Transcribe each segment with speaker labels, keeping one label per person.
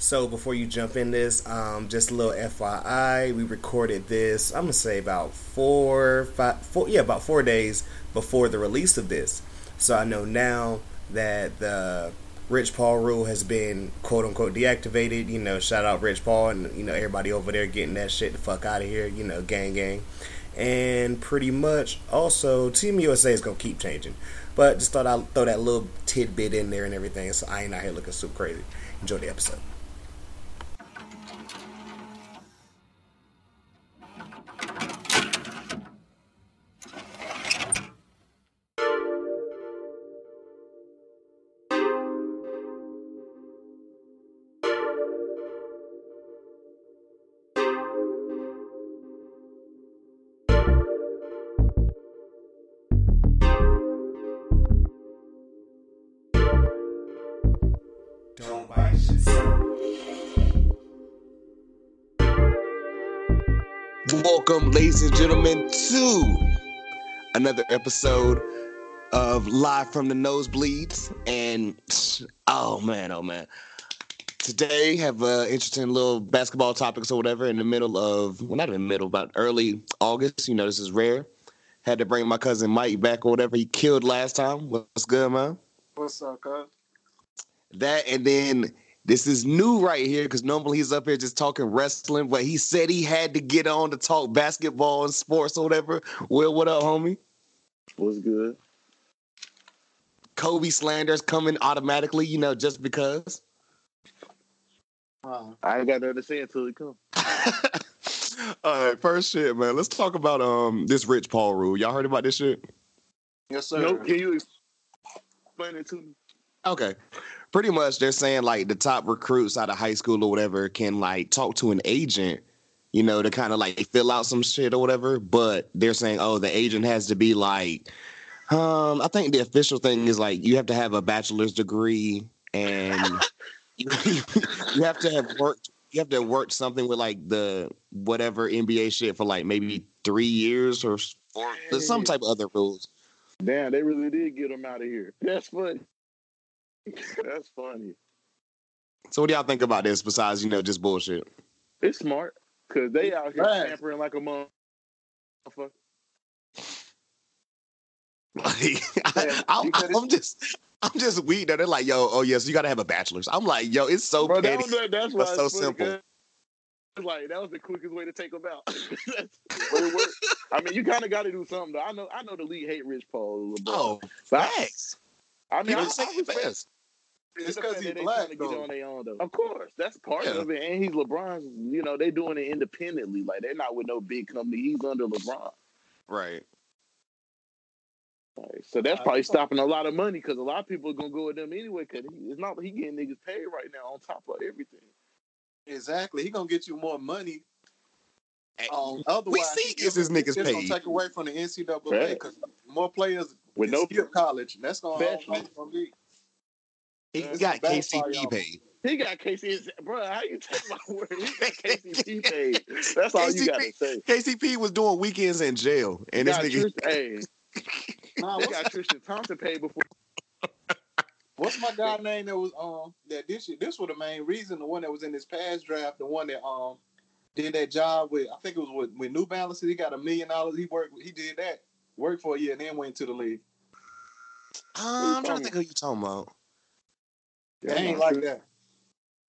Speaker 1: So before you jump in this, um, just a little FYI, we recorded this. I'm gonna say about four, five, four, yeah, about four days before the release of this. So I know now that the Rich Paul rule has been quote unquote deactivated. You know, shout out Rich Paul and you know everybody over there getting that shit the fuck out of here. You know, gang gang, and pretty much also Team USA is gonna keep changing. But just thought I'd throw that little tidbit in there and everything, so I ain't out here looking super crazy. Enjoy the episode.
Speaker 2: Don't buy shit.
Speaker 3: Welcome, ladies and gentlemen, to another episode of Live from the Nosebleeds. And oh man, oh man. Today have an interesting little basketball topics or whatever in the middle of well not even middle, but early August. You know, this is rare. Had to bring my cousin Mike back or whatever. He killed last time. What's good, man?
Speaker 4: What's up, cuz?
Speaker 3: That and then this is new right here because normally he's up here just talking wrestling, but he said he had to get on to talk basketball and sports or whatever. Well, what up, homie?
Speaker 4: What's good?
Speaker 3: Kobe slanders coming automatically, you know, just because.
Speaker 4: Wow.
Speaker 2: I ain't got nothing to say until it comes.
Speaker 3: All right, first shit, man. Let's talk about um this Rich Paul rule. Y'all heard about this shit?
Speaker 4: Yes, sir.
Speaker 2: Nope. Can you explain it to me?
Speaker 3: Okay. Pretty much they're saying like the top recruits out of high school or whatever can like talk to an agent, you know, to kind of like fill out some shit or whatever. But they're saying, oh, the agent has to be like, um, I think the official thing is like you have to have a bachelor's degree and you, you have to have worked you have to have worked something with like the whatever NBA shit for like maybe three years or four there's some type of other rules.
Speaker 2: Damn, they really did get him out of here. That's funny. That's funny.
Speaker 3: So what do y'all think about this besides, you know, just bullshit?
Speaker 2: It's smart because they out here
Speaker 4: Right.
Speaker 2: tampering like a motherfucker.
Speaker 3: Like,
Speaker 2: Yeah,
Speaker 3: I, I,
Speaker 2: because
Speaker 3: I'm
Speaker 2: it's-
Speaker 3: just, I'm just weak. That they're like, yo, oh yes, you gotta have a bachelor's. I'm like, yo, it's so
Speaker 2: Bro, that
Speaker 3: petty.
Speaker 2: was, that's why
Speaker 3: That's so
Speaker 2: it's funny,
Speaker 3: simple.
Speaker 2: 'cause it's Like that was the quickest way to take them out. but it worked. I mean, you kind of got to do something. Though. I know, I know the league hate Rich Paul. a little bit.
Speaker 3: Oh,
Speaker 2: But I-
Speaker 3: facts.
Speaker 2: I mean,
Speaker 3: People
Speaker 2: I,
Speaker 3: say
Speaker 2: I
Speaker 3: it
Speaker 2: respect
Speaker 3: fast.
Speaker 4: It's
Speaker 2: the
Speaker 4: 'cause
Speaker 2: fact
Speaker 4: he
Speaker 2: that they
Speaker 4: black,
Speaker 2: tryna get
Speaker 4: though.
Speaker 2: on their own, though. Of course, that's part
Speaker 3: Yeah.
Speaker 2: of it. And he's LeBron's. You know, they doing it independently. Like they're not with no big company. He's under LeBron.
Speaker 3: Right.
Speaker 2: Like, so that's
Speaker 4: I
Speaker 2: probably
Speaker 4: know.
Speaker 2: stopping a lot of money because a lot of people are gonna go with them anyway. Because it's not he getting niggas paid right now on top of everything.
Speaker 4: Exactly. He gonna get you more money.
Speaker 3: Hey,
Speaker 4: Um, otherwise,
Speaker 3: we see
Speaker 4: it's-
Speaker 3: gets his niggas
Speaker 4: it's
Speaker 3: paid.
Speaker 4: gonna take away from the NCAA
Speaker 2: Right.
Speaker 4: because more players
Speaker 2: With
Speaker 4: with
Speaker 2: no-
Speaker 4: no skip college. and That's gonna
Speaker 2: Facts,
Speaker 4: hold on
Speaker 2: man.
Speaker 4: to the league.
Speaker 3: He
Speaker 4: That's
Speaker 3: got
Speaker 4: a bad fire,
Speaker 3: KCP
Speaker 4: y'all.
Speaker 3: paid.
Speaker 2: He got KC, bro. How you take my word? He got KCP paid. That's all you gotta
Speaker 3: KCP.
Speaker 2: say.
Speaker 3: KCP was doing weekends in jail,
Speaker 2: He
Speaker 3: and this
Speaker 2: got,
Speaker 3: nigga,
Speaker 2: Trish, hey,
Speaker 4: Nah,
Speaker 2: he
Speaker 4: what's,
Speaker 2: got Tristan Thompson paid before.
Speaker 4: what's my guy name that was um that this year? This was the main reason. The one that was in this past draft. The one that um did that job with. I think it was with, with New Balance. He got a million dollars. He worked. He did that. Worked for a year and then went to the league.
Speaker 3: Uh, I'm
Speaker 2: Who
Speaker 3: trying
Speaker 2: you
Speaker 3: to think who you talking about.
Speaker 4: They ain't like that.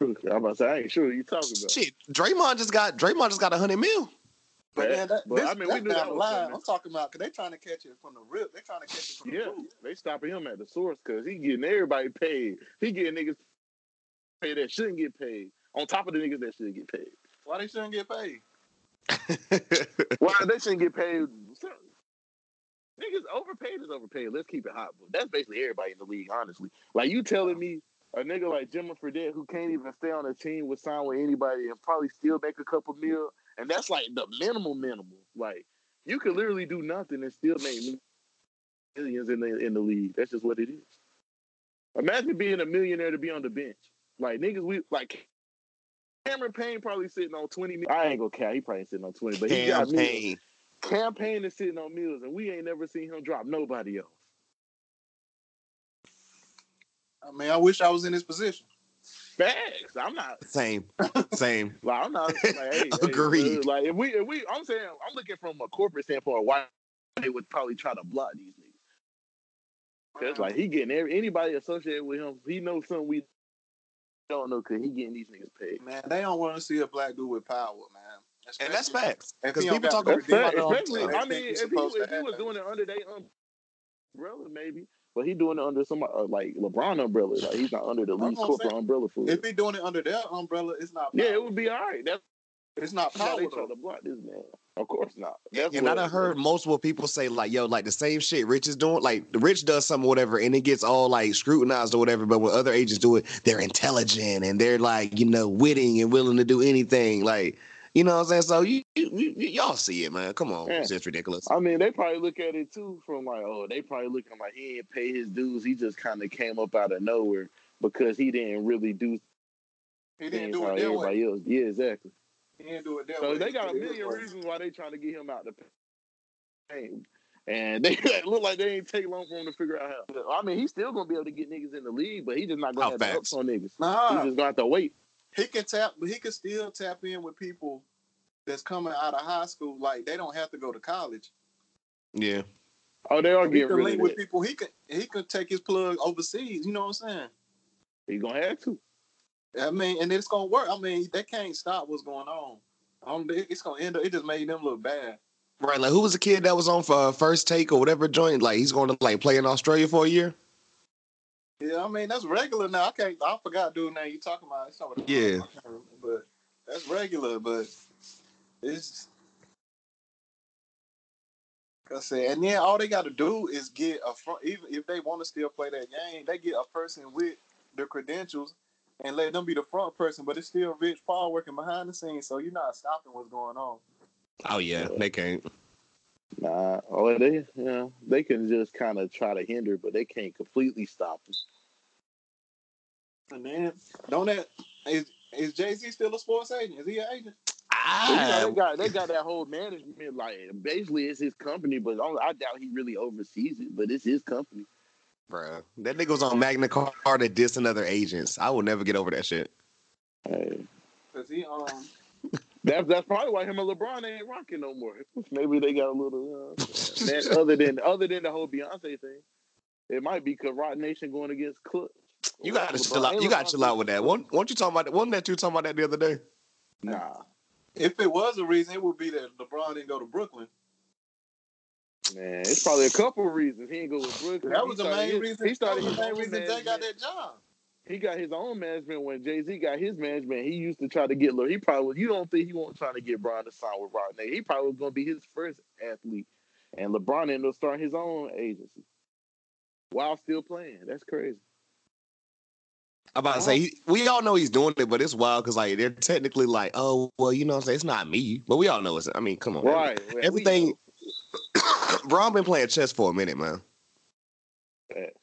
Speaker 2: I'm about to say, I ain't sure who you talking about.
Speaker 3: Shit, Draymond just got Draymond just got a hundred mil.
Speaker 4: But,
Speaker 2: But-
Speaker 4: man, that,
Speaker 2: but,
Speaker 4: this,
Speaker 2: I mean, we
Speaker 4: that's
Speaker 2: knew that
Speaker 4: down the
Speaker 2: was
Speaker 4: line.
Speaker 2: coming.
Speaker 4: I'm talking about because they trying to catch it from the rip. They trying to catch it from
Speaker 2: Yeah,
Speaker 4: the root.
Speaker 2: they stopping him at the source because he getting everybody paid. He getting niggas paid that shouldn't get paid on top of the niggas that should get paid.
Speaker 4: Why they shouldn't get paid?
Speaker 2: Why they shouldn't get paid? Some- Niggas overpaid is overpaid. Let's keep it hot, but that's basically everybody in the league, honestly. Like you telling me a nigga like Jimmy Fredette who can't even stay on a team would sign with anybody and probably still make a couple mil, and that's like the minimal minimal. Like you could literally do nothing and still make millions in the in the league. That's just what it is. Imagine being a millionaire to be on the bench. Like niggas, we like Cameron Payne probably sitting on twenty. mil- I ain't gonna count. He probably ain't sitting on twenty, but he got millions.
Speaker 3: Campaign.
Speaker 2: Campaign is sitting on meals, and we ain't never seen him drop nobody else.
Speaker 4: I mean, I wish I was in this position.
Speaker 2: Facts. I'm not
Speaker 3: Same, same.
Speaker 2: like I'm not like hey,
Speaker 3: Agreed.
Speaker 2: Hey, dude, like if we if we I'm saying I'm looking from a corporate standpoint why they would probably try to block these niggas. That's like he getting every, anybody associated with him. He knows something we don't know because he getting these niggas paid.
Speaker 4: man, they don't want to see a black dude with power, man.
Speaker 3: And that's
Speaker 4: Especially-
Speaker 3: facts.
Speaker 4: if
Speaker 3: Because
Speaker 4: he don't
Speaker 3: people
Speaker 4: got
Speaker 3: talk
Speaker 4: the
Speaker 3: about
Speaker 2: That's fact.
Speaker 4: They might not
Speaker 2: Especially,
Speaker 4: understand.
Speaker 2: I
Speaker 4: They
Speaker 2: mean,
Speaker 4: think
Speaker 2: if
Speaker 4: it's
Speaker 2: he,
Speaker 4: supposed to
Speaker 2: if he was
Speaker 4: happen.
Speaker 2: doing it under their um, umbrella, maybe, but he doing it under some uh, like LeBron umbrella. Like he's not under the
Speaker 4: what
Speaker 2: league
Speaker 4: I'm
Speaker 2: corporate umbrella for.
Speaker 4: If
Speaker 2: it.
Speaker 4: he doing it under their umbrella, it's not.
Speaker 2: Yeah,
Speaker 4: power.
Speaker 2: it would be all right. That's
Speaker 4: it's not
Speaker 2: how
Speaker 4: power.
Speaker 2: they
Speaker 4: though.
Speaker 2: try to block this man. Of course not. That's
Speaker 3: And I done
Speaker 2: what-
Speaker 3: heard multiple people say like, "Yo, like the same shit Rich is doing. Like Rich does something, whatever, and it gets all like scrutinized or whatever. But when other agents do it, they're intelligent and they're like, you know, witting and willing to do anything. Like, you know what I'm saying? So you, you, you y'all see it, man. Come on,
Speaker 2: Yeah.
Speaker 3: it's just ridiculous.
Speaker 2: I mean, they probably look at it too from like, oh, they probably looking like he didn't pay his dues. He just kind of came up out of nowhere because he didn't really do
Speaker 4: He didn't
Speaker 2: things
Speaker 4: do
Speaker 2: how
Speaker 4: it their way.
Speaker 2: everybody else. Yeah, exactly.
Speaker 4: He didn't do it their
Speaker 2: So
Speaker 4: way.
Speaker 2: they
Speaker 4: He
Speaker 2: got a
Speaker 4: did it
Speaker 2: million
Speaker 4: his way.
Speaker 2: reasons why they trying to get him out the pain. And they look like they ain't take long for him to figure out how. I mean, he's still gonna be able to get niggas in the league, but he just not
Speaker 3: How
Speaker 2: gonna have the
Speaker 3: fast?
Speaker 2: ups on niggas. He
Speaker 4: Nah,
Speaker 2: just gonna have to wait.
Speaker 4: he can tap, but he can still tap in with people that's coming out of high school. Like they don't have to go to college.
Speaker 3: Yeah,
Speaker 2: Oh, they are
Speaker 4: He
Speaker 2: getting
Speaker 4: can
Speaker 2: rid
Speaker 4: link
Speaker 2: of
Speaker 4: with
Speaker 2: it.
Speaker 4: people. He can he can take his plug overseas. You know what I'm saying?
Speaker 2: He gonna have to.
Speaker 4: I mean, and it's gonna work. I mean, they can't stop what's going on. Um, it- it's gonna end up. It just made them look bad.
Speaker 3: right. Like who was the kid that was on for uh, first take or whatever joint? Like he's going to like play in Australia for a year.
Speaker 4: Yeah, I mean that's regular now. I can't. I forgot dude name you talking about. It's not what-
Speaker 3: Yeah.
Speaker 4: I can't remember, but that's regular. But it's like I said, and then all they got to do is get a front. Even if they want to still play that game, they get a person with the credentials and let them be the front person. But it's still Rich Paul working behind the scenes, so you're not stopping what's going on.
Speaker 3: Oh yeah, they can't.
Speaker 2: Nah. Oh, they you know they can just kind of try to hinder, but they can't completely stop him.
Speaker 4: And then don't that is is Jay Z still a sports agent? Is he an agent?
Speaker 2: But, you know,
Speaker 3: Ah,
Speaker 2: they got they got that whole management like basically it's his company, but I I doubt he really oversees it. But it's his company.
Speaker 3: bro, that nigga was on Magna Carta dissing other agents. I will never get over that shit.
Speaker 2: Hey.
Speaker 4: Because he um.
Speaker 2: That's that's probably why him and LeBron ain't rocking no more. Maybe they got a little uh, man, other than other than the whole Beyonce thing. It might be 'cause Rock Nation going against Clutch.
Speaker 3: You gotta
Speaker 2: LeBron-
Speaker 3: chill out.
Speaker 2: ain't
Speaker 3: You gotta
Speaker 2: LeBron
Speaker 3: chill out with that. One, not you talking about that? Wasn't that you talking about that the other day?
Speaker 2: Nah,
Speaker 4: If it was a reason, it would be that LeBron didn't go to Brooklyn.
Speaker 2: man, it's probably a couple of reasons he ain't go with Brooklyn.
Speaker 4: That
Speaker 2: He
Speaker 4: was the
Speaker 2: started
Speaker 4: main
Speaker 2: his-
Speaker 4: reason.
Speaker 2: He started
Speaker 4: that was
Speaker 2: his
Speaker 4: the main
Speaker 2: own
Speaker 4: reason Jay
Speaker 2: management.
Speaker 4: got that job.
Speaker 2: He got his own management when Jay Z got his management. He used to try to get. He probably you don't think he won't try to get Bron to sign with Rock Nation. He probably was gonna be his first athlete, and LeBron ended up starting his own agency while still playing. That's crazy.
Speaker 3: I'm about to say he, we all know he's doing it, but it's wild because like they're technically like, oh well, you know, what I'm saying it's not me, but we all know it's. I mean, come on,
Speaker 2: Right. Well, we
Speaker 3: Oh, Everything. Bron been playing chess for a minute, man.
Speaker 2: know fast.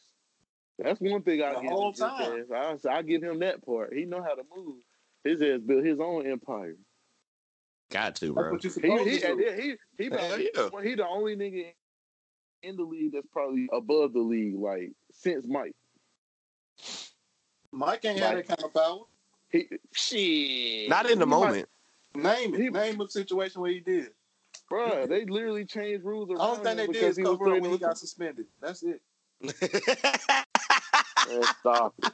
Speaker 2: That's one thing I
Speaker 4: The
Speaker 2: give
Speaker 4: whole
Speaker 2: him. his ass. I, I give him that part. He know how to move. His ass built his own empire.
Speaker 3: Got to,
Speaker 4: That's
Speaker 3: bro.
Speaker 4: what you
Speaker 2: He
Speaker 4: supposed
Speaker 2: he,
Speaker 4: to
Speaker 2: and
Speaker 4: do.
Speaker 2: then he, he,
Speaker 3: Hell
Speaker 2: probably-
Speaker 3: yeah.
Speaker 2: well, he the only nigga in the league that's probably above the league, like since Mike.
Speaker 4: Mike ain't had that kind of power.
Speaker 2: He shit.
Speaker 3: Not in the
Speaker 2: He might-
Speaker 3: moment.
Speaker 4: Name it.
Speaker 2: He-
Speaker 4: name a situation where he did.
Speaker 2: Bruh, they literally changed rules
Speaker 4: I
Speaker 2: around
Speaker 4: don't think
Speaker 2: him
Speaker 4: they did
Speaker 2: because
Speaker 4: is
Speaker 2: he was
Speaker 4: cover up
Speaker 2: threatening
Speaker 4: when he
Speaker 2: with
Speaker 4: got suspended. That's it.
Speaker 2: Man, stop it.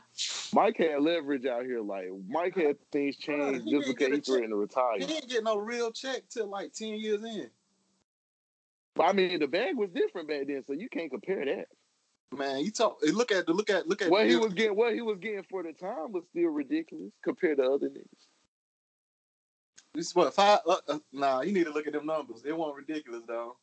Speaker 2: Mike had leverage out here. Like Mike had things changed
Speaker 4: he
Speaker 2: just
Speaker 4: didn't
Speaker 2: because
Speaker 4: get a
Speaker 2: he threatened to retire.
Speaker 4: He didn't get no real check till like ten years in.
Speaker 2: But I mean, the bag was different back then, so you can't compare that.
Speaker 4: Man, you talk. Look at the look at look at.
Speaker 2: What he was getting, what he was getting for the time was still ridiculous compared to other niggas.
Speaker 4: This is what five? Uh, uh, nah, you need to look at them numbers. It wasn't ridiculous though.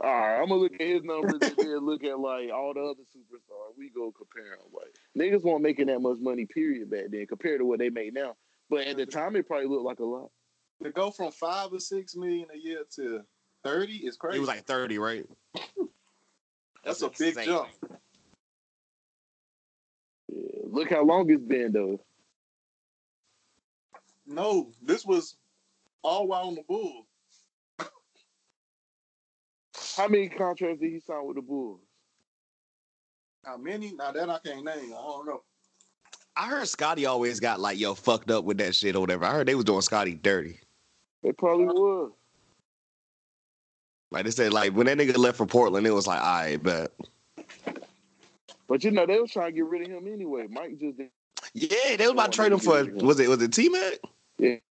Speaker 2: All right, I'm gonna look at his numbers and then look at like all the other superstars. We go compare them. Like niggas weren't making that much money, period, back then compared to what they make now. But at the time, it probably looked like a lot.
Speaker 4: To go from five or six million a year to thirty is crazy.
Speaker 3: he was like 30, right?
Speaker 4: that's, a big
Speaker 3: insane.
Speaker 4: jump.
Speaker 2: Yeah, Look how long it's been though.
Speaker 4: No, this was all while on the Bulls.
Speaker 2: How many contracts did he sign with the Bulls?
Speaker 4: How many? Now that I can't name. I don't know.
Speaker 3: I heard Scotty always got like yo fucked up with that shit or whatever. I heard they was doing Scotty dirty.
Speaker 2: They probably would.
Speaker 3: Like they said, like when that nigga left for Portland, it was like, all right, but
Speaker 2: But you know, they was trying to get rid of him anyway. Mike just did.
Speaker 3: yeah, they was about to trade him for was it was it T Mac?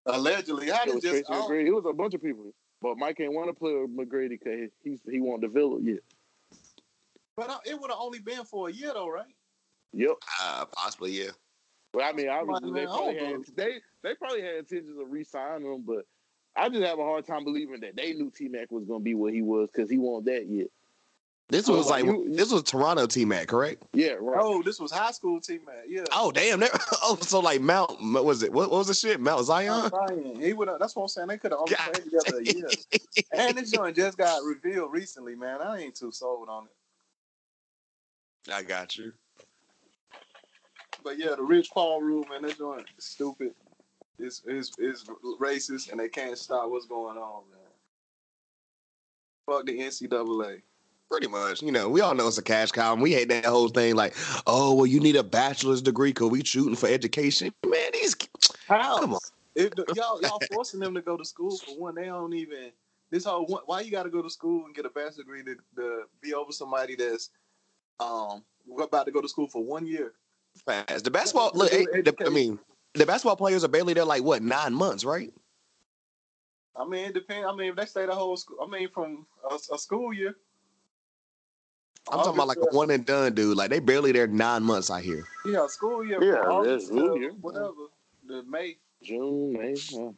Speaker 4: Allegedly, how
Speaker 2: It
Speaker 4: did
Speaker 2: was,
Speaker 4: just
Speaker 2: Tracy
Speaker 4: oh,
Speaker 2: McGrady. it was a bunch of people. But Mike ain't want to play with McGrady because he, he won't develop yet.
Speaker 4: but I, it would have only been for a year though, right?
Speaker 2: Yep.
Speaker 3: Uh, possibly, yeah.
Speaker 2: Well, I mean, obviously
Speaker 4: Somebody
Speaker 2: they
Speaker 4: went
Speaker 2: probably
Speaker 4: over.
Speaker 2: had they they probably had intentions of re-signing him, but I just have a hard time believing that they knew T Mac was gonna be what he was because he wasn't that yet.
Speaker 3: This
Speaker 2: Oh,
Speaker 3: was like
Speaker 2: you-
Speaker 3: this was Toronto T Mac, correct?
Speaker 2: Yeah, right.
Speaker 4: Oh, this was high school teammate. Yeah.
Speaker 3: Oh damn! That, oh, so like Mount what was it? What, what was the shit? Mount Zion?
Speaker 4: Zion. He would. That's what I'm saying. They could have only
Speaker 3: God
Speaker 4: played together a year. and this joint just got revealed recently, man. I ain't too sold on it.
Speaker 3: I got you.
Speaker 4: But yeah, the Rich Paul rule, man. That joint is stupid. It's it's it's racist, and they can't stop what's going on, man. Fuck the NCAA.
Speaker 3: Pretty much, you know, we all know it's a cash cow, and we hate that whole thing. Like, oh, well, you need a bachelor's degree because we shooting for education. Man, these
Speaker 4: How?
Speaker 3: Come on.
Speaker 4: If the, y'all y'all forcing them to go to school for one, they don't even. This whole one, why you got to go to school and get a bachelor's degree to, to be over somebody that's um about to go to school for one year.
Speaker 3: fast. The basketball look. eh, the- I mean, the basketball players are barely there. Like what? Nine months, right?
Speaker 4: I mean, it depends. I mean, if they stay the whole school, I mean, from a, a school year.
Speaker 3: I'm talking about like a one and done dude. Like they barely there nine months. I hear.
Speaker 4: uh, yeah, school year.
Speaker 2: Yeah,
Speaker 4: from August
Speaker 2: that's school
Speaker 4: to
Speaker 2: year.
Speaker 4: Whatever. The May.
Speaker 2: June, May. huh.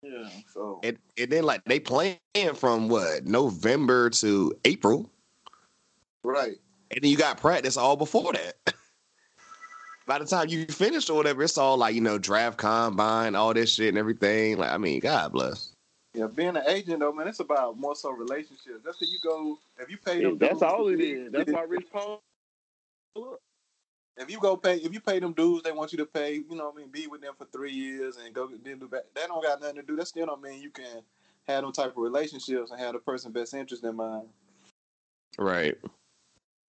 Speaker 4: Yeah. So
Speaker 3: And and then like they playing from what November to April,
Speaker 4: right.
Speaker 3: and then you got practice all before that. By the time you finished or whatever, it's all like you know draft combine, all this shit and everything. Like I mean, God bless.
Speaker 4: Yeah, being an agent though, man, it's about more so relationships. That's if you go if you pay
Speaker 2: Yeah,
Speaker 4: them.
Speaker 2: that's
Speaker 4: dudes to
Speaker 2: all it
Speaker 4: be-
Speaker 2: is. That's why Rich Paul.
Speaker 4: if you go pay if you pay them dues they want you to pay you know what i mean be with them for three years and go then do back that don't got nothing to do that still don't mean you can have them type of relationships and have the person best interest in mind
Speaker 3: Right.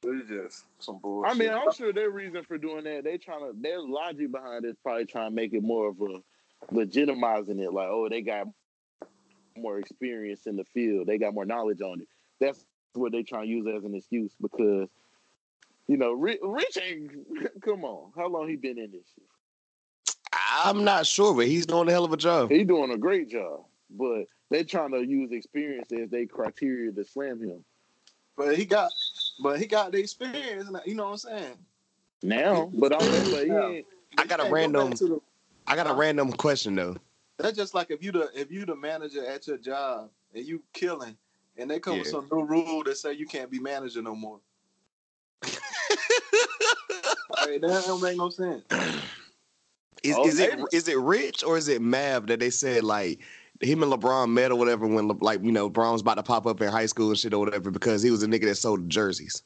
Speaker 4: it's just some bullshit
Speaker 2: I mean, I'm sure their reason for doing that, they trying to their logic behind it is probably trying to make it more of a legitimizing it. Like, oh, they got more experience in the field, they got more knowledge on it. That's what they trying to use as an excuse because you know, Rich, Rich ain't come on. How long he been in this shit?
Speaker 3: I'm not sure, but he's doing a hell of a job.
Speaker 2: He doing a great job, but they trying to use experience as they criteria to slam him.
Speaker 4: but he got but he got the experience and you know what i'm saying
Speaker 2: Now, but I'm just like, he ain't,
Speaker 3: I got a
Speaker 4: You can't go
Speaker 3: random-
Speaker 4: back to the-
Speaker 3: I got a random question though.
Speaker 4: That's just like if you the if you the manager at your job and you killing, and they come with
Speaker 3: Yeah.
Speaker 4: some new rule that say you can't be manager no more. like, that don't make no sense.
Speaker 3: Is,
Speaker 2: Oh,
Speaker 3: is it
Speaker 2: hey.
Speaker 3: is it Rich or is it Mav that they said like him and LeBron met or whatever when Le- like you know LeBron was about to pop up in high school and shit or whatever because he was a nigga that sold jerseys.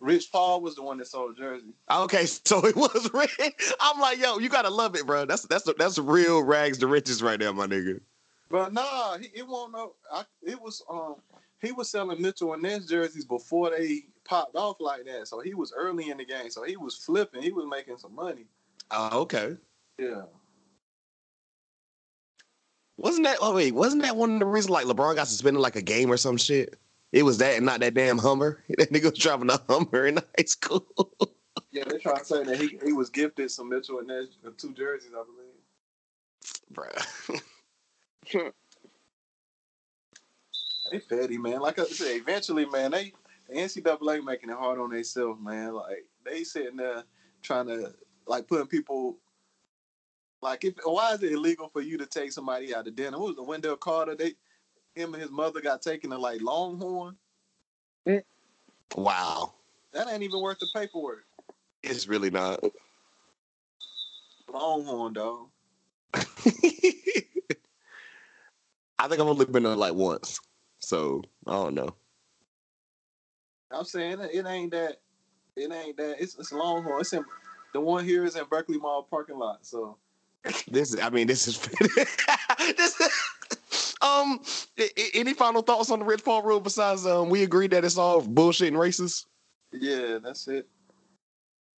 Speaker 4: Rich Paul was the one that sold Jersey.
Speaker 3: Okay, so it was Rich. I'm like, yo, you gotta love it, bro. That's that's that's real rags to riches right now, my nigga.
Speaker 4: But nah, he, it won't know. I, it was um he was selling Mitchell and Ness jerseys before they popped off like that. So he was early in the game. So he was flipping. He was making some money.
Speaker 3: Oh, okay.
Speaker 4: Yeah.
Speaker 3: Wasn't that oh wait, wasn't that one of the reasons like LeBron got suspended like a game or some shit? It was that and not that damn Hummer. That nigga was driving a Hummer in high school.
Speaker 4: Yeah, they trying to say that he, he was gifted some Mitchell and Ness uh, two jerseys, I believe.
Speaker 3: bro.
Speaker 4: They petty, man. Like I said, eventually, man, they the NCAA making it hard on themselves, man. Like they sitting there trying to like putting people like if why is it illegal for you to take somebody out to dinner? What was the Wendell Carter? They him and his mother got taken to like Longhorn.
Speaker 3: Wow.
Speaker 4: That ain't even worth the paperwork.
Speaker 3: It's really not.
Speaker 4: Longhorn, dog.
Speaker 3: I think I've only been there like once, so I don't know.
Speaker 4: I'm saying it, it ain't that. It ain't that. It's, it's Longhorn. It's in the one here is in Berkeley Mall parking lot. So
Speaker 3: This, is, I mean, this is this. is- um, a- a- any final thoughts on the Rich Paul rule besides um, we agreed that it's all bullshit and racist?
Speaker 4: yeah, that's it.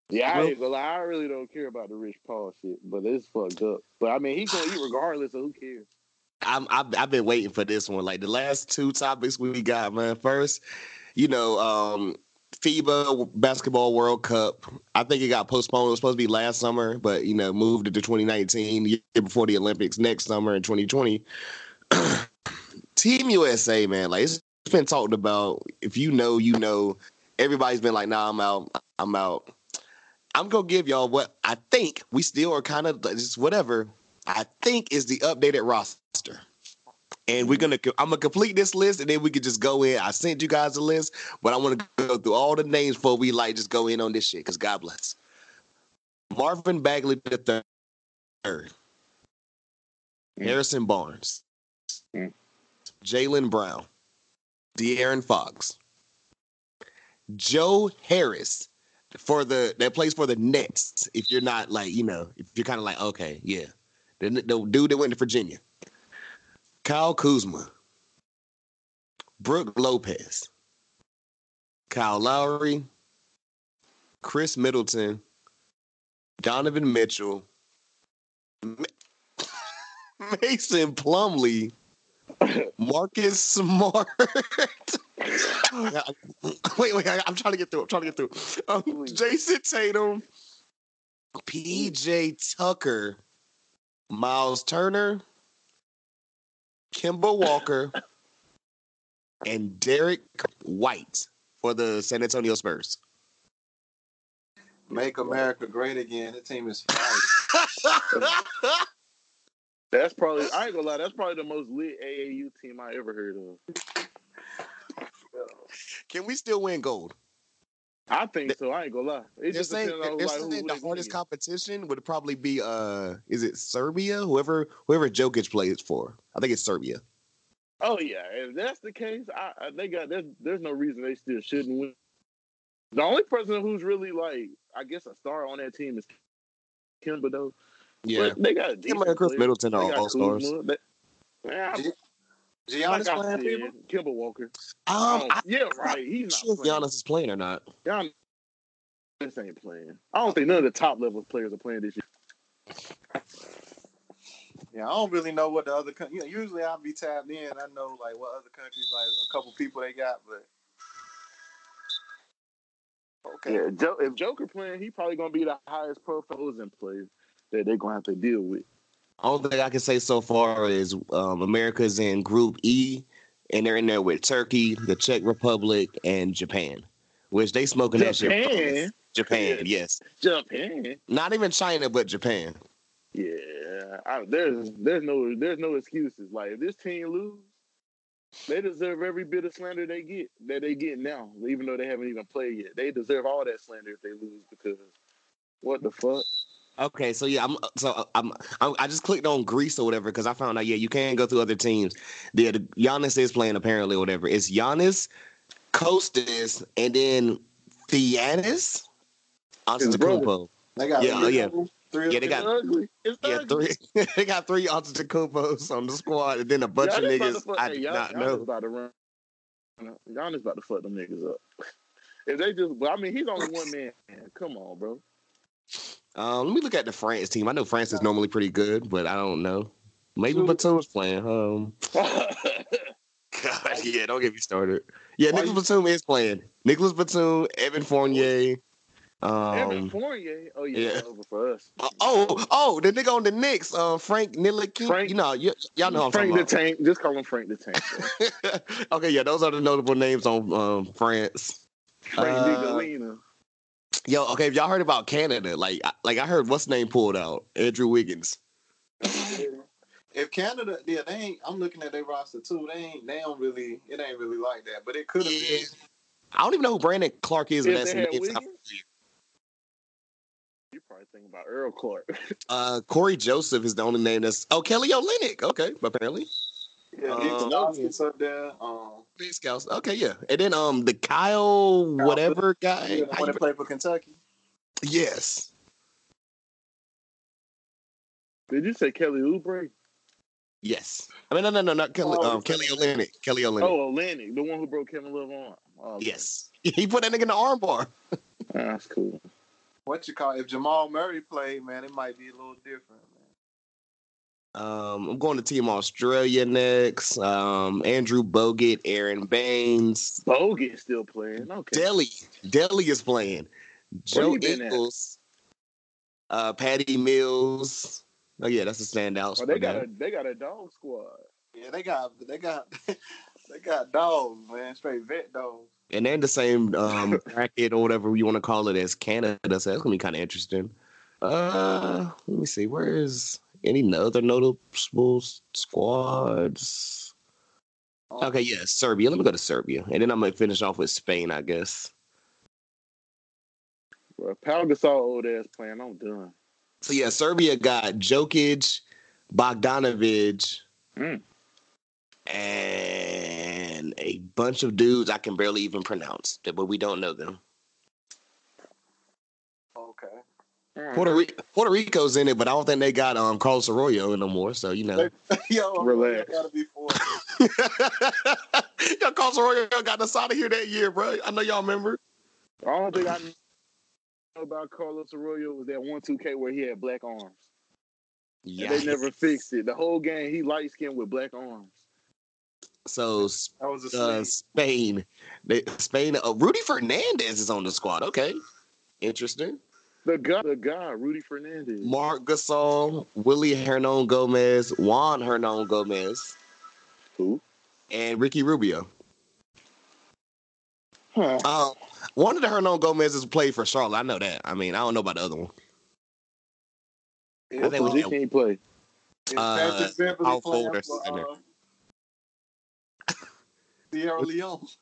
Speaker 2: Yeah, I
Speaker 3: Well-
Speaker 2: ain't gonna lie. I really don't care about the Rich Paul shit, but it's fucked up. But I mean, he's gonna eat regardless of who cares.
Speaker 3: I'm, I've, I've been waiting for this one. Like the last two topics we got, man. First, you know, um, FIBA Basketball World Cup. I think it got postponed. It was supposed to be last summer, but you know, moved it to 2019, year before the Olympics, next summer in 2020. Team USA, man. Like it's been talked about. If you know, you know. Everybody's been like, "Nah, I'm out. I'm out." I'm gonna give y'all what I think we still are kind of just whatever. I think is the updated roster. And
Speaker 2: Mm-hmm.
Speaker 3: we're gonna, I'm gonna complete this list, and then we can just go in. I sent you guys the list, but I want to go through all the names before we like just go in on this shit. Because God bless. Marvin Bagley the third,
Speaker 2: Mm.
Speaker 3: Harrison Barnes,
Speaker 2: Mm.
Speaker 3: Jalen Brown, De'Aaron Fox, Joe Harris for the that plays for the Nets. If you're not like you know, if you're kind of like okay, yeah, the, the dude that went to Virginia. Kyle Kuzma, Brooke Lopez, Kyle Lowry, Chris Middleton, Donovan Mitchell, Ma- Mason Plumley, Marcus Smart. wait, wait, I, I'm trying to get through. I'm trying to get through. Um,
Speaker 2: Please.
Speaker 3: Jason Tatum, PJ Tucker, Miles Turner. Kimba Walker and Derek White for the San Antonio Spurs.
Speaker 4: Make America great again. The team is fire.
Speaker 2: That's probably I ain't gonna lie. That's probably the most lit AAU team I ever heard of.
Speaker 3: Can we still win gold?
Speaker 2: I think so. I ain't gonna lie. It
Speaker 3: They're
Speaker 2: just
Speaker 3: saying,
Speaker 2: depends on
Speaker 3: they're
Speaker 2: like, who,
Speaker 3: saying the
Speaker 2: who they
Speaker 3: hardest
Speaker 2: get.
Speaker 3: competition would probably be uh is it Serbia? Whoever whoever Jokic plays for. I think it's Serbia.
Speaker 2: Oh yeah, if that's the case, I, I they got there's, there's no reason they still shouldn't win. The only person who's really like, I guess, a star on that team is Kimba though. but they got a
Speaker 3: Him
Speaker 2: decent
Speaker 3: and Chris
Speaker 2: player.
Speaker 3: Middleton
Speaker 2: They
Speaker 3: are
Speaker 2: got
Speaker 3: all stars.
Speaker 2: Kuzma. They- Man, I'm-
Speaker 4: Giannis
Speaker 2: like
Speaker 4: Giannis
Speaker 2: I
Speaker 4: playing people?
Speaker 2: said, Kimba Walker.
Speaker 3: Um,
Speaker 2: Oh,
Speaker 3: I'm
Speaker 2: yeah, right. He's
Speaker 3: not sure
Speaker 2: not
Speaker 3: if
Speaker 2: playing.
Speaker 3: Giannis is playing or not.
Speaker 2: Giannis. This ain't playing. I don't think none of the top level players are playing this year.
Speaker 4: Yeah, I don't really know what the other country. You know, usually I'll be tapped in. I know like what other countries, like a couple people they got, but okay.
Speaker 2: Yeah, jo- if Joker playing, he probably gonna be the highest profile Ozen player that they're gonna have to deal with.
Speaker 3: Only thing I can say so far is um, America's in Group E, and they're in there with Turkey, the Czech Republic, and Japan, which they smoking that shit.
Speaker 2: Japan?
Speaker 3: Japan, yes,
Speaker 2: Japan.
Speaker 3: not even China, but Japan.
Speaker 2: Yeah, I, there's there's no there's no excuses. Like if this team lose, they deserve every bit of slander they get that they get now, even though they haven't even played yet. They deserve all that slander if they lose because what the fuck?
Speaker 3: Okay, so yeah, I'm uh, so I'm, I'm I just clicked on Greece or whatever because I found out yeah you can go through other teams. Yeah, the, Giannis is playing apparently or whatever. It's Giannis, Kostas, and then Theanis,
Speaker 2: His brother.
Speaker 3: Antetokounmpo.
Speaker 4: They got
Speaker 3: Yeah, uh,
Speaker 4: three
Speaker 3: yeah.
Speaker 4: of them, three of
Speaker 3: Yeah, they
Speaker 2: It's
Speaker 4: them.
Speaker 3: got
Speaker 2: ugly. It's
Speaker 3: Yeah,
Speaker 2: ugly.
Speaker 3: three. they got three Antetokounmpos on the squad, and then a bunch of
Speaker 2: Giannis about to
Speaker 3: niggas
Speaker 2: fuck-
Speaker 3: I
Speaker 2: hey,
Speaker 3: did
Speaker 2: Gian-
Speaker 3: not
Speaker 2: Giannis
Speaker 3: know.
Speaker 2: About to run. Giannis about to fuck them niggas up. If they just, but I mean, he's only one man. Come on, bro.
Speaker 3: Um, let me look at the France team. I know France is
Speaker 4: Yeah.
Speaker 3: normally pretty good, but I don't know. Maybe
Speaker 4: Who-
Speaker 3: Batum's playing. Um, God, yeah, don't get me started. Yeah,
Speaker 4: Why
Speaker 3: Nicholas Batum is playing. Nicholas Batum, Evan Fournier.
Speaker 2: Evan
Speaker 3: Um,
Speaker 2: Fournier. Oh yeah,
Speaker 3: yeah.
Speaker 2: it's over for us.
Speaker 3: oh, oh, the nigga on the Knicks, uh, Frank Ntilikina.
Speaker 2: Frank-
Speaker 3: you know, y- y'all know who I'm talking
Speaker 2: Frank
Speaker 3: about.
Speaker 2: the Tank. Just call him Frank the Tank. bro.
Speaker 3: okay, yeah, those are the notable names on um, France.
Speaker 2: Frank
Speaker 3: Uh,
Speaker 2: Nicolina.
Speaker 3: Yo, okay, if y'all heard about Canada, like, I- like I heard what's name pulled out, Andrew Wiggins.
Speaker 4: If Canada, yeah, they ain't. I'm looking at their roster too. They ain't. They don't really. It ain't really like that. But it could have
Speaker 3: Yeah.
Speaker 4: been.
Speaker 3: I don't even know who Brandon Clark is, but
Speaker 2: If
Speaker 3: that's
Speaker 2: they had
Speaker 3: it's-
Speaker 2: Wiggins? You probably thinking about Earl Clark.
Speaker 3: uh, Corey Joseph is the only name that's oh Kelly Olynyk. Okay, apparently
Speaker 4: Yeah,
Speaker 3: Uh,
Speaker 4: Nick Johnson's up there. Um,
Speaker 3: Big Scouts. Okay, yeah, and then um the Kyle whatever guy.
Speaker 4: yeah, the one that played for Kentucky.
Speaker 3: yes,
Speaker 2: Did you say Kelly Oubre?
Speaker 3: yes. I mean no no no not Kelly
Speaker 4: Oh,
Speaker 3: um, Kelly Olynyk. Kelly Olynyk.
Speaker 2: Oh, Atlantic, the one who broke Kevin Love on. Oh, okay.
Speaker 3: yes, he put that nigga in the armbar.
Speaker 2: Ah, that's cool.
Speaker 4: what you call it? if Jamal Murray played, man, it might be a little different, man.
Speaker 3: Um, I'm going to Team Australia next. Um, Andrew Bogut, Aaron Baines,
Speaker 2: Bogut still playing. Okay.
Speaker 3: Delhi. Delhi is playing. Joe
Speaker 2: you been at?
Speaker 3: Ingles, uh, Patty Mills. Oh yeah, that's a standout.
Speaker 2: Oh, they got a they got a dog squad.
Speaker 4: Yeah, they got they got they got dogs, man, straight vet dogs.
Speaker 3: and then the same um, bracket or whatever you want to call it as Canada. So that's gonna be kind of interesting. Uh, let me see. Where is any other notable s- squads?
Speaker 4: Um,
Speaker 3: Okay, yeah, Serbia. Let me go to Serbia, and then I'm gonna finish off with Spain, I guess.
Speaker 2: Well, Pau Gasol old ass playing. I'm done.
Speaker 3: So yeah, Serbia got Jokic, Bogdanovic,
Speaker 2: Mm.
Speaker 3: and a bunch of dudes I can barely even pronounce, but we don't know them.
Speaker 4: Okay.
Speaker 2: Mm.
Speaker 3: Puerto, Ri- Puerto Rico's in it, but I don't think they got um, Carlos Arroyo no more. So you know,
Speaker 4: Yo,
Speaker 2: Relax.
Speaker 4: Gotta be four.
Speaker 3: Yo, Carlos Arroyo got us out of here that year, bro. I know y'all remember.
Speaker 2: The only thing I know about Carlos Arroyo was that one two K where he had black arms. And
Speaker 3: Yeah.
Speaker 2: They never fixed it. The whole game he light skinned with black arms.
Speaker 3: So
Speaker 4: I was
Speaker 3: uh,
Speaker 4: asleep.
Speaker 3: Spain, they, Spain. Uh, Rudy Fernandez is on the squad. Okay, interesting.
Speaker 2: The guy, the guy, Rudy Fernandez.
Speaker 3: Mark Gasol, Willie Hernan Gomez, Juan Hernan Gomez,
Speaker 2: Who?
Speaker 3: and Ricky Rubio.
Speaker 2: Huh.
Speaker 3: Um, one of the Hernan Gomez's played for Charlotte. I know that. I mean, I don't know about the other one.
Speaker 4: Is,
Speaker 3: I
Speaker 2: What
Speaker 3: think we-
Speaker 4: uh,
Speaker 2: position he play?
Speaker 4: is
Speaker 3: uh,
Speaker 4: Patrick
Speaker 3: Al
Speaker 4: Beverly
Speaker 3: Folder
Speaker 4: playing
Speaker 3: center.
Speaker 4: for uh, Sierra Leone?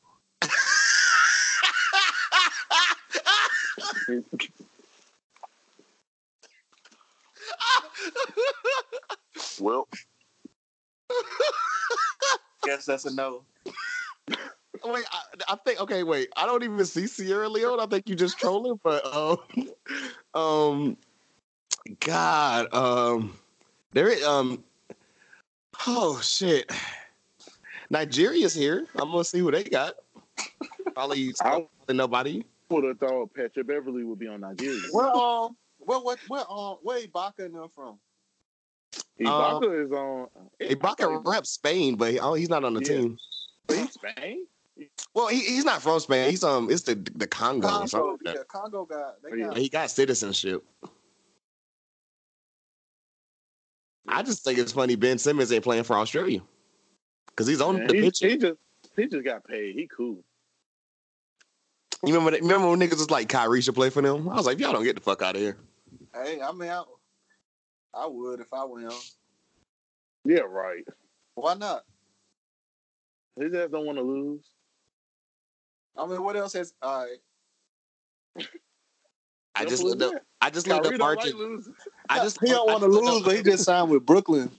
Speaker 2: Well,
Speaker 4: Guess that's a no.
Speaker 3: wait, I, I think okay. Wait, I don't even see Sierra Leone. I think you just trolling, but um, um, God, um, there is um, oh shit, Nigeria's here. I'm gonna see who they got. Probably
Speaker 2: I
Speaker 3: nobody.
Speaker 2: would have thought Patrick Beverly would be on Nigeria.
Speaker 4: Where um, where what where um, where Ibaka and them from?
Speaker 2: Ibaka is on.
Speaker 3: uh,
Speaker 2: eh,
Speaker 3: Ibaka reps Spain, but he, oh, he's not on the
Speaker 2: Yeah.
Speaker 3: team.
Speaker 2: He's Spain.
Speaker 3: Well, he, he's not from Spain. He's um, it's the the Congo. or something
Speaker 4: Congo,
Speaker 3: like
Speaker 4: yeah,
Speaker 3: that.
Speaker 4: Congo got they
Speaker 2: Yeah.
Speaker 4: got
Speaker 3: He got citizenship. I just think it's funny Ben Simmons ain't playing for Australia because he's on
Speaker 2: Man,
Speaker 3: the
Speaker 2: he,
Speaker 3: picture.
Speaker 2: he just he just got paid. He cool.
Speaker 3: You remember? That, remember when niggas was like Kyrie should play for them? I was like, y'all don't get the fuck out of here.
Speaker 4: Hey, I mean, I, I would if I were him.
Speaker 2: Yeah, right.
Speaker 4: Why not?
Speaker 2: His ass don't want to lose.
Speaker 4: I mean, what else has? All right,
Speaker 3: I
Speaker 2: Simple
Speaker 3: just
Speaker 2: as
Speaker 3: looked up.
Speaker 2: that.
Speaker 3: I just
Speaker 2: Kyrie
Speaker 3: looked
Speaker 2: don't
Speaker 3: up
Speaker 2: like
Speaker 3: Argentina.
Speaker 2: losing.
Speaker 3: I just
Speaker 4: he don't
Speaker 3: I
Speaker 4: want to
Speaker 3: just looked
Speaker 4: lose,
Speaker 3: up
Speaker 4: but he just signed with Brooklyn.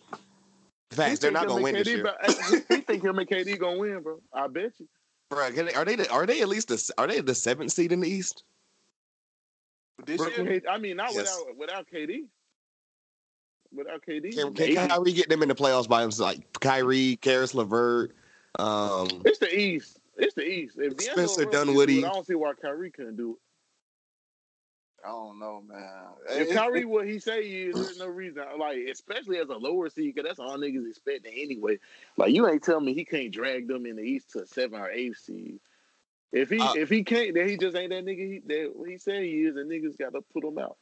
Speaker 2: He
Speaker 3: facts. They're
Speaker 2: think
Speaker 3: not
Speaker 2: him
Speaker 3: gonna
Speaker 2: and
Speaker 3: win this
Speaker 2: KD
Speaker 3: year.
Speaker 2: about- he think him and KD gonna win, bro. I bet you.
Speaker 3: Bruh, can they- are they? The, are they at least the? Are they the seventh seed in the East?
Speaker 4: This
Speaker 2: Brooklyn,
Speaker 4: year,
Speaker 2: Heat- I mean, not
Speaker 3: Yes.
Speaker 2: without without KD. Without KD,
Speaker 3: Can,
Speaker 2: they-
Speaker 3: can Kyrie get them in the playoffs by himself? Like Kyrie, Karis LeVert, um,
Speaker 2: it's the East. It's the East. If D'Angelo
Speaker 3: Spencer
Speaker 2: Russell can do
Speaker 3: Dunwoody.
Speaker 2: it, I don't see why Kyrie couldn't do
Speaker 4: I don't know, man.
Speaker 2: it. If
Speaker 4: It-
Speaker 2: Kyrie what he say he is, there's no reason. Like especially as a lower seed, because that's all niggas expecting anyway. Like you ain't telling me he can't drag them in the East to a seven or eight seed. If he
Speaker 3: Uh,
Speaker 2: if he can't, then he just ain't that nigga. He that he said he is, and niggas got to put him out.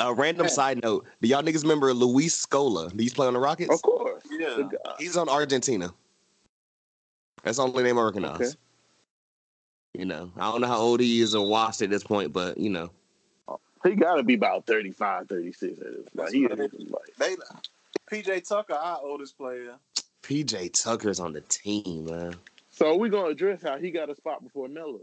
Speaker 3: A random
Speaker 4: Yeah.
Speaker 3: side note: Do y'all niggas remember Luis Scola? Do you play on the Rockets?
Speaker 2: Of course,
Speaker 4: it- yeah,
Speaker 2: The guy-
Speaker 3: He's on Argentina. That's the only name I recognize.
Speaker 2: Okay.
Speaker 3: You know, I don't know how old he is or washed at this point, but you know,
Speaker 2: He got to be about 35, 36. at this point.
Speaker 4: That's
Speaker 2: he
Speaker 4: right.
Speaker 2: is, like,
Speaker 4: they. PJ Tucker, our oldest player.
Speaker 3: PJ Tucker's on the team, man.
Speaker 2: so we're going to address how he got a spot before Melo.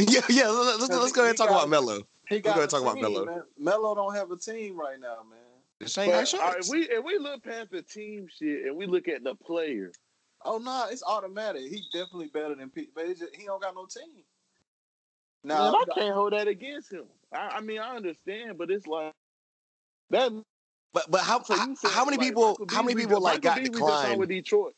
Speaker 3: yeah, yeah. Let's, let's, let's go ahead and talk about Melo.
Speaker 4: He
Speaker 3: gonna
Speaker 4: got a
Speaker 3: talk about
Speaker 4: team,
Speaker 3: Melo.
Speaker 4: man. Melo don't have a team right now, man.
Speaker 3: The
Speaker 2: But,
Speaker 3: Shanghai
Speaker 2: all right,
Speaker 3: Sharks.
Speaker 2: if, we, if we look past the team shit and we look at the player,
Speaker 4: Oh no, it's automatic. He definitely better than Pete, but it's just, he don't got no team.
Speaker 2: man,
Speaker 4: Now,
Speaker 2: I can't hold that against him. I, I mean, I understand, but it's like that.
Speaker 3: but but how
Speaker 2: so you
Speaker 3: how,
Speaker 2: said,
Speaker 3: how many
Speaker 2: like,
Speaker 3: people
Speaker 2: Michael
Speaker 3: how many
Speaker 2: Beasley
Speaker 3: people
Speaker 2: just-
Speaker 3: like
Speaker 2: Michael
Speaker 3: got
Speaker 2: Beasley just signed with
Speaker 3: declined?
Speaker 2: Detroit?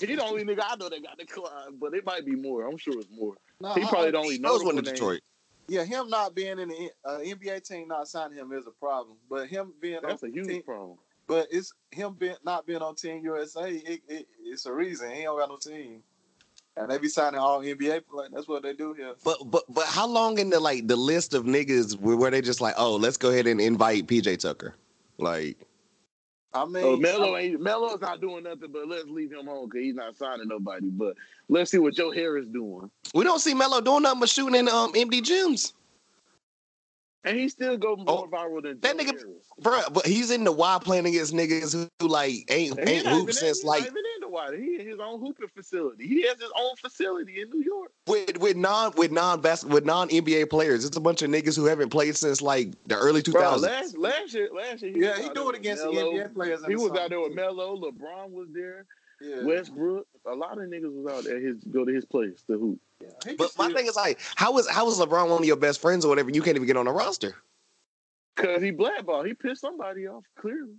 Speaker 2: He the only nigga I know that got declined, but it might be more. I'm sure it's more.
Speaker 4: nah,
Speaker 2: He
Speaker 4: I-
Speaker 2: probably the
Speaker 3: He
Speaker 2: only
Speaker 3: knows
Speaker 2: notable
Speaker 3: one in
Speaker 2: name.
Speaker 3: Detroit.
Speaker 4: Yeah, him not being in the uh, NBA team, not signing him is a problem. But him being
Speaker 2: That's
Speaker 4: on
Speaker 2: a huge
Speaker 4: team,
Speaker 2: problem.
Speaker 4: but it's him being not being on Team USA. It, it, it's a reason he don't got no team, and they be signing all NBA players. That's what they do here.
Speaker 3: But but but how long in the like the list of niggas were, were they just like, oh, let's go ahead and invite PJ Tucker? Like
Speaker 4: I mean,
Speaker 2: Oh, Melo ain't Melo's not doing nothing, but let's leave him home because he's not signing nobody. But let's see what Joe Harris doing,
Speaker 3: we don't see Melo doing nothing but shooting in um empty gyms.
Speaker 2: and he still go more viral than
Speaker 3: Oh, that
Speaker 2: Joe
Speaker 3: nigga-
Speaker 2: Harris.
Speaker 3: Bruh, but he's in the Y playing against niggas who, who, like ain't
Speaker 2: And he
Speaker 3: ain't
Speaker 2: not
Speaker 3: hooped
Speaker 2: even
Speaker 3: since
Speaker 2: in, he not
Speaker 3: like
Speaker 2: even in the water. He in his own hooping facility. He has his own facility in New York.
Speaker 3: with with non with non with non NBA players. It's a bunch of niggas who haven't played since like the early two
Speaker 2: Bro,
Speaker 3: thousands.
Speaker 2: last last year, last year,
Speaker 4: yeah,
Speaker 2: was
Speaker 4: he
Speaker 2: out
Speaker 4: do
Speaker 2: there
Speaker 4: it against the
Speaker 2: with Melo.
Speaker 4: NBA players. in
Speaker 2: He
Speaker 4: the
Speaker 2: was
Speaker 4: summer,
Speaker 2: out there with
Speaker 4: too.
Speaker 2: Melo. LeBron was there.
Speaker 4: Yeah,
Speaker 2: Westbrook. A lot of niggas was out there. His go to his place to hoop.
Speaker 4: yeah. He can
Speaker 3: But my
Speaker 4: still-
Speaker 3: thing is like, how is how is LeBron one of your best friends or whatever? You can't even get on the roster.
Speaker 2: Cause he blackballed. He pissed somebody off clearly.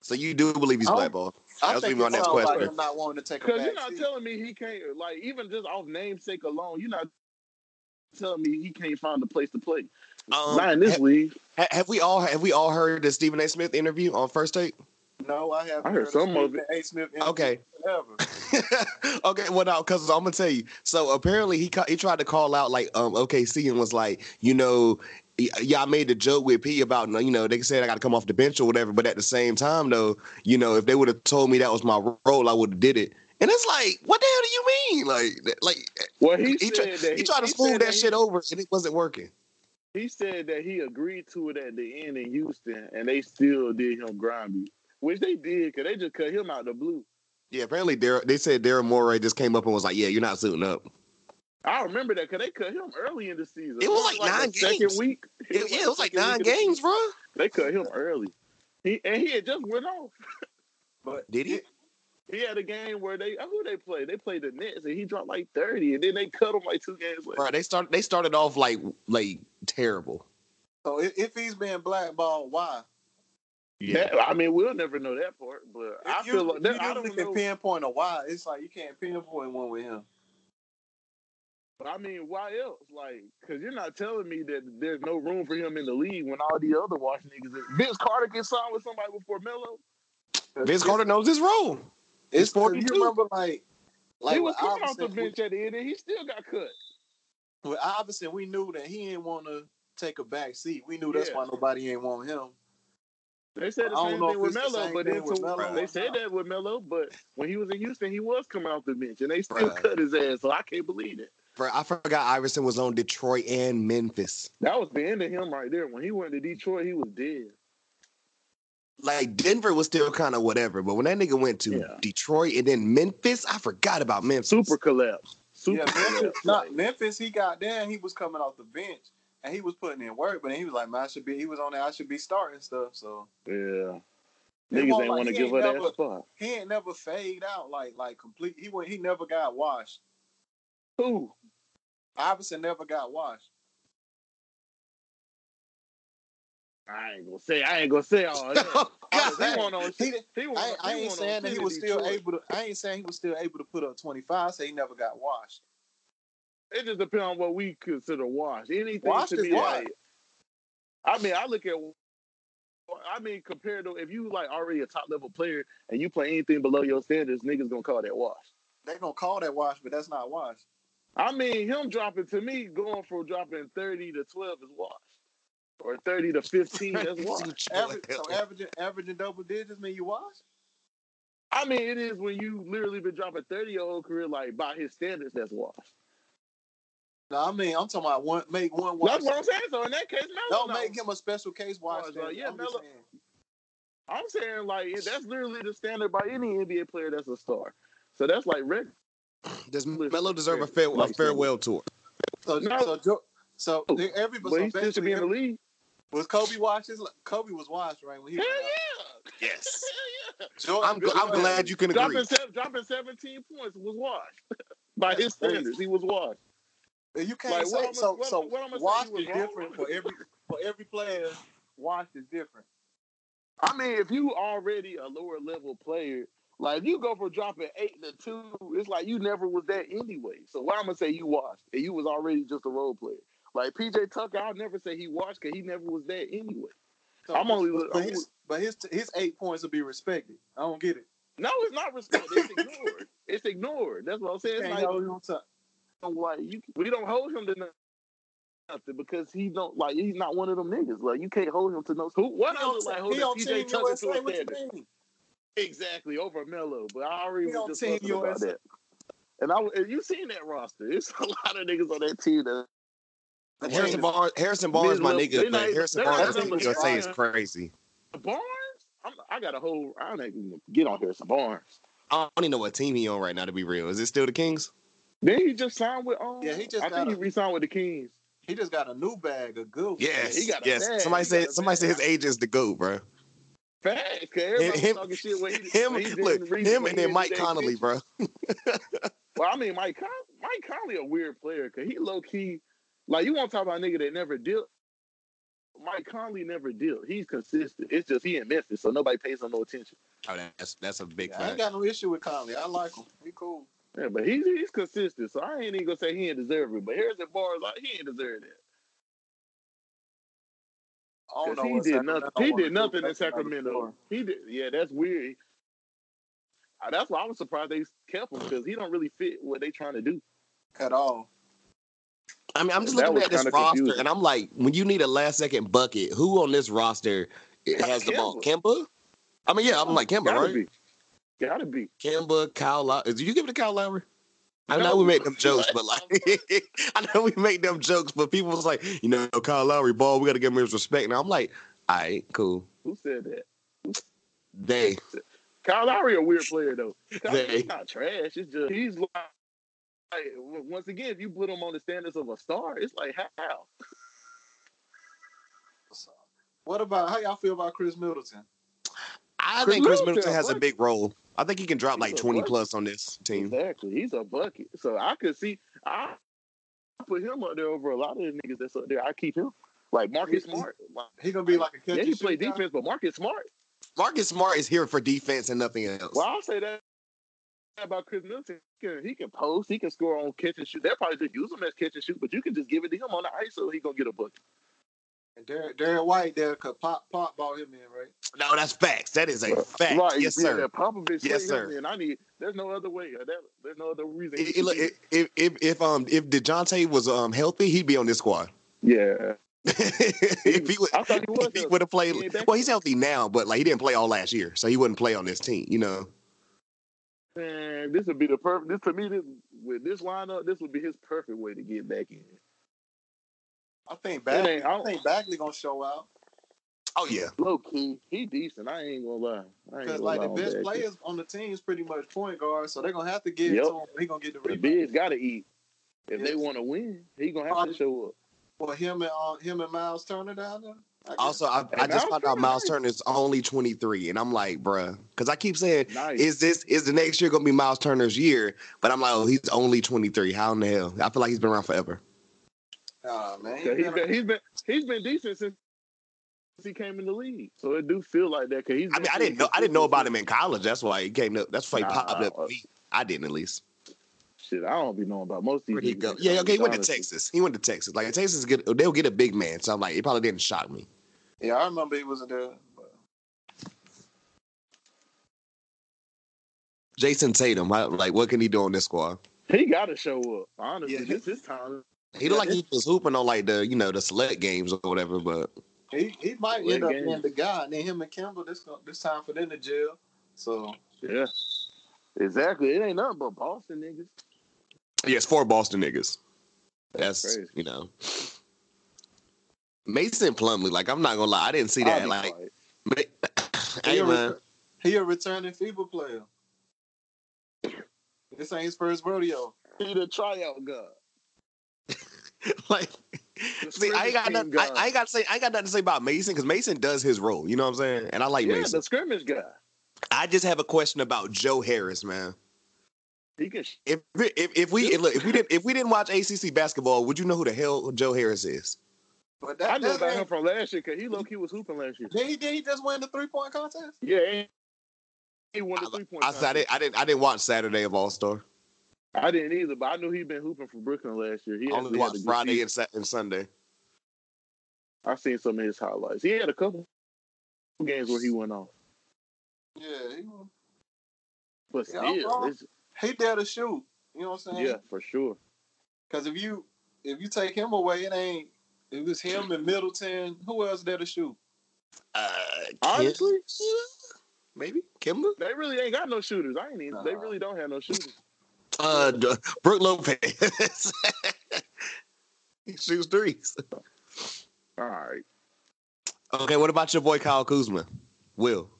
Speaker 3: So you do believe he's
Speaker 2: Oh,
Speaker 4: I don't-
Speaker 3: blackballed? That's
Speaker 4: I think
Speaker 3: gonna be my
Speaker 4: it
Speaker 3: next
Speaker 4: sounds like
Speaker 3: question.
Speaker 4: him not wanting to take a
Speaker 2: Cause
Speaker 4: back
Speaker 2: you're not
Speaker 4: seat.
Speaker 2: telling me he can't. Like even just off namesake alone, you're not telling me he can't find a place to play.
Speaker 3: Um,
Speaker 2: not in this
Speaker 3: ha-
Speaker 2: league.
Speaker 3: ha- have we all have we all heard the Stephen A. Smith interview on First Take?
Speaker 4: No, I haven't.
Speaker 2: I heard some of it.
Speaker 4: A. Smith.
Speaker 3: Okay.
Speaker 4: Ever.
Speaker 3: okay, well, no, because I'm gonna tell you. So apparently, he ca- he tried to call out like um OKC and was like, you know, y- yeah, I made the joke with P about you know they said I got to come off the bench or whatever, but at the same time though, you know, if they would have told me that was my role, I would have did it. And it's like, what the hell do you mean? Like, that- like eh,
Speaker 2: Well, he,
Speaker 3: he,
Speaker 2: said
Speaker 3: tri-
Speaker 2: that
Speaker 3: he tried to
Speaker 2: he
Speaker 3: smooth
Speaker 2: said
Speaker 3: that
Speaker 2: he-
Speaker 3: shit over, and it wasn't working.
Speaker 2: He said that he agreed to it at the end in Houston, and they still did him grimy, which they did because they just cut him out the blue.
Speaker 3: Yeah, apparently Dar- they said Daryl Morey just came up and was like, "Yeah, you're not suiting up."
Speaker 2: I remember that because they cut him early in the season.
Speaker 3: It was like nine
Speaker 2: the
Speaker 3: games.
Speaker 2: Second week.
Speaker 3: It, yeah, it was like
Speaker 2: the second
Speaker 3: nine
Speaker 2: week of the
Speaker 3: games,
Speaker 2: season.
Speaker 3: bro.
Speaker 2: They cut him early. He and he had just went off.
Speaker 4: But
Speaker 3: Did he?
Speaker 2: He had a game where they uh, who they played. They played the Nets, and he dropped like thirty, and then they cut him like two games later.
Speaker 3: Bro, they started they started off like like terrible.
Speaker 4: So if, if he's being blackballed, why?
Speaker 2: That- I mean, we'll never know that part, but
Speaker 4: If
Speaker 2: I
Speaker 4: you,
Speaker 2: feel like
Speaker 4: you
Speaker 2: that, I
Speaker 4: usually
Speaker 2: don't
Speaker 4: can
Speaker 2: know.
Speaker 4: pinpoint a why. It's like you can't pinpoint one with him.
Speaker 2: But I mean, why else? Like, because you're not telling me that there's no room for him in the league when all the other Washington niggas. Is. Vince Carter gets signed with somebody before Melo.
Speaker 3: Vince Carter knows his role.
Speaker 4: It's,
Speaker 3: is 42.
Speaker 4: You remember like like
Speaker 2: he was
Speaker 4: with
Speaker 2: coming off the
Speaker 4: Iverson,
Speaker 2: bench at the end, and he still got cut.
Speaker 4: we- with Iverson, we knew that he didn't want to take a back seat. We knew that's
Speaker 2: Yeah.
Speaker 4: why nobody ain't want him.
Speaker 2: They said
Speaker 4: I
Speaker 2: the
Speaker 4: don't
Speaker 2: same
Speaker 4: know
Speaker 2: thing
Speaker 4: if
Speaker 2: with
Speaker 4: it's the
Speaker 2: Melo,
Speaker 4: same
Speaker 2: but
Speaker 4: thing
Speaker 2: then
Speaker 4: with
Speaker 2: to-
Speaker 4: Melo
Speaker 2: they
Speaker 4: or
Speaker 2: said
Speaker 4: not.
Speaker 2: that with Melo, but when he was in Houston, he was coming off the bench, and they still
Speaker 3: Bruh.
Speaker 2: cut his ass. So I can't believe it.
Speaker 3: Bro, I forgot Iverson was on Detroit and Memphis.
Speaker 2: That was the end of him right there. When he went to Detroit, he was dead.
Speaker 3: Like Denver was still kind of whatever, but when that nigga went to
Speaker 2: Yeah.
Speaker 3: Detroit and then Memphis, I forgot about Memphis.
Speaker 2: Super collapse. Super
Speaker 4: Yeah, Memphis,
Speaker 2: collapse.
Speaker 4: not, Memphis. He got there. He was coming off the bench and he was putting in work, but he was like, "Man, I should be." He was on there. I should be starting stuff. So
Speaker 2: Yeah.
Speaker 4: It
Speaker 2: Niggas
Speaker 4: won't
Speaker 2: ain't
Speaker 4: like-
Speaker 2: want to
Speaker 4: he
Speaker 2: give
Speaker 4: ain't
Speaker 2: her that
Speaker 4: never-
Speaker 2: spot.
Speaker 4: he ain't never fade out like like complete. He went. He never got washed.
Speaker 2: Who?
Speaker 4: Iverson never got washed.
Speaker 2: I ain't gonna say. I ain't gonna say all that.
Speaker 3: Oh, God.
Speaker 2: Cause he went on.
Speaker 4: He,
Speaker 2: He went.
Speaker 4: I, I
Speaker 2: he
Speaker 4: ain't
Speaker 2: went on
Speaker 4: saying that he
Speaker 2: shit
Speaker 4: was
Speaker 2: in
Speaker 4: still
Speaker 2: Detroit.
Speaker 4: able to. I ain't saying he was still able to put up twenty five. Say he never got washed.
Speaker 2: It just depends on what we consider wash. Anything
Speaker 4: Wash
Speaker 2: to
Speaker 4: is
Speaker 2: me.
Speaker 4: wash.
Speaker 2: Like, I mean, I look at. I mean, compared to if you like already a top level player and you play anything below your standards, niggas gonna call that wash.
Speaker 4: They gonna call that wash, but that's not wash.
Speaker 2: I mean, him dropping to me going from dropping thirty to twelve is wash, or thirty to fifteen that's wash.
Speaker 4: Average, so averaging averaging double digits mean you wash.
Speaker 2: I mean, it is when you literally been dropping thirty your whole career, like by his standards, that's wash.
Speaker 4: No, I mean I'm talking about one make one wash.
Speaker 2: That's what I'm saying. So in that case, Melo
Speaker 4: Don't
Speaker 2: not
Speaker 4: make him a special case wash.
Speaker 2: Wash,
Speaker 4: then.
Speaker 2: right. Yeah,
Speaker 4: I'm just
Speaker 2: Melo-
Speaker 4: saying.
Speaker 2: I'm saying like that's literally the standard by any NBA player that's a star. So that's like Rick.
Speaker 3: Does Melo deserve a, fare, a
Speaker 2: Like,
Speaker 3: farewell tour?
Speaker 4: So
Speaker 2: No.
Speaker 4: so Jo- so
Speaker 2: Oh, But
Speaker 4: everybody. So
Speaker 2: he still should be
Speaker 4: basically,
Speaker 2: in the league.
Speaker 4: was Kobe washed? His, Kobe was washed right when he.
Speaker 2: Hell
Speaker 4: was
Speaker 2: yeah.
Speaker 3: Yes.
Speaker 2: Hell
Speaker 4: Jordan-
Speaker 3: I'm, gl- I'm glad you can
Speaker 2: yeah.
Speaker 3: agree.
Speaker 2: Dropping, seven, dropping 17 points was washed. by his
Speaker 4: crazy.
Speaker 2: standards, he was washed.
Speaker 4: And You can't
Speaker 2: Like,
Speaker 4: say
Speaker 2: what I'ma-
Speaker 4: so.
Speaker 2: what-
Speaker 4: so
Speaker 2: what I'ma say
Speaker 4: washed
Speaker 2: you was
Speaker 4: is
Speaker 2: wrong
Speaker 4: different
Speaker 2: with?
Speaker 4: for every for every player. Washed is different.
Speaker 2: I mean, if you already a lower level player, like if you go from dropping eight to two, it's like you never was that anyway. So why I'm gonna say you washed and you was already just a role player. Like PJ Tucker, I'll never say he watched because he never was there anyway.
Speaker 4: So-
Speaker 2: I'm only-
Speaker 4: but,
Speaker 2: I'm
Speaker 4: his, but his his eight points will be respected. I don't get it.
Speaker 2: No, it's not respect. It's ignored. It's ignored. That's what I'm saying. It's
Speaker 4: Can't
Speaker 2: like,
Speaker 4: hold him to-
Speaker 2: like you, we don't hold him to no- nothing because he don't like he's not one of them niggas. Like you can't hold him to no who what
Speaker 4: He on
Speaker 2: other like
Speaker 4: te-
Speaker 2: hold
Speaker 4: he on
Speaker 2: PJ
Speaker 4: Team
Speaker 2: Tucker to
Speaker 4: USA.
Speaker 2: a
Speaker 4: What you
Speaker 2: standard.
Speaker 4: mean?
Speaker 2: Exactly over Melo, but I already
Speaker 4: He on
Speaker 2: was
Speaker 4: Team
Speaker 2: discussing about
Speaker 4: USA.
Speaker 2: that. And I and you seen that roster. It's a lot of niggas on that team that
Speaker 3: Harrison Barnes, Harrison Barnes, my nigga,
Speaker 2: Mid-level. They not
Speaker 3: but
Speaker 2: even-
Speaker 3: Harrison
Speaker 2: they're not
Speaker 3: Barnes,
Speaker 4: even
Speaker 3: team
Speaker 4: number
Speaker 3: USA is
Speaker 2: five.
Speaker 3: crazy.
Speaker 2: Barnes? I'm, I got a whole I don't even get on Harrison Barnes.
Speaker 3: I don't even know what team he on right now. To be real, is it still the Kings?
Speaker 2: Then he just signed with um
Speaker 4: Yeah, he just
Speaker 2: I
Speaker 4: got
Speaker 2: think he
Speaker 4: a-
Speaker 2: re signed with the Kings.
Speaker 4: He just got a new bag of goo.
Speaker 3: Yes,
Speaker 2: he got a
Speaker 3: yes.
Speaker 2: bag.
Speaker 3: Somebody
Speaker 2: He got
Speaker 3: said,
Speaker 2: a
Speaker 3: somebody
Speaker 2: bag.
Speaker 3: said his agent's the goat, bro.
Speaker 2: Facts, cause everybody
Speaker 3: him-
Speaker 2: was talking shit when he,
Speaker 3: Him,
Speaker 2: when he didn't
Speaker 3: look,
Speaker 2: read-
Speaker 3: him,
Speaker 2: when
Speaker 3: and
Speaker 2: he
Speaker 3: then
Speaker 2: didn't
Speaker 3: Mike
Speaker 2: do that
Speaker 3: Connolly,
Speaker 2: shit.
Speaker 3: bro.
Speaker 2: Well, I mean, Mike Con- Mike Conley a weird player because he low key, like you want to talk about a nigga that never dealt. Mike Conley never dealt. He's consistent. It's just he in Memphis, so nobody pays him no attention.
Speaker 3: Oh, that's that's a big
Speaker 4: I ain't
Speaker 3: fact.
Speaker 4: got no issue with Conley. I like him. He cool.
Speaker 2: Yeah, but he's he's consistent, so I ain't even gonna say he ain't deserve it. But here's the bars, like he ain't deserve that.
Speaker 4: I
Speaker 2: 'Cause
Speaker 4: don't know
Speaker 2: he
Speaker 4: what
Speaker 2: did
Speaker 4: Sacramento
Speaker 2: nothing. He
Speaker 4: wanna
Speaker 2: did
Speaker 4: do.
Speaker 2: nothing in
Speaker 4: That's another
Speaker 2: Sacramento.
Speaker 4: story.
Speaker 2: He did. Yeah, that's weird. Uh, That's why I was surprised they kept him because he don't really fit what they trying to do.
Speaker 4: At all.
Speaker 3: I mean, I'm just looking
Speaker 2: That was
Speaker 3: at this
Speaker 2: kinda
Speaker 3: roster,
Speaker 2: confusing.
Speaker 3: and I'm like, when you need a last second bucket, who on this roster has the ball? Kimba? I mean, yeah, I'm like Kimba,
Speaker 2: Gotta
Speaker 3: right?
Speaker 2: be. Gotta be.
Speaker 3: Kimba, Kyle Lowry. Did you give it to Kyle Lowry? I know
Speaker 2: No.
Speaker 3: we make them jokes, but like, I know we make them jokes, but people was like, you know, Kyle Lowry ball, we got to give him his respect. And I'm like, all right, cool.
Speaker 2: Who said that?
Speaker 3: They,
Speaker 2: Kyle Lowry a weird player though. Kyle,
Speaker 3: They-
Speaker 2: he's not trash. It's just he's like, like, w- once again, if you put him on the standards of a star, it's like how?
Speaker 4: What about how y'all feel about Chris Middleton?
Speaker 3: I
Speaker 2: Chris
Speaker 3: think Chris
Speaker 2: Middleton,
Speaker 3: Middleton has a
Speaker 2: what?
Speaker 3: big role. I think he can drop
Speaker 2: He's
Speaker 3: like
Speaker 2: a
Speaker 3: 20
Speaker 2: what?
Speaker 3: plus on this team.
Speaker 2: Exactly. He's a bucket. So I could see I put him up there over a lot of the niggas that's up there. I keep him. Like Marcus
Speaker 4: He-
Speaker 2: Smart. Like,
Speaker 4: He gonna be like a catch
Speaker 2: yeah,
Speaker 4: and
Speaker 2: he play
Speaker 4: shoot guy?
Speaker 2: defense, but Marcus Smart.
Speaker 3: Marcus Smart is here for defense and nothing else.
Speaker 2: Well, I'll say that about Chris Middleton. He can, he can post, he can score on catch and shoot. They'll probably just use him as catch and shoot, but you can just give it to him on the ISO, he gonna get a bucket.
Speaker 4: And Derrick, Derrick White there could pop pop ball him in, right?
Speaker 3: No, that's facts. That is a fact.
Speaker 2: Right.
Speaker 3: yes,
Speaker 2: yeah,
Speaker 3: sir.
Speaker 2: that Popovich
Speaker 3: Yes,
Speaker 2: played him,
Speaker 3: sir.
Speaker 2: And I need. There's no other way. uh, that- there's no other reason. he
Speaker 3: It- it-
Speaker 2: should
Speaker 3: look,
Speaker 2: be
Speaker 3: it- if if if um if Dejounte was um healthy, he'd be on this squad.
Speaker 2: there.
Speaker 3: if he,
Speaker 2: yeah. I thought he was. though.
Speaker 3: would have played,
Speaker 2: He ain't back
Speaker 3: well, he's healthy now, but like he didn't play all last year, so he wouldn't play on this team. You know,
Speaker 2: Man, this would be the perfect. This to me, this with this lineup, this would be his perfect way to get back in.
Speaker 4: I think
Speaker 2: It
Speaker 4: Bagley.
Speaker 2: ain't- I
Speaker 4: I
Speaker 2: don't-
Speaker 4: think Bagley gonna show out
Speaker 3: oh yeah,
Speaker 2: Low key, he decent. I ain't gonna lie. I ain't
Speaker 4: because
Speaker 2: gonna
Speaker 4: like
Speaker 2: lie
Speaker 4: the
Speaker 2: on
Speaker 4: best
Speaker 2: Bagley.
Speaker 4: players on the team is pretty much point guards, so they're gonna have to give
Speaker 2: Yep.
Speaker 4: it to him. He gonna get the
Speaker 2: The
Speaker 4: rebound.
Speaker 2: bigs gotta eat if they
Speaker 4: Yes.
Speaker 2: want to win. He gonna have
Speaker 4: Probably.
Speaker 2: to show up.
Speaker 4: Or him and uh, him and Miles Turner down there. I guess.
Speaker 3: Also, I, I
Speaker 2: Miles
Speaker 3: just found out
Speaker 2: Turner,
Speaker 3: Miles
Speaker 2: nice.
Speaker 3: Turner is only 23, and I'm like, bruh, because I keep saying,
Speaker 2: Nice.
Speaker 3: is this is the next year gonna be Miles Turner's year? But I'm like, oh, he's only 23. How in the hell? I feel like he's been around forever.
Speaker 4: Nah, man. he
Speaker 2: Cause he's
Speaker 4: been-
Speaker 2: been, he's been he's been decent since he came in the league. So it do feel like that. Cause he's.
Speaker 3: I
Speaker 2: been
Speaker 3: mean, I
Speaker 2: pretty
Speaker 3: didn't know I didn't know
Speaker 2: consistent
Speaker 3: about
Speaker 2: since-
Speaker 3: him in college. That's why he came up. That's why he
Speaker 2: Nah,
Speaker 3: popped up.
Speaker 2: uh,
Speaker 3: to me. I didn't at least.
Speaker 2: Shit, I don't be knowing about most of these.
Speaker 3: Where'd he
Speaker 2: niggas
Speaker 3: go?
Speaker 2: in
Speaker 3: Yeah,
Speaker 2: college,
Speaker 3: okay, he went to
Speaker 2: honestly.
Speaker 3: Texas. He went to Texas. Like Texas, get they'll get a big man. So I'm like, it probably didn't shock me.
Speaker 4: yeah, I remember he wasn't there. But
Speaker 3: Jason Tatum, I, like, what can he do on this squad?
Speaker 2: He got to show up. Honestly,
Speaker 4: Yeah.
Speaker 2: this is time.
Speaker 3: He looked like
Speaker 2: Yeah,
Speaker 3: he was hooping on like the you know the select games or whatever. But
Speaker 4: he he might
Speaker 2: Great
Speaker 4: end up
Speaker 2: game.
Speaker 4: being the guy, and then him and Kimball this gon- this time for them to jail. So
Speaker 2: Yeah, exactly. It ain't nothing but Boston niggas.
Speaker 3: yeah, it's four Boston niggas. That's
Speaker 2: Crazy.
Speaker 3: you know. Mason Plumley, like I'm not gonna lie, I didn't see
Speaker 2: I'll
Speaker 3: that.
Speaker 2: be
Speaker 3: Like,
Speaker 2: quiet.
Speaker 3: ma- hey
Speaker 4: a
Speaker 3: man,
Speaker 4: return- he a returning FIBA player. This ain't his first rodeo.
Speaker 2: he the tryout guy.
Speaker 3: like,
Speaker 2: The
Speaker 3: see, I ain't got
Speaker 2: scrimmage
Speaker 3: nothing.
Speaker 2: team
Speaker 3: I,
Speaker 2: guy.
Speaker 3: I ain't got to say, I ain't got nothing to say about Mason because Mason does his role. You know what I'm saying? And I like
Speaker 2: yeah,
Speaker 3: Mason.
Speaker 2: the scrimmage guy.
Speaker 3: I just have a question about Joe Harris, man.
Speaker 2: He can. sh-
Speaker 3: If if, if we look, if we didn't if we didn't watch ACC basketball, would you know who the hell Joe Harris is?
Speaker 4: But that,
Speaker 2: I know
Speaker 4: that
Speaker 2: about
Speaker 4: ain't-
Speaker 2: him from last year because he low key was hooping last year.
Speaker 4: Did he, did he just win the three point contest?
Speaker 2: Yeah, and he won the three point.
Speaker 3: I said I didn't I didn't I didn't watch Saturday of All Star.
Speaker 2: I didn't either, but I knew he'd been hooping for Brooklyn last year. He
Speaker 3: I only
Speaker 2: actually had a
Speaker 3: watched
Speaker 2: good
Speaker 3: Friday
Speaker 2: season.
Speaker 3: and, Sa- and Sunday.
Speaker 2: I seen some of his highlights. He had a couple games where he went off,
Speaker 4: Yeah, he, was-
Speaker 2: but
Speaker 4: Yeah, I'm
Speaker 2: still,
Speaker 4: wrong.
Speaker 2: it's,
Speaker 4: he dare to shoot. You know what I'm saying?
Speaker 2: yeah, for sure.
Speaker 4: Because if you if you take him away, it ain't. It was him and Middleton. Who else dare to shoot?
Speaker 3: Uh,
Speaker 2: Honestly?
Speaker 3: Kim- maybe Kimba.
Speaker 2: They really ain't got no shooters. I ain't. Even, They
Speaker 4: Nah.
Speaker 2: really don't have no shooters.
Speaker 3: Uh, D- Brooke Lopez. he shoots threes.
Speaker 2: All right,
Speaker 3: Okay, what about your boy Kyle Kuzma? Will.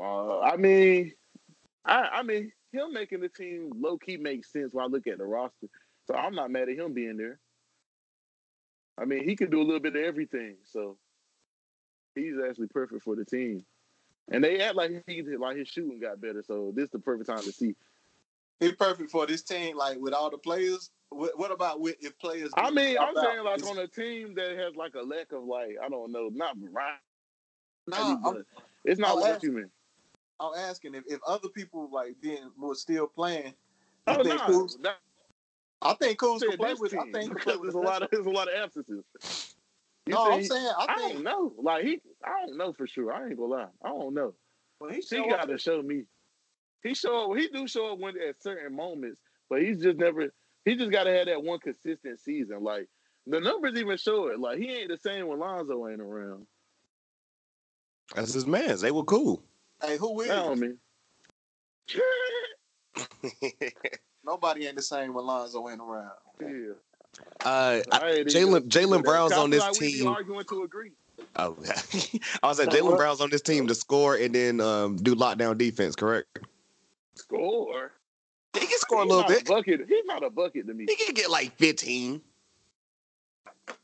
Speaker 2: uh, I mean, I, I mean, him making the team low key makes sense when I look at the roster. So I'm not mad at him being there. I mean, he can do a little bit of everything, so he's actually perfect for the team. And they act like he like his shooting got better, so this is the perfect time to see.
Speaker 4: He's perfect for this team. Like with all the players. What, what about with if players?
Speaker 2: I mean, I'm
Speaker 4: drop out?
Speaker 2: saying like
Speaker 4: Is-
Speaker 2: on a team that has like a lack of like I don't know, not variety,
Speaker 4: Nah,
Speaker 2: but
Speaker 4: I'm,
Speaker 2: it's not
Speaker 4: I'll
Speaker 2: what
Speaker 4: ask-
Speaker 2: you mean.
Speaker 4: I'm asking if, if other people like then were still playing.
Speaker 2: Oh,
Speaker 4: I think
Speaker 2: no,
Speaker 4: Kuz-
Speaker 2: that-
Speaker 4: I think Kuz
Speaker 2: said
Speaker 4: could play
Speaker 2: this
Speaker 4: with. I
Speaker 2: team,
Speaker 4: think he could play
Speaker 2: because there's
Speaker 4: with
Speaker 2: a lot of there's a lot of absences. You
Speaker 4: No,
Speaker 2: said
Speaker 4: I'm
Speaker 2: he-
Speaker 4: saying I
Speaker 2: I
Speaker 4: think
Speaker 2: don't know. Like he, I don't know for sure. I ain't gonna lie. I don't know.
Speaker 4: when he
Speaker 2: She
Speaker 4: show
Speaker 2: got
Speaker 4: up,
Speaker 2: to show me. He show up. He do show up when at certain moments, but he's just never. He just got to have that one consistent season. Like the numbers even show it. Like he ain't the same when Lonzo ain't around.
Speaker 3: That's his man's. They were cool.
Speaker 4: Hey, who is?
Speaker 2: Tell me.
Speaker 4: Nobody ain't the same when Lonzo ain't around.
Speaker 2: yeah.
Speaker 3: Uh,
Speaker 2: I ain't
Speaker 3: Jalen
Speaker 2: even-
Speaker 3: Jalen Brown's
Speaker 2: I feel
Speaker 3: on this
Speaker 2: like we be
Speaker 3: team.
Speaker 2: arguing to agree.
Speaker 3: Oh, I was at
Speaker 4: That
Speaker 3: Jalen
Speaker 4: what?
Speaker 3: Brown's on this team to score and then um, do lockdown defense. Correct?
Speaker 2: Score.
Speaker 3: He can score a
Speaker 2: He's
Speaker 3: little
Speaker 2: not
Speaker 3: bit.
Speaker 2: bucket. He's not a bucket to me.
Speaker 3: He can get like fifteen,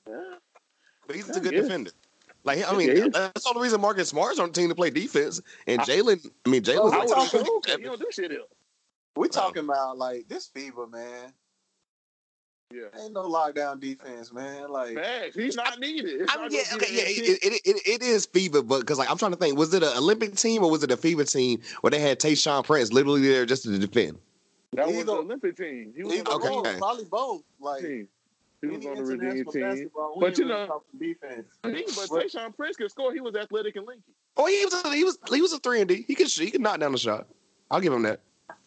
Speaker 3: but he's a good
Speaker 2: Yeah.
Speaker 3: defender. Like I
Speaker 2: Yeah,
Speaker 3: mean,
Speaker 2: he is.
Speaker 3: that's all the reason Marcus Smart's on the team to play defense. And Jalen, I mean Jalen's
Speaker 4: I
Speaker 2: I
Speaker 3: Oh, like
Speaker 2: would
Speaker 4: talking-
Speaker 2: assume 'cause
Speaker 3: seven-
Speaker 2: he don't do shit else.
Speaker 4: We talking about like this FIBA man.
Speaker 2: Yeah.
Speaker 4: Ain't no lockdown defense, man. Like
Speaker 2: Facts. He's not needed. It's
Speaker 3: I mean,
Speaker 2: not
Speaker 3: yeah,
Speaker 2: gonna
Speaker 3: okay,
Speaker 2: be
Speaker 3: yeah,
Speaker 2: that
Speaker 3: it,
Speaker 2: shit.
Speaker 3: it, it, it is FIBA, but because like I'm trying to think, was it an Olympic team or was it a FIBA team where they had Tayshawn Prince literally there just to defend?
Speaker 2: that was
Speaker 4: either-
Speaker 2: the Olympic team. He was
Speaker 4: either
Speaker 2: on the
Speaker 3: Okay.
Speaker 4: or,
Speaker 2: Virginia
Speaker 4: probably both. Like
Speaker 2: team. He was
Speaker 4: any
Speaker 2: on the Virginia
Speaker 4: international
Speaker 2: team.
Speaker 4: basketball, we
Speaker 2: But
Speaker 4: ain't
Speaker 2: you
Speaker 4: really
Speaker 2: know-
Speaker 4: talking defense.
Speaker 2: But Tayshawn Prince could score. He was athletic and linky.
Speaker 3: Oh, he was he was he was a three and D. He could shoot. he could knock down a shot. I'll give him that.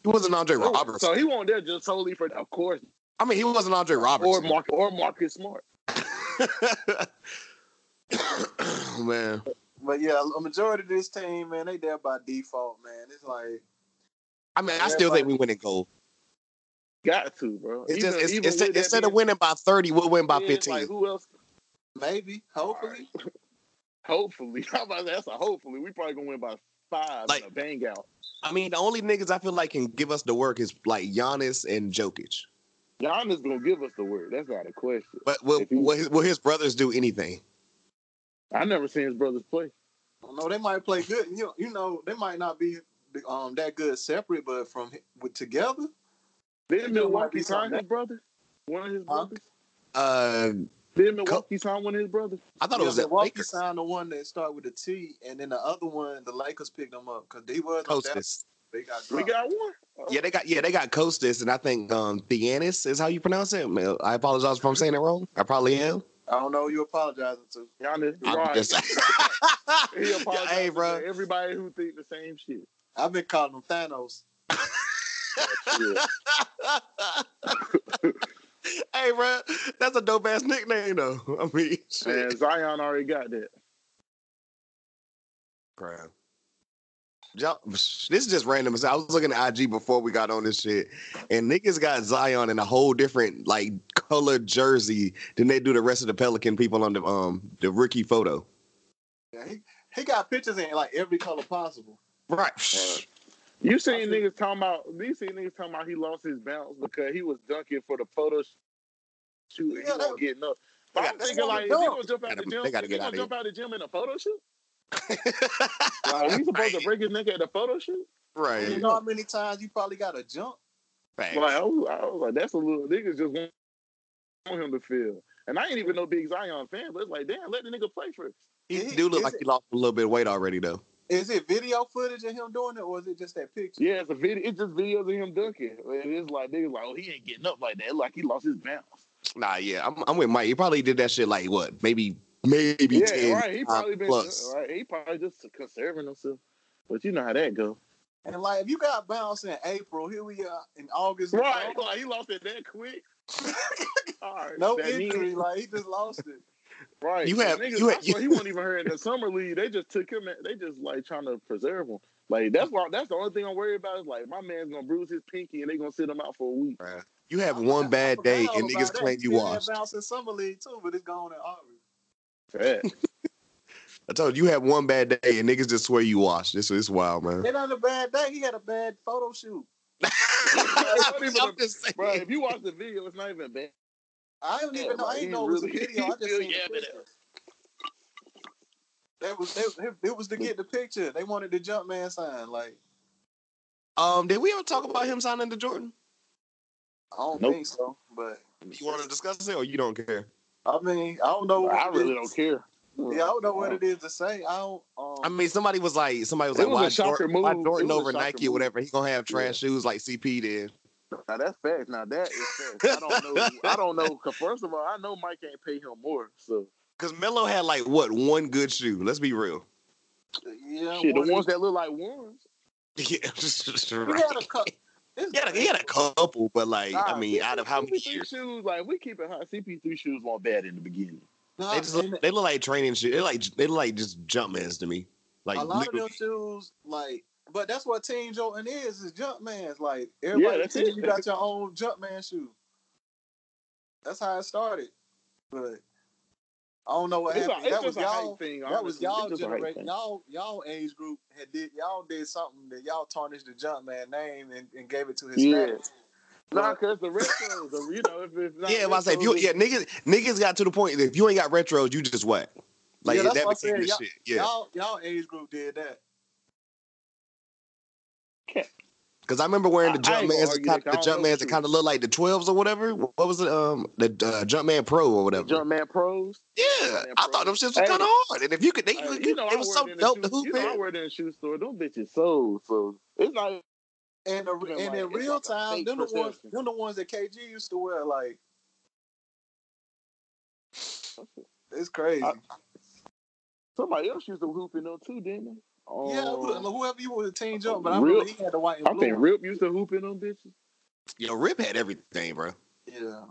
Speaker 3: He wasn't Andre Roberts.
Speaker 2: Oh, So he won't there just solely for, of course,
Speaker 3: I mean, he wasn't Andre Roberts.
Speaker 2: or Mark or Marcus Smart.
Speaker 3: Oh, man,
Speaker 4: But yeah, a majority of this team, man, they there by default, man. It's like
Speaker 3: I mean, I still think we win in gold.
Speaker 2: Got to, bro.
Speaker 3: It's
Speaker 2: Even-
Speaker 3: just it's,
Speaker 2: even
Speaker 3: it's,
Speaker 2: with that
Speaker 3: instead of
Speaker 2: being
Speaker 3: winning by thirty, we'll win by
Speaker 2: said,
Speaker 3: fifteen.
Speaker 2: Like, who else?
Speaker 4: maybe, hopefully.
Speaker 2: Hopefully, How about that? that's a hopefully. We probably gonna win by five.
Speaker 3: Like-
Speaker 2: Like a bang out.
Speaker 3: I mean, the only niggas I feel like can give us the work is like Giannis and Jokic.
Speaker 2: Giannis gonna give us the word. That's not a question.
Speaker 3: But will,
Speaker 2: If he-
Speaker 3: will, his, will his brothers do anything?
Speaker 2: I never seen his brothers play.
Speaker 4: I don't know they might play good. You know, you know, they might not be um that good separate, but from with together,
Speaker 2: Did
Speaker 4: There might
Speaker 2: Milwaukee
Speaker 4: be
Speaker 2: sign
Speaker 4: something
Speaker 2: his brother? One of his
Speaker 4: Huh?
Speaker 2: brothers?
Speaker 3: Uh,
Speaker 2: Did Milwaukee sign one of his brothers?
Speaker 3: I thought it
Speaker 4: Yeah,
Speaker 3: was at
Speaker 4: Milwaukee
Speaker 3: Lakers.
Speaker 4: signed the one that start with a T, and then the other one, the Lakers picked them up because they was on that.
Speaker 3: Costas.
Speaker 4: They got
Speaker 2: We
Speaker 4: dropped.
Speaker 2: got one. Oh,
Speaker 3: Yeah, they got yeah they got Costas, and I think um Theanis is how you pronounce it. Man, I apologize if I'm saying it wrong. I probably am.
Speaker 4: I don't know. who You apologizing to?
Speaker 2: Giannis,
Speaker 3: I'm
Speaker 2: right.
Speaker 3: just-
Speaker 2: he apologized
Speaker 3: hey,
Speaker 2: to
Speaker 3: bro.
Speaker 2: everybody who think the same shit.
Speaker 4: I've been calling them Thanos.
Speaker 2: Yeah.
Speaker 3: hey, bro, that's a dope ass nickname though. I mean, shit.
Speaker 2: Man, Zion already got that.
Speaker 3: Crap. Y'all- This is just random. So I was looking at IG before we got on this shit, and niggas got Zion in a whole different like color jersey than they do the rest of the Pelican people on the um the rookie photo.
Speaker 4: Yeah, he, he got pictures in like every color possible.
Speaker 3: Right.
Speaker 2: You seen
Speaker 4: I see.
Speaker 2: niggas talking about? You seen niggas talking about he lost his bounce because he was dunking for the photo sh- shoot and
Speaker 4: Yeah,
Speaker 2: he wasn't
Speaker 4: that-
Speaker 2: getting up. But I'm
Speaker 3: They
Speaker 2: thinking
Speaker 4: gotta
Speaker 2: like, if you
Speaker 4: dunk.
Speaker 2: gonna jump out
Speaker 3: Gotta-
Speaker 2: the gym,
Speaker 3: they gotta
Speaker 2: if you
Speaker 3: get outta
Speaker 2: gonna
Speaker 3: here.
Speaker 2: jump out the gym in a photo shoot? Like, we supposed to break his neck at the photo shoot?
Speaker 4: You
Speaker 3: right.
Speaker 4: know how many times you probably got to jump?
Speaker 3: Facts.
Speaker 2: Like, I was, I was like, that's a little niggas just want, want him to feel. And I ain't even no big Zion fan, but it's like, damn, let the nigga play first.
Speaker 3: He do look like he lost a little bit of weight already though.
Speaker 4: Is it video footage of him doing it, or is it just that picture?
Speaker 2: Yeah, it's a video. It's just videos of him dunking. And it's like niggas like, oh, he ain't getting up like that. Like he lost his balance.
Speaker 3: Nah, yeah, I'm, I'm with Mike. He probably did that shit like what, maybe maybe
Speaker 2: yeah,
Speaker 3: ten
Speaker 2: right. He probably been uh,
Speaker 3: plus.
Speaker 2: right. He probably just conserving himself. But you know how that go.
Speaker 4: And like, if you got bounced in April, here we are in August.
Speaker 2: Right. Like he lost it that quick. All right.
Speaker 4: No
Speaker 2: that mean-
Speaker 4: injury, like he just lost it.
Speaker 2: Right.
Speaker 3: You
Speaker 2: So
Speaker 3: have-
Speaker 2: niggas,
Speaker 3: you
Speaker 2: I
Speaker 3: have-
Speaker 2: swear he wasn't even here in the summer league. They just took him. at- They just like trying to preserve him. Like that's why. That's the only thing I'm worried about is like my man's gonna bruise his pinky and they gonna sit him out for a week.
Speaker 3: You have
Speaker 4: I
Speaker 3: one bad
Speaker 4: forgot
Speaker 3: day
Speaker 4: all
Speaker 3: and
Speaker 4: about
Speaker 3: niggas
Speaker 4: that.
Speaker 3: claim
Speaker 4: He
Speaker 3: you
Speaker 4: still had
Speaker 3: washed.
Speaker 4: Bounce in summer league too, but it's gone in August.
Speaker 2: Fat.
Speaker 3: I told you, you have one bad day and niggas just swear you washed. This is wild, man.
Speaker 4: It on a bad day. He had a bad photo shoot.
Speaker 3: I'm just saying.
Speaker 2: Bro, if you watch the video, it's not even bad.
Speaker 4: I don't
Speaker 2: Yeah,
Speaker 4: even know.
Speaker 2: like,
Speaker 4: I
Speaker 2: he
Speaker 4: didn't know it was a
Speaker 2: really-
Speaker 4: video. I
Speaker 2: he
Speaker 4: just
Speaker 2: still
Speaker 4: seen the
Speaker 2: yapping
Speaker 4: picture. That was that, it was to get the picture. They wanted the jump man sign. Like
Speaker 3: Um, did we ever talk about him signing to Jordan?
Speaker 4: I don't
Speaker 2: Nope.
Speaker 4: think so, but
Speaker 3: You want to discuss it or you don't care?
Speaker 4: I mean I don't know.
Speaker 2: Bro,
Speaker 4: what
Speaker 2: I
Speaker 4: it
Speaker 2: really
Speaker 4: is.
Speaker 2: don't care.
Speaker 4: Yeah, I don't know what it is to say. I don't. Um,
Speaker 3: I mean, somebody was like, somebody was
Speaker 2: It
Speaker 3: like,
Speaker 2: was
Speaker 3: why,
Speaker 2: a shocker
Speaker 3: Jordan,
Speaker 2: move.
Speaker 3: why
Speaker 2: It was
Speaker 3: Jordan
Speaker 2: a
Speaker 3: over
Speaker 2: shocker
Speaker 3: Nike
Speaker 2: move.
Speaker 3: or whatever? He gonna have trash shoes like CP did.
Speaker 2: Now that's facts. Now that is facts. I don't know. I don't know. 'Cause First of all, I know Mike ain't pay him more. So
Speaker 3: Cause Melo had like what one good shoe? Let's be real.
Speaker 4: yeah,
Speaker 2: shit,
Speaker 4: one-
Speaker 2: the ones that look like ones.
Speaker 3: Yeah, just
Speaker 4: he
Speaker 3: right.
Speaker 4: had a cup.
Speaker 3: He had a, he had a couple, but like I
Speaker 2: Nah,
Speaker 3: mean, out of how many
Speaker 2: CP3
Speaker 3: years?
Speaker 2: shoes? Like we keep it hot. CP3 shoes won't bad in the beginning.
Speaker 4: Nah,
Speaker 3: They just
Speaker 4: and
Speaker 3: look, they look like training shoes. They like they look like just jump mans to me. Like
Speaker 4: a lot of
Speaker 3: literally.
Speaker 4: them shoes, like, but that's what Team Jordan is, is Jumpman's. Like,
Speaker 2: Yeah,
Speaker 4: everybody
Speaker 2: that's
Speaker 4: tell you
Speaker 2: it.
Speaker 4: you got your own Jumpman shoe. That's how it started. But I don't know what
Speaker 2: It's a-
Speaker 4: happened.
Speaker 2: it's
Speaker 4: that was
Speaker 2: just a hype
Speaker 4: y'all.
Speaker 2: thing,
Speaker 4: That was
Speaker 2: honestly.
Speaker 4: y'all
Speaker 2: It's just a hype
Speaker 4: generation.
Speaker 2: thing.
Speaker 4: Y'all y'all age group had did y'all did something that y'all tarnished the Jumpman name and, and gave it to his
Speaker 2: Yeah.
Speaker 4: status.
Speaker 2: Nah, cause the retros, the, you know, if it's not
Speaker 3: Yeah, if I say if you
Speaker 2: retros,
Speaker 3: yeah niggas niggas got to the point that if you ain't got retros, you just whack. Like
Speaker 4: Yeah,
Speaker 3: that
Speaker 4: that's what I
Speaker 3: became
Speaker 4: said.
Speaker 3: the
Speaker 4: Y'all-
Speaker 3: shit. Yeah,
Speaker 4: Y'all y'all age group did that.
Speaker 3: because I remember wearing the
Speaker 2: I- I ain't
Speaker 3: jump
Speaker 2: gonna
Speaker 3: mans.
Speaker 2: argue
Speaker 3: The kind,
Speaker 2: that,
Speaker 3: the
Speaker 2: 'cause I don't
Speaker 3: jump
Speaker 2: know
Speaker 3: mans
Speaker 2: the
Speaker 3: that kind of look like the twelves or whatever. What was it? Um, the uh, Jumpman Pro or whatever.
Speaker 2: Jumpman Pros.
Speaker 3: Yeah, I thought them shits were
Speaker 2: Hey.
Speaker 3: kind of hard, and if you could, they,
Speaker 2: Hey,
Speaker 3: could-
Speaker 2: you know,
Speaker 3: they
Speaker 2: I
Speaker 3: was
Speaker 2: worked
Speaker 3: so
Speaker 2: in
Speaker 3: dope
Speaker 2: the
Speaker 3: to
Speaker 2: shoe,
Speaker 3: hoop
Speaker 2: you know, I
Speaker 3: in.
Speaker 2: worked in the shoe store. Them bitches sold, so it's not.
Speaker 4: And the,
Speaker 2: Even
Speaker 4: and in
Speaker 2: like- it's
Speaker 4: real
Speaker 2: like a
Speaker 4: time,
Speaker 2: fake
Speaker 4: them the ones
Speaker 2: perception.
Speaker 4: them the ones that KG used to wear. Like it's crazy.
Speaker 2: I- Somebody else used to hoop in them too, didn't they?
Speaker 4: yeah,
Speaker 2: Um,
Speaker 4: who- whoever you was a team jump, but I
Speaker 2: Real-
Speaker 4: remember he had the white and
Speaker 2: I
Speaker 4: blue.
Speaker 2: think
Speaker 4: one.
Speaker 2: Rip used to hoop in them bitches.
Speaker 3: Yo, Rip had everything, bro.
Speaker 4: yeah.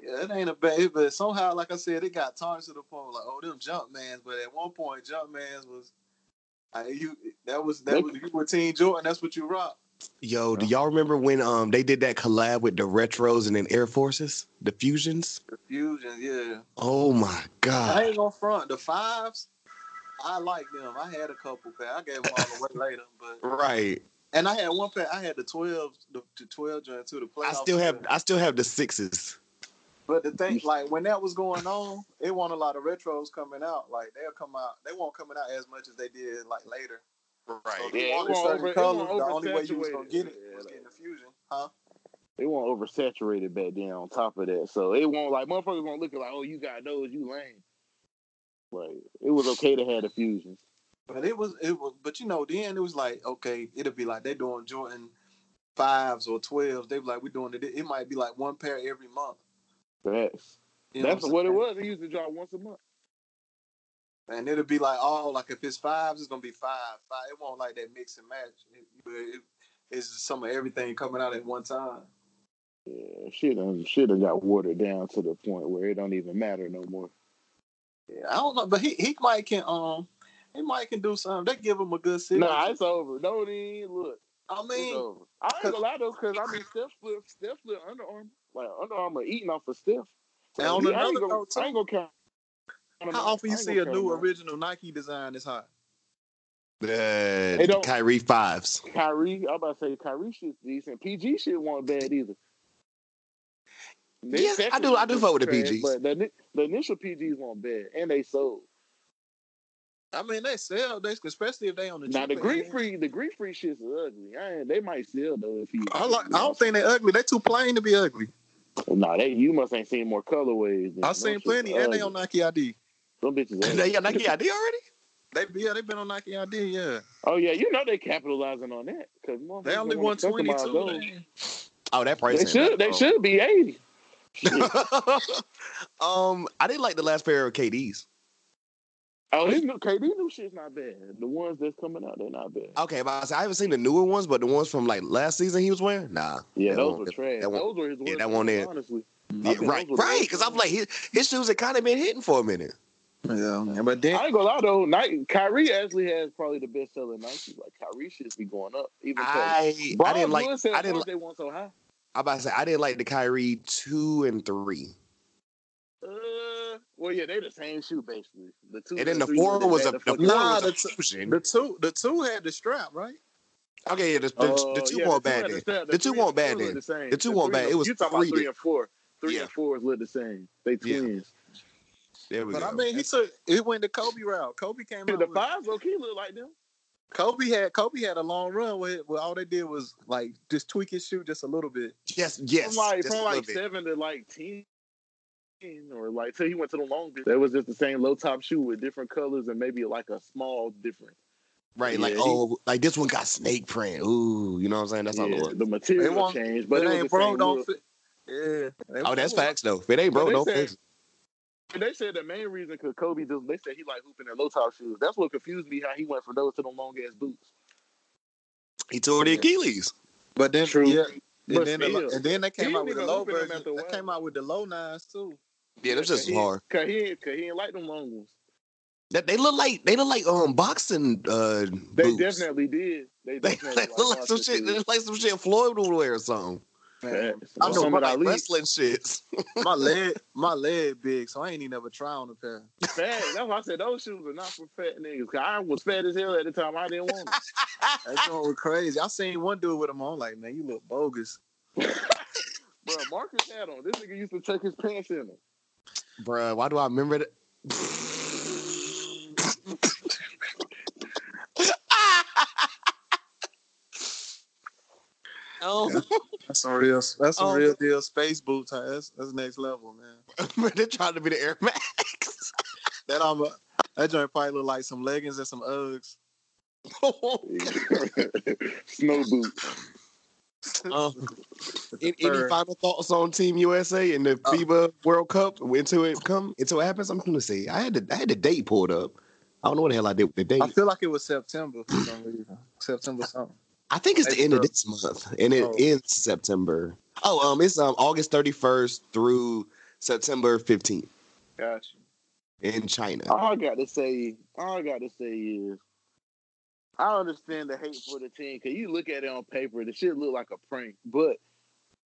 Speaker 4: Yeah, it ain't a bad, but somehow, like I said, it got tarnished to the point like, oh, them jump mans. But at one point, jump mans was, I, you that was that
Speaker 2: They-
Speaker 4: was you were Team Jordan. That's what you rock.
Speaker 3: Yo, do y'all remember when um they did that collab with the retros and then Air Forces, the fusions?
Speaker 4: The fusion, yeah.
Speaker 3: Oh my
Speaker 4: I
Speaker 3: god,
Speaker 4: ain't gonna front the fives. I like them. I had a couple pair. I gave them all away later, but
Speaker 3: right?
Speaker 4: And I had one pair. I had the twelve, the, the twelve joint to the playoff.
Speaker 3: I still have
Speaker 4: pair.
Speaker 3: I still have the sixes.
Speaker 4: But the thing, like when that was going on, it wasn't a lot of retros coming out. Like they'll come out, they weren't coming out as much as they did like later. So
Speaker 3: Right.
Speaker 4: if you
Speaker 2: Yeah, it
Speaker 4: wanted
Speaker 2: wasn't
Speaker 4: certain
Speaker 2: over- it
Speaker 4: colors.
Speaker 2: wasn't
Speaker 4: The only way you was gonna
Speaker 2: oversaturated.
Speaker 4: get it
Speaker 2: Yeah,
Speaker 4: was
Speaker 2: like-
Speaker 4: getting the fusion, huh?
Speaker 2: They weren't oversaturated back then. On top of that, so it won't like motherfuckers won't look at like, oh, you got those, you lame. Like it was okay to have the fusions.
Speaker 4: But it was, it was. But you know, then it was like, okay, it'll be like they doing Jordan fives or twelves. They be like, we doing it. It might be like one pair every month.
Speaker 2: That's
Speaker 4: You know
Speaker 2: that's
Speaker 4: I'm
Speaker 2: what it
Speaker 4: saying?
Speaker 2: was. They used to drop once a month.
Speaker 4: And it'll be like, oh, like if it's fives, it's gonna be five. Five. It won't like that mix and match. It- it- it's just some of everything coming out at one time.
Speaker 2: Yeah, shit, done, shit done got watered down to the point where it don't even matter no more.
Speaker 4: Yeah, I don't know, but he he might can um he might can do something. They give him a good city.
Speaker 2: Nah, it's over. Don't even look.
Speaker 4: I
Speaker 2: It's
Speaker 4: mean,
Speaker 2: over. I ain't gonna lie though, because I mean, Steph flip, Steph flip Under Armour, like Under Armour eating off of Steph.
Speaker 4: and on
Speaker 2: I ain't
Speaker 4: another
Speaker 2: gonna-
Speaker 4: note,
Speaker 2: I ain't
Speaker 4: too,
Speaker 2: gonna count. him
Speaker 4: how
Speaker 2: out. I
Speaker 4: often you
Speaker 2: ain't
Speaker 4: see
Speaker 2: gonna
Speaker 4: a
Speaker 2: count
Speaker 4: new
Speaker 2: him out.
Speaker 4: original Nike design is hot?
Speaker 3: The
Speaker 2: They don't-
Speaker 3: Kyrie fives.
Speaker 2: Kyrie, I'm about to say Kyrie shit's decent. PG shit wasn't bad either. They
Speaker 3: Yes, I do- I do fuck with the PGs.
Speaker 2: But the, ni- the initial PGs weren't bad, and they sold.
Speaker 4: I mean, they sell they especially if they on the
Speaker 2: Now the
Speaker 4: cheap
Speaker 2: green
Speaker 4: end.
Speaker 2: free, the green free shit's ugly. I ain't, they might sell though if you.
Speaker 4: I like. I don't think they ugly. They too plain to be ugly.
Speaker 2: Nah, they you must ain't seen more colorways. than- them
Speaker 4: I've seen
Speaker 2: shits
Speaker 4: plenty, and
Speaker 2: ugly.
Speaker 4: they on Nike ID.
Speaker 2: Them bitches.
Speaker 3: they
Speaker 2: ugly.
Speaker 3: got Nike ID already.
Speaker 4: They yeah, they've been on Nike ID. Yeah,
Speaker 2: Oh yeah, you know they capitalizing on that because
Speaker 4: they only won twenty two.
Speaker 3: Oh, that price.
Speaker 2: They
Speaker 3: ain't
Speaker 2: should.
Speaker 3: that
Speaker 2: They
Speaker 3: low.
Speaker 2: should be eighty.
Speaker 3: um, I didn't like the last pair of KDs.
Speaker 2: Oh, his new KD new shit's not bad. The ones that's coming out, they're not bad.
Speaker 3: Okay, but I, said, I haven't seen the newer ones, but the ones from like last season he was wearing, nah.
Speaker 2: Yeah,
Speaker 3: that
Speaker 2: those
Speaker 3: one-
Speaker 2: were trash.
Speaker 3: that one-
Speaker 2: Those were his worst.
Speaker 3: that one
Speaker 2: ones,
Speaker 3: is.
Speaker 2: Honestly,
Speaker 3: Yeah,
Speaker 2: Okay,
Speaker 3: right,
Speaker 2: those were
Speaker 3: right.
Speaker 2: those
Speaker 3: Because I'm
Speaker 2: ones.
Speaker 3: like his, his shoes had kind of been hitting for a minute.
Speaker 4: Yeah, but then
Speaker 2: I ain't gonna lie though. Nike, Kyrie actually has probably the best selling Nikes. Like Kyrie should be going up. Even though
Speaker 3: I I
Speaker 2: Bronze
Speaker 3: didn't like
Speaker 2: Wood said
Speaker 3: I didn't
Speaker 2: why they want so high.
Speaker 3: I about to say I didn't like the Kyrie two and three,
Speaker 2: Uh, well, yeah, they the same shoe basically. The two
Speaker 3: and then the
Speaker 2: three
Speaker 3: four
Speaker 2: ones
Speaker 3: was
Speaker 2: that
Speaker 3: a
Speaker 2: had
Speaker 3: the
Speaker 2: the
Speaker 3: four
Speaker 2: fucking-
Speaker 4: Nah,
Speaker 3: was a
Speaker 4: that's-
Speaker 3: fusion.
Speaker 4: the two the two had the strap, right?
Speaker 3: Okay, yeah, the, the, the
Speaker 2: Uh,
Speaker 3: two
Speaker 2: yeah,
Speaker 3: weren't
Speaker 2: the
Speaker 3: bad.
Speaker 2: two had
Speaker 3: then.
Speaker 2: the step.
Speaker 3: The two
Speaker 2: three and
Speaker 3: weren't
Speaker 2: four
Speaker 3: bad
Speaker 2: look
Speaker 3: then.
Speaker 2: the same.
Speaker 3: The two
Speaker 2: three
Speaker 3: weren't bad.
Speaker 2: and-
Speaker 3: It was
Speaker 2: you talking
Speaker 3: three
Speaker 2: about three
Speaker 3: then.
Speaker 2: and four. Three
Speaker 3: Yeah.
Speaker 2: and fours look the same. They
Speaker 3: Yeah.
Speaker 2: twins.
Speaker 3: There we
Speaker 4: But
Speaker 3: go.
Speaker 4: I mean, he took it went the Kobe route. Kobe came out.
Speaker 2: The
Speaker 4: with-
Speaker 2: fives low key look like them.
Speaker 4: Kobe had Kobe had a long run with it, where all they did was like just tweak his shoe just a little bit.
Speaker 3: yes, yes.
Speaker 2: from like
Speaker 3: just
Speaker 2: from
Speaker 3: a
Speaker 2: like
Speaker 3: little bit.
Speaker 2: seven to like ten, or like till he went to the long. Beach. That was just the same low top shoe with different colors and maybe like a small different.
Speaker 3: right,
Speaker 2: yeah,
Speaker 3: like
Speaker 2: he-
Speaker 3: oh, like this one got snake print. Ooh, you know what I'm saying? That's all it
Speaker 2: Yeah,
Speaker 3: was.
Speaker 2: the
Speaker 4: It
Speaker 2: material
Speaker 4: won't-
Speaker 2: changed, but
Speaker 4: But it
Speaker 2: it was
Speaker 4: ain't
Speaker 2: the
Speaker 4: bro,
Speaker 2: same
Speaker 4: don't
Speaker 2: look.
Speaker 4: fit. Yeah. They-
Speaker 3: Oh, that's
Speaker 4: they were-
Speaker 3: facts though. If it ain't
Speaker 2: But
Speaker 3: broke,
Speaker 2: they
Speaker 3: don't
Speaker 2: said-
Speaker 3: fix it.
Speaker 2: And they said the main reason because Kobe just they said he like hooping in low top shoes. That's what confused me how he went from those to them long ass boots.
Speaker 3: He tore the Achilles.
Speaker 4: But then
Speaker 2: True.
Speaker 4: Yeah.
Speaker 2: But
Speaker 4: And then, the, lo-
Speaker 2: still,
Speaker 4: and then they came
Speaker 2: he didn't
Speaker 4: out with the
Speaker 2: even
Speaker 4: low
Speaker 2: hoop in 'em
Speaker 4: version.
Speaker 2: after a
Speaker 4: They
Speaker 2: while.
Speaker 4: came out with the low nines too.
Speaker 3: Yeah, that's just
Speaker 2: he,
Speaker 3: hard.
Speaker 2: Cause he ain't- cause he ain't like them long ones.
Speaker 3: That they look like they look like um boxing uh
Speaker 2: They
Speaker 3: boots.
Speaker 2: definitely did. They
Speaker 3: They,
Speaker 2: definitely
Speaker 3: they look like some shit. They look like some shit Floyd would wear or something. I
Speaker 2: I'm
Speaker 3: know
Speaker 2: talking
Speaker 3: more
Speaker 2: about
Speaker 3: like
Speaker 2: Ali.
Speaker 3: wrestling shits.
Speaker 4: my leg, my leg big, so I ain't even never try on a pair.
Speaker 2: fat. That's why I said those shoes are not for fat niggas. 'Cause I was fat as hell at the time. I didn't want them.
Speaker 4: That joint was crazy. I seen one dude with them on, like, man, you look bogus.
Speaker 2: Bro, Marcus had on. This nigga used to tuck his pants in them.
Speaker 3: Bruh, why do I remember that? oh,
Speaker 4: That's some real, that's some
Speaker 3: Oh.
Speaker 4: real deal Um, space boots. huh? That's that's next level, man.
Speaker 3: man, they're trying to be the Air Max.
Speaker 4: That I'm a, that joint probably look like some leggings and some Uggs.
Speaker 2: Snow boots. Oh,
Speaker 3: um, any,
Speaker 4: Fur.
Speaker 3: any final thoughts on Team USA and the
Speaker 4: Uh,
Speaker 3: FIBA World Cup until it come until it happens? I'm gonna say I had the I had the date pulled up. I don't know what the hell I did with the date.
Speaker 4: I feel like it was September for some reason. September something.
Speaker 3: I think it's the end of this month, and it
Speaker 4: Oh.
Speaker 3: ends September. Oh, um, it's um August thirty first through September fifteenth
Speaker 4: Gotcha.
Speaker 3: in China.
Speaker 2: All I got to say, all I got to say is, I understand the hate for the team. Cause you look at it on paper, the shit look like a prank. But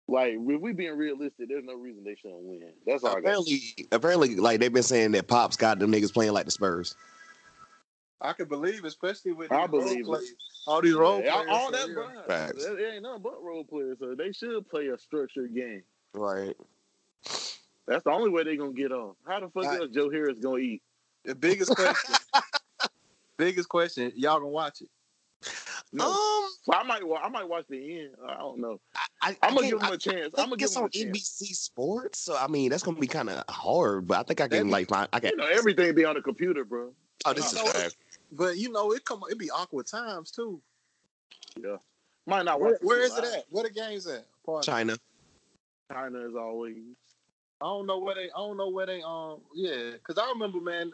Speaker 2: like, if we being realistic, there's no reason they shouldn't win. That's all I got.
Speaker 3: apparently, apparently, like they've been saying that Pop's got them niggas playing like the Spurs.
Speaker 4: I could believe, especially with
Speaker 2: I
Speaker 4: these role
Speaker 2: believe it.
Speaker 4: players. all these role
Speaker 2: Yeah,
Speaker 4: players.
Speaker 2: all
Speaker 4: for
Speaker 2: that,
Speaker 4: real.
Speaker 3: Facts.
Speaker 2: bro. It ain't nothing but role players, so they should play a structured game.
Speaker 3: Right.
Speaker 2: That's the only way they're gonna get off. How the fuck
Speaker 4: Right.
Speaker 2: else Joe Harris gonna eat?
Speaker 4: The biggest question. biggest question. Y'all gonna watch it?
Speaker 2: No.
Speaker 3: Um,
Speaker 2: so I might, wa- I might watch the end. I don't know.
Speaker 3: I,
Speaker 2: I'm
Speaker 3: I
Speaker 2: gonna
Speaker 3: can't-
Speaker 2: give him
Speaker 3: I
Speaker 2: a chance. I'm
Speaker 3: think
Speaker 2: gonna give
Speaker 3: it's
Speaker 2: him
Speaker 3: on
Speaker 2: a chance.
Speaker 3: NBC Sports, so I mean that's gonna be kind of hard. But I think I can
Speaker 4: Maybe.
Speaker 3: like find. I can.
Speaker 2: You know, everything be on the computer, bro.
Speaker 3: Oh, this is
Speaker 4: No.
Speaker 3: bad.
Speaker 4: But you know, it come it be awkward times too.
Speaker 2: Might not
Speaker 4: Where-
Speaker 2: watch.
Speaker 4: where is it at? Where the game's at? Pardon.
Speaker 3: China.
Speaker 2: at? China is always.
Speaker 4: I don't know where they. I don't know where they. Um, yeah, because I remember, man.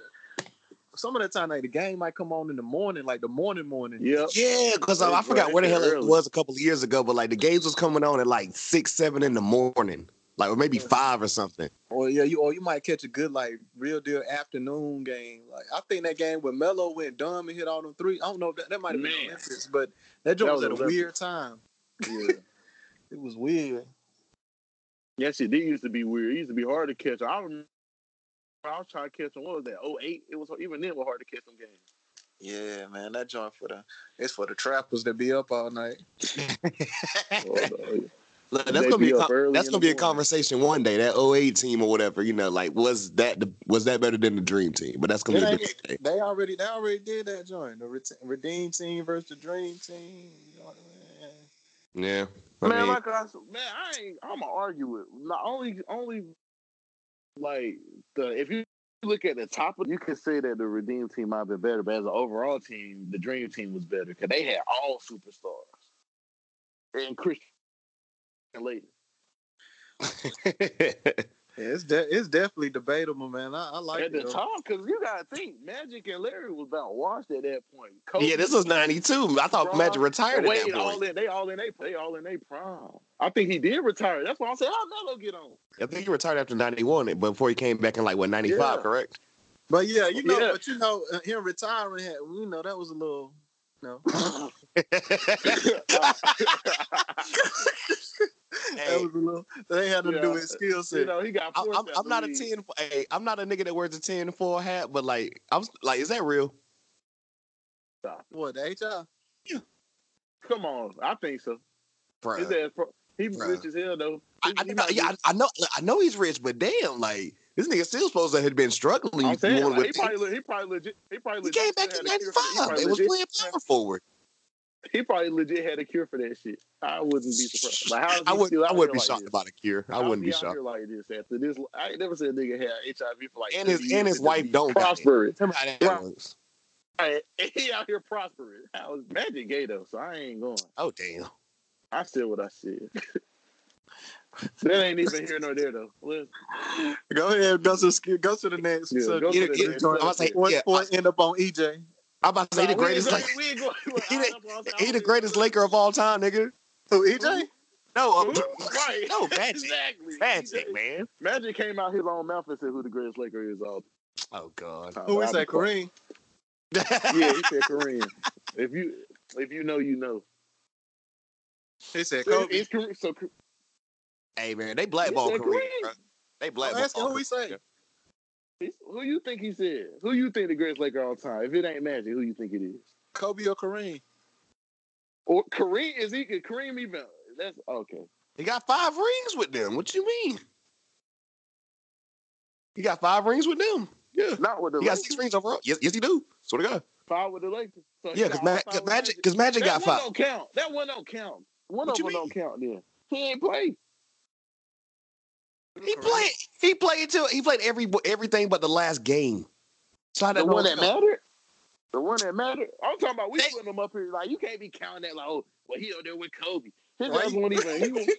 Speaker 4: Some of the time, like the game might come on in the morning, like the morning morning.
Speaker 2: Yep.
Speaker 3: Yeah, because I
Speaker 2: Right,
Speaker 3: forgot
Speaker 2: right,
Speaker 3: where the hell it
Speaker 2: early.
Speaker 3: was a couple of years ago, but like the games was coming on at like six, seven in the morning, like or maybe five or something.
Speaker 4: Or yeah, you or you might catch a good like real deal afternoon game. Like I think that game where Melo went dumb and hit all them three. I don't know if that, that might have been
Speaker 2: Man.
Speaker 4: Memphis, but that joint
Speaker 2: That
Speaker 4: was
Speaker 2: was
Speaker 4: at a
Speaker 2: Olympics.
Speaker 4: weird time.
Speaker 2: Yeah.
Speaker 4: It was weird.
Speaker 2: yeah, shit. They used to be weird. It used to be hard to catch. I remember. I was trying to catch them. What was that? 08? It was even then. It was hard to catch them games.
Speaker 4: Yeah, man, that joint for the it's for the trappers that be up all night.
Speaker 2: Oh, no.
Speaker 3: Look,
Speaker 2: And
Speaker 3: that's
Speaker 2: they
Speaker 3: gonna be
Speaker 2: be
Speaker 3: a
Speaker 2: up early
Speaker 3: con- that's gonna
Speaker 2: in the
Speaker 3: be a
Speaker 2: morning.
Speaker 3: conversation one day. That 08 team or whatever, you know, like was that the, was that better than the dream team? But that's gonna
Speaker 4: It
Speaker 3: be a
Speaker 4: ain't-
Speaker 3: different day.
Speaker 4: They already they already did that joint. The ret- redeem team versus the dream team. You know what I mean?
Speaker 3: Yeah, I
Speaker 2: Man,
Speaker 3: mean,
Speaker 2: like I s- man, I ain't. I'm gonna argue it. Not only, only like the if you you look at the top of, you can say that the Redeem team might have been better, but as an overall team, the Dream team was better because they had all superstars and Christian later.
Speaker 4: Yeah, it's de- it's definitely debatable, man. I, I like
Speaker 2: at the
Speaker 4: it. though.
Speaker 2: time, because you gotta think Magic and Larry was about washed at that point. Kobe,
Speaker 3: yeah, this was '92. I thought
Speaker 2: Bron,
Speaker 3: Magic retired at
Speaker 2: Wade,
Speaker 3: that
Speaker 2: all
Speaker 3: point.
Speaker 2: in, they all in they they all in they prime. I think he did retire. That's why I said how Melo get on.
Speaker 3: I think he retired after '91, but before he came back in like what '95,
Speaker 2: Yeah.
Speaker 3: correct?
Speaker 4: But yeah, you know,
Speaker 2: Yeah.
Speaker 4: but you know, uh, him retiring, had, you know, that was a little, you know, that
Speaker 3: Hey,
Speaker 4: was a little. They had to do
Speaker 2: Yeah.
Speaker 4: his skill
Speaker 2: you
Speaker 4: set.
Speaker 2: know, he got.
Speaker 3: I-
Speaker 2: forced
Speaker 3: I'm,
Speaker 2: out
Speaker 3: I'm
Speaker 2: the
Speaker 3: not a
Speaker 2: league.
Speaker 3: ten. Hey, I'm not a nigga that wears a ten four hat, but like, I'm like, is that real?
Speaker 4: What the HR?
Speaker 2: Come on, I think so.
Speaker 3: Bruh.
Speaker 2: His ass, pro- he was
Speaker 3: Bruh.
Speaker 2: rich as hell though.
Speaker 3: I,
Speaker 2: He-
Speaker 3: I,
Speaker 2: he
Speaker 3: know,
Speaker 2: might
Speaker 3: yeah,
Speaker 2: be-
Speaker 3: I, I know, I know he's rich, but damn, like this nigga still supposed to have been struggling.
Speaker 2: I'm saying,
Speaker 3: going
Speaker 2: like, he
Speaker 3: with-
Speaker 2: probably, le- he probably legit, he probably
Speaker 3: he
Speaker 2: legit
Speaker 3: came back
Speaker 2: had
Speaker 3: in
Speaker 2: a cure for- he
Speaker 3: '95.
Speaker 2: probably
Speaker 3: It was
Speaker 2: legit-
Speaker 3: playing power forward.
Speaker 2: He probably legit had a cure for that shit. I wouldn't be surprised. Like, how is
Speaker 3: I
Speaker 2: he
Speaker 3: wouldn't.
Speaker 2: still
Speaker 3: I
Speaker 2: out
Speaker 3: wouldn't be
Speaker 2: here like
Speaker 3: shocked
Speaker 2: this?
Speaker 3: about a cure. I
Speaker 2: I'll
Speaker 3: wouldn't be
Speaker 2: out
Speaker 3: shocked.
Speaker 2: here like this after this. I ain't never seen a nigga had HIV for like
Speaker 3: And his
Speaker 2: 30
Speaker 3: and his
Speaker 2: years
Speaker 3: wife
Speaker 2: be
Speaker 3: don't got it.
Speaker 2: prosperous.
Speaker 3: Remember how that
Speaker 2: Right.
Speaker 3: was?
Speaker 2: Right. He out here prosperous. I was magic gay though, so I ain't going.
Speaker 3: Oh damn!
Speaker 2: I said what I said. that ain't even here nor there though. Listen,
Speaker 4: Go ahead, go to sk- go to the next.
Speaker 2: Yeah,
Speaker 4: subject.
Speaker 2: go to the
Speaker 4: It's
Speaker 2: next
Speaker 4: going-
Speaker 2: subject.
Speaker 4: I'm gonna say, what-
Speaker 3: Yeah,
Speaker 4: what end up on E EJ?
Speaker 3: I'm about to say
Speaker 2: Nah,
Speaker 3: the
Speaker 2: we ain't
Speaker 3: greatest.
Speaker 2: going-
Speaker 3: Like,
Speaker 2: we ain't going- well,
Speaker 3: he
Speaker 2: I
Speaker 3: the-
Speaker 2: don't know what I'm saying.
Speaker 3: he the greatest Laker of all time, nigga.
Speaker 4: Who EJ?
Speaker 3: No,
Speaker 2: Who?
Speaker 3: uh,
Speaker 2: Right.
Speaker 3: no magic,
Speaker 2: exactly.
Speaker 3: magic,
Speaker 2: He-
Speaker 3: man.
Speaker 2: Magic came out his own mouth and said who the greatest Laker is all
Speaker 3: Oh god.
Speaker 2: the time.
Speaker 4: Who
Speaker 2: But
Speaker 4: is
Speaker 2: I
Speaker 4: that?
Speaker 2: be quiet.
Speaker 4: Kareem.
Speaker 2: Uh, Yeah, he said Kareem. if you if you know, you know.
Speaker 4: He said
Speaker 2: So,
Speaker 4: Kobe.
Speaker 2: it's Kareem, so Kareem-
Speaker 3: hey man, they blackball
Speaker 2: He said Oh,
Speaker 3: Kareem.
Speaker 2: Kareem.
Speaker 3: bro. They
Speaker 4: I'm asking
Speaker 3: blackball.
Speaker 4: who he say.
Speaker 2: It's- Who you think he said? Who you think the greatest Laker of all time? If it ain't Magic, who you think it is?
Speaker 4: Kobe or Kareem?
Speaker 2: Or Kareem? Is he could Kareem even? That's okay.
Speaker 3: He got five rings with them. What you mean? He got five rings with them. Yeah.
Speaker 2: Not with the
Speaker 3: He got
Speaker 2: Lakers.
Speaker 3: six rings overall. Yes, yes, he do. Swear to God.
Speaker 2: Five with the Lakers. So Oh, he
Speaker 3: Yeah,
Speaker 2: got
Speaker 3: because
Speaker 2: all
Speaker 3: Ma-
Speaker 2: five with
Speaker 3: Magic, because Magic
Speaker 2: That
Speaker 3: got
Speaker 2: one
Speaker 3: five.
Speaker 2: don't count. That one don't count. One
Speaker 3: What
Speaker 2: of
Speaker 3: you
Speaker 2: them don't count. Then he ain't played.
Speaker 3: He played. He played till he played every everything but the last game. So I
Speaker 2: The
Speaker 3: don't
Speaker 2: one
Speaker 3: know.
Speaker 2: that mattered. The one that mattered. I'm talking about we
Speaker 3: They-
Speaker 2: putting him up here. Like you can't be counting that. Like oh, well he out there with Kobe. His
Speaker 4: Right.
Speaker 2: ass won't even. He, won't,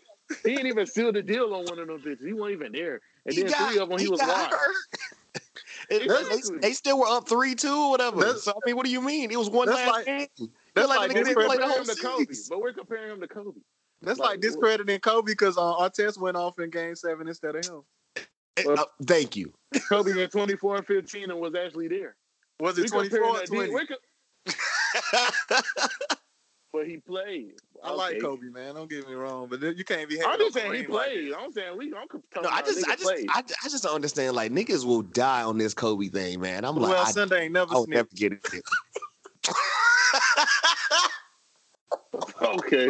Speaker 2: he ain't even sealed the deal on one of them bitches. He wasn't even there. And
Speaker 3: He
Speaker 2: then
Speaker 3: got-
Speaker 2: three of them he, was
Speaker 3: got
Speaker 2: wide.
Speaker 3: hurt. And they-
Speaker 2: Exactly.
Speaker 3: They, still were up three two or whatever.
Speaker 4: That's-
Speaker 3: so I mean, what do you mean? It was one
Speaker 4: that's
Speaker 3: last
Speaker 4: like-
Speaker 3: game.
Speaker 4: That's
Speaker 3: like
Speaker 4: like,
Speaker 3: niggas
Speaker 2: But
Speaker 3: They
Speaker 2: we're
Speaker 3: didn't play
Speaker 4: discredit-
Speaker 3: the
Speaker 2: comparing
Speaker 3: whole
Speaker 2: him to Kobe.
Speaker 3: series.
Speaker 2: But we're comparing him to Kobe.
Speaker 4: that's like
Speaker 2: like,
Speaker 4: discrediting Kobe because uh, Artest went off in Game Seven instead of him.
Speaker 3: Uh, thank you.
Speaker 2: Kobe was 24 and 15 and was actually there.
Speaker 4: Was it
Speaker 2: We
Speaker 4: twenty
Speaker 2: comparing
Speaker 4: four or
Speaker 2: that deal-
Speaker 4: twenty?
Speaker 2: we're co- But he played.
Speaker 4: I like
Speaker 2: Okay.
Speaker 4: Kobe, man. Don't get me wrong, but you can't be. hating
Speaker 2: I'm just
Speaker 4: on
Speaker 2: saying he
Speaker 4: Kareem like
Speaker 2: played. I'm saying we. I'm talking
Speaker 3: No, I
Speaker 2: about
Speaker 3: just,
Speaker 2: nigga
Speaker 3: I just,
Speaker 2: played.
Speaker 3: I, I just don't understand. Like niggas will die on this Kobe thing, man. I'm
Speaker 4: Well,
Speaker 3: like, I,
Speaker 4: Sunday ain't never
Speaker 3: I'll
Speaker 4: sneaked.
Speaker 3: never get it.
Speaker 2: Okay.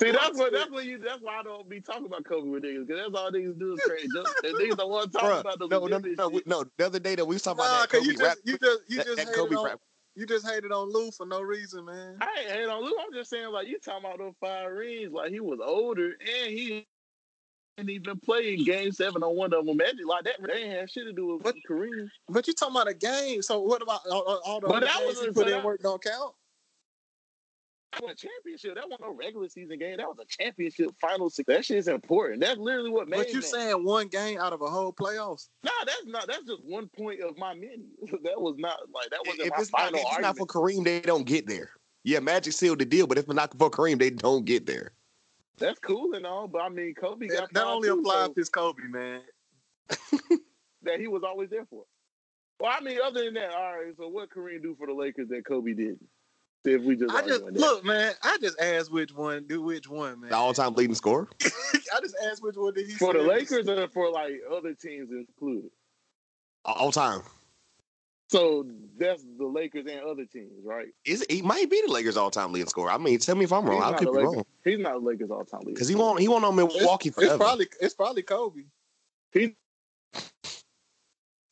Speaker 2: See, that's what. That's what you. That's why I don't be talking about Kobe with niggas because that's all niggas do is crazy. Just, that niggas don't want to talk
Speaker 3: Bruh,
Speaker 2: about the
Speaker 3: no, no, no,
Speaker 2: legitimate
Speaker 3: no,
Speaker 2: shit.
Speaker 3: no. The other day that we was talking
Speaker 4: Nah,
Speaker 3: about that
Speaker 4: cause
Speaker 3: Kobe
Speaker 4: you
Speaker 3: rap,
Speaker 4: just you just you
Speaker 3: that,
Speaker 4: just
Speaker 3: that
Speaker 4: hated
Speaker 3: Kobe
Speaker 4: on
Speaker 3: rap.
Speaker 4: you just hated on Lou for no reason, man.
Speaker 2: I ain't hating on Lou. I'm just saying, like you talking about those five rings. Like he was older and he didn't even play in Game Seven on one of them. Magic like that. They ain't had shit to do with
Speaker 4: What?
Speaker 2: Kareem.
Speaker 4: But you talking about a game, so what about all, all- all the
Speaker 2: But
Speaker 4: other
Speaker 2: that
Speaker 4: games
Speaker 2: was-
Speaker 4: he put
Speaker 2: but
Speaker 4: in
Speaker 2: that-
Speaker 4: work don't count?
Speaker 2: That was a championship. That wasn't a regular season game. That was a championship final. se- That shit is important. That's literally what made.
Speaker 4: But you
Speaker 2: that.
Speaker 4: saying one game out of a whole playoffs?
Speaker 2: Nah, that's not. That's just one point of my many. that was not like that wasn't
Speaker 3: If
Speaker 2: my
Speaker 3: it's, not,
Speaker 2: final
Speaker 3: if it's not
Speaker 2: argument.
Speaker 3: for Kareem, they don't get there. Yeah, Magic sealed the deal, but if it's not for Kareem, they don't get there.
Speaker 2: that's cool and all, but I mean, Kobe
Speaker 4: That,
Speaker 2: got
Speaker 4: that
Speaker 2: five
Speaker 4: only
Speaker 2: too,
Speaker 4: applies
Speaker 2: so
Speaker 4: to Kobe, man.
Speaker 2: that he was always there for. Well, I mean, other than that, all right. So what Kareem do for the Lakers that Kobe didn't? If we just,
Speaker 4: I just
Speaker 2: arguing that.
Speaker 4: look, man. I just asked which one do which one, man.
Speaker 3: The all-time leading scorer.
Speaker 4: I just asked which one did he
Speaker 2: for the
Speaker 4: say.
Speaker 2: Lakers or for like other teams included.
Speaker 3: All time.
Speaker 2: So that's the Lakers and other teams, right?
Speaker 3: Is he might be the Lakers all-time leading scorer? I mean, tell me if I'm wrong.
Speaker 2: He's
Speaker 3: I
Speaker 2: not
Speaker 3: could
Speaker 2: a
Speaker 3: be
Speaker 2: Laker.
Speaker 3: wrong
Speaker 2: He's not a Lakers all time leader
Speaker 3: because he won't. He won't on
Speaker 4: It's,
Speaker 3: Milwaukee
Speaker 4: it's
Speaker 3: forever.
Speaker 4: probably it's probably Kobe.
Speaker 2: He's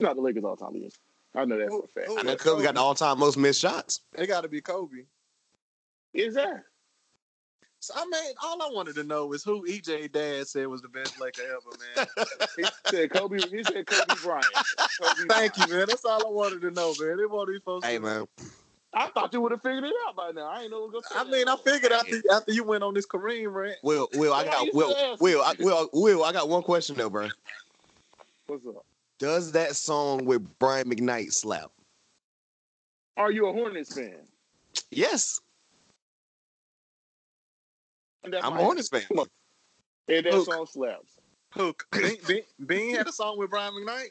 Speaker 2: not the Lakers all time leader. I know that for a fact.
Speaker 4: Who-
Speaker 3: I
Speaker 4: who
Speaker 3: know
Speaker 4: is
Speaker 3: Kobe got the all-time most missed shots.
Speaker 4: It got to be Kobe.
Speaker 2: Is that?
Speaker 4: So I mean, all I wanted to know is who EJ Dad said was the best Laker ever, man.
Speaker 2: He said Kobe. He said Kobe Bryant. Kobe
Speaker 4: Thank
Speaker 2: Bryant.
Speaker 4: you, man. That's all I wanted to know, man. It won't be folks.
Speaker 3: Hey man,
Speaker 2: I thought you would have figured it out by now. I ain't know what was
Speaker 4: I
Speaker 2: gonna.
Speaker 4: mean, I figured after after you went on this Kareem rant.
Speaker 3: Will, Will, I
Speaker 2: Why
Speaker 3: got
Speaker 2: you
Speaker 3: Will,
Speaker 2: fast?
Speaker 3: Will, I, Will, Will, I got one question though, bro.
Speaker 2: What's up?
Speaker 3: Does that song with Brian McKnight slap?
Speaker 2: Are you a Hornets fan?
Speaker 3: Yes,
Speaker 2: And that
Speaker 3: I'm a
Speaker 2: might-
Speaker 3: Hornets fan.
Speaker 2: Come on. And that
Speaker 4: Look.
Speaker 2: song slaps.
Speaker 4: Who? Bean, Bean, Bean had a song with Brian McKnight.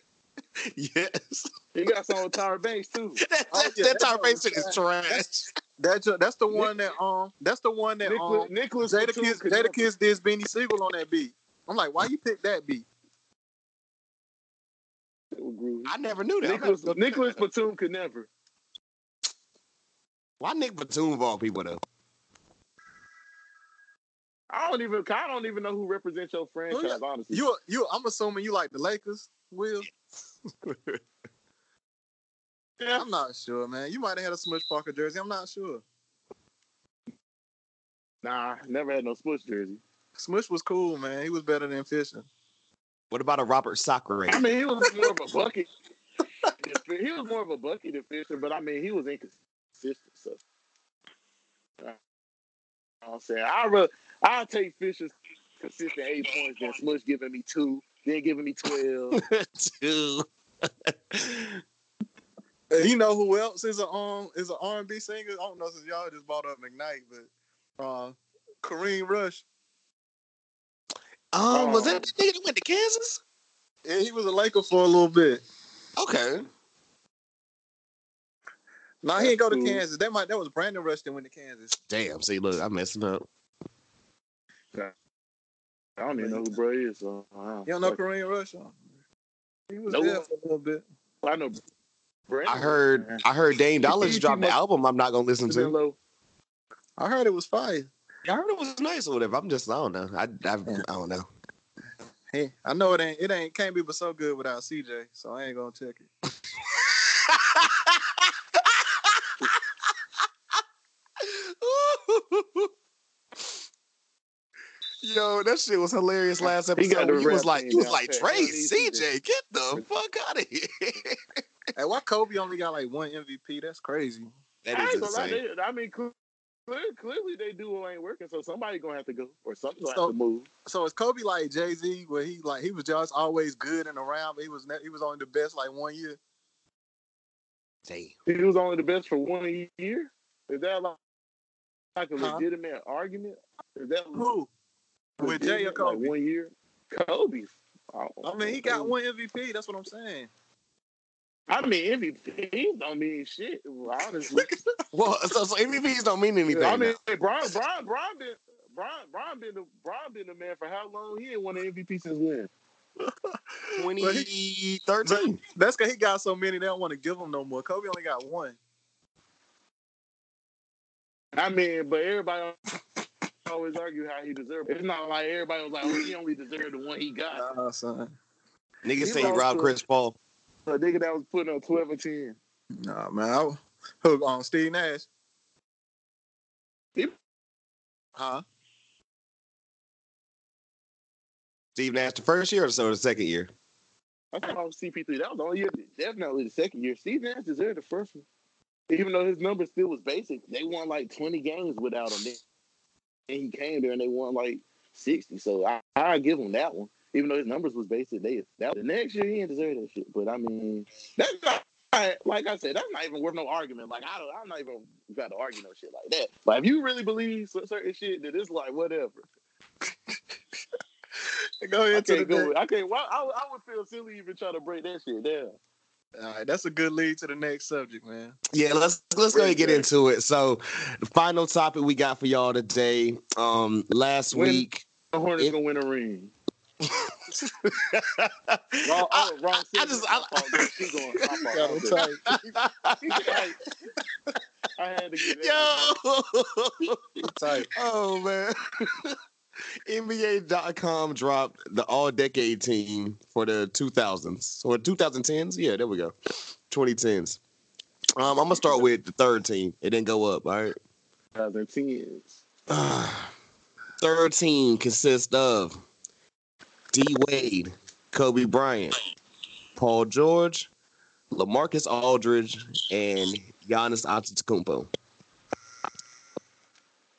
Speaker 3: Yes,
Speaker 2: He got a song with Tyra Banks too.
Speaker 3: that,
Speaker 4: Oh,
Speaker 3: that,
Speaker 4: yeah,
Speaker 3: that
Speaker 4: that
Speaker 3: type of
Speaker 4: song
Speaker 3: shit is
Speaker 4: is
Speaker 3: trash.
Speaker 4: That's your, that's the one that um that's the one that um
Speaker 2: Nicholas, Nicholas
Speaker 4: Jada
Speaker 2: Batum
Speaker 4: Kiss
Speaker 2: could
Speaker 4: Jada
Speaker 2: never-
Speaker 4: Kiss did Benny Siegel on that beat. I'm like, why you pick that beat?
Speaker 3: I never knew that. I'm
Speaker 2: Nicholas,
Speaker 3: not-
Speaker 2: Nicholas Batum could never.
Speaker 3: Why Nick Batum of all people though?
Speaker 2: I don't even. I don't even know who represents your franchise.
Speaker 4: yeah.
Speaker 2: Honestly,
Speaker 4: You you I'm assuming you like the Lakers, Will.
Speaker 2: Yeah.
Speaker 4: I'm not sure, man. You might have had a Smush Parker jersey. I'm not sure.
Speaker 2: nah, never had no Smush jersey.
Speaker 4: Smush was cool, man. He was better than Fisher.
Speaker 3: What about a Robert Sacre?
Speaker 2: I mean, he was more of a bucket. he was more of a bucket than Fisher, but I mean, he was inconsistent. So, Uh, I'm saying I re- I take Fisher's consistent eight points than Smush giving me two, then giving me twelve.
Speaker 3: Dude.
Speaker 4: And you know who else is a um is an R and B singer? I don't know since y'all just brought up McKnight, but uh Kareem Rush.
Speaker 3: Um, was
Speaker 2: Um,
Speaker 3: that the nigga that went to Kansas?
Speaker 4: Yeah, he was a Laker for a little bit.
Speaker 3: Okay.
Speaker 4: No, he didn't go to
Speaker 2: Cool.
Speaker 4: Kansas. That might that was Brandon Rush that went to Kansas.
Speaker 3: Damn. See, look, I'm messing up.
Speaker 2: I don't even know who bro is. So I
Speaker 4: You don't know Kareem Rush? huh? He was
Speaker 2: Nope.
Speaker 4: there for a little bit.
Speaker 2: I know. Brandon
Speaker 3: I heard, I heard Dane Dollars
Speaker 2: He
Speaker 3: dropped the
Speaker 2: must-
Speaker 3: album. I'm not gonna listen to.
Speaker 2: Low.
Speaker 4: I heard it was fire.
Speaker 3: I heard it was nice or whatever. I'm just, I don't know. I, I, I don't know.
Speaker 4: Hey, I know it ain't it ain't can't be but so good without CJ, so I ain't gonna check it.
Speaker 3: Yo, that shit was hilarious last
Speaker 2: He got
Speaker 3: episode.
Speaker 2: the
Speaker 3: You was
Speaker 2: rap
Speaker 3: like,
Speaker 2: team
Speaker 3: you was
Speaker 2: down
Speaker 3: like,
Speaker 2: pat.
Speaker 3: Trey,
Speaker 2: Yeah, he- he
Speaker 3: CJ, get the fuck out of here.
Speaker 4: Hey, why Kobe only got like one MVP? That's crazy.
Speaker 3: that
Speaker 2: I,
Speaker 3: is
Speaker 2: ain't gonna lie,
Speaker 3: insane.
Speaker 2: they- I mean, clearly, clearly they do ain't working, so somebody gonna have to go or something gonna
Speaker 4: So-
Speaker 2: have to move.
Speaker 4: So is Kobe like Jay Z, where he like he was just always good and around, but he was ne- he was only the best like one year.
Speaker 3: Damn.
Speaker 2: He was only the best for one year. Is that like, like a
Speaker 4: Huh?
Speaker 2: legitimate argument? Is that
Speaker 4: Who? With Jay or
Speaker 2: legitimate, like,
Speaker 4: Kobe?
Speaker 2: one year? Kobe.
Speaker 4: I mean, he got one MVP. That's what I'm saying.
Speaker 2: I mean, MVP don't mean shit. Honestly,
Speaker 3: Well, so, so MVPs don't mean anything.
Speaker 2: I mean,
Speaker 3: now.
Speaker 2: Brian, Brian, Brian been. Brian, Brian been the Brian been the man for how long? He ain't won an MVP since when?
Speaker 3: 2013.
Speaker 4: That's because he got so many they don't want to give him no more. Kobe only got one.
Speaker 2: I mean, but everybody always argue how he deserved. it. It's not like everybody was like, oh, he only deserved the one he got.
Speaker 4: Nah, son.
Speaker 3: Niggas
Speaker 2: He
Speaker 3: seen
Speaker 2: lost
Speaker 3: Rob
Speaker 2: to-
Speaker 3: Chris Paul.
Speaker 2: A nigga that was putting up twelve or ten.
Speaker 4: Nah, man. I, who on Steve Nash?
Speaker 2: He-
Speaker 4: Huh?
Speaker 3: Steve Nash the first year or so the second year?
Speaker 2: I thought I was CP3. That was the only year, definitely the second year. Steve Nash deserved the first one. Even though his numbers still was basic, they won like 20 games without him. Then and he came there and they won like 60. So I, I give him that one. Even though his numbers was basic, they that the next year he didn't deserve that shit. But I mean, that's not like I said, that's not even worth no argument. Like I don't, I'm not even about to argue no shit like that. Like if you really believe some certain shit, then it's like whatever.
Speaker 4: Go
Speaker 2: I
Speaker 4: ahead to the
Speaker 2: can't go.
Speaker 4: next.
Speaker 2: With, I can't. Why, I, would- I would feel silly even trying to break that shit down.
Speaker 4: All right, that's a good lead to the next subject, man.
Speaker 3: Yeah, let's let's go ahead and get into it. So, the final topic we got for y'all today. Um, last
Speaker 2: When-
Speaker 3: week,
Speaker 2: The Hornets
Speaker 3: If-
Speaker 2: gonna win a ring. Wrong,
Speaker 3: I,
Speaker 2: oh, wrong.
Speaker 3: I
Speaker 2: season.
Speaker 3: just-
Speaker 2: My fault. Keep going. My fault.
Speaker 4: Got him tight.
Speaker 2: I, had to get that.
Speaker 3: yo,
Speaker 4: tight.
Speaker 3: oh man, NBA.com dropped the All Decade Team for the 2000s or 2010s. Yeah, there we go, 2010s. Um, I'm gonna start with the third team. It didn't go up. All right.
Speaker 2: 2010s.
Speaker 3: third team consists of D Wade, Kobe Bryant, Paul George, Lamarcus Aldridge, and Giannis Antetokounmpo.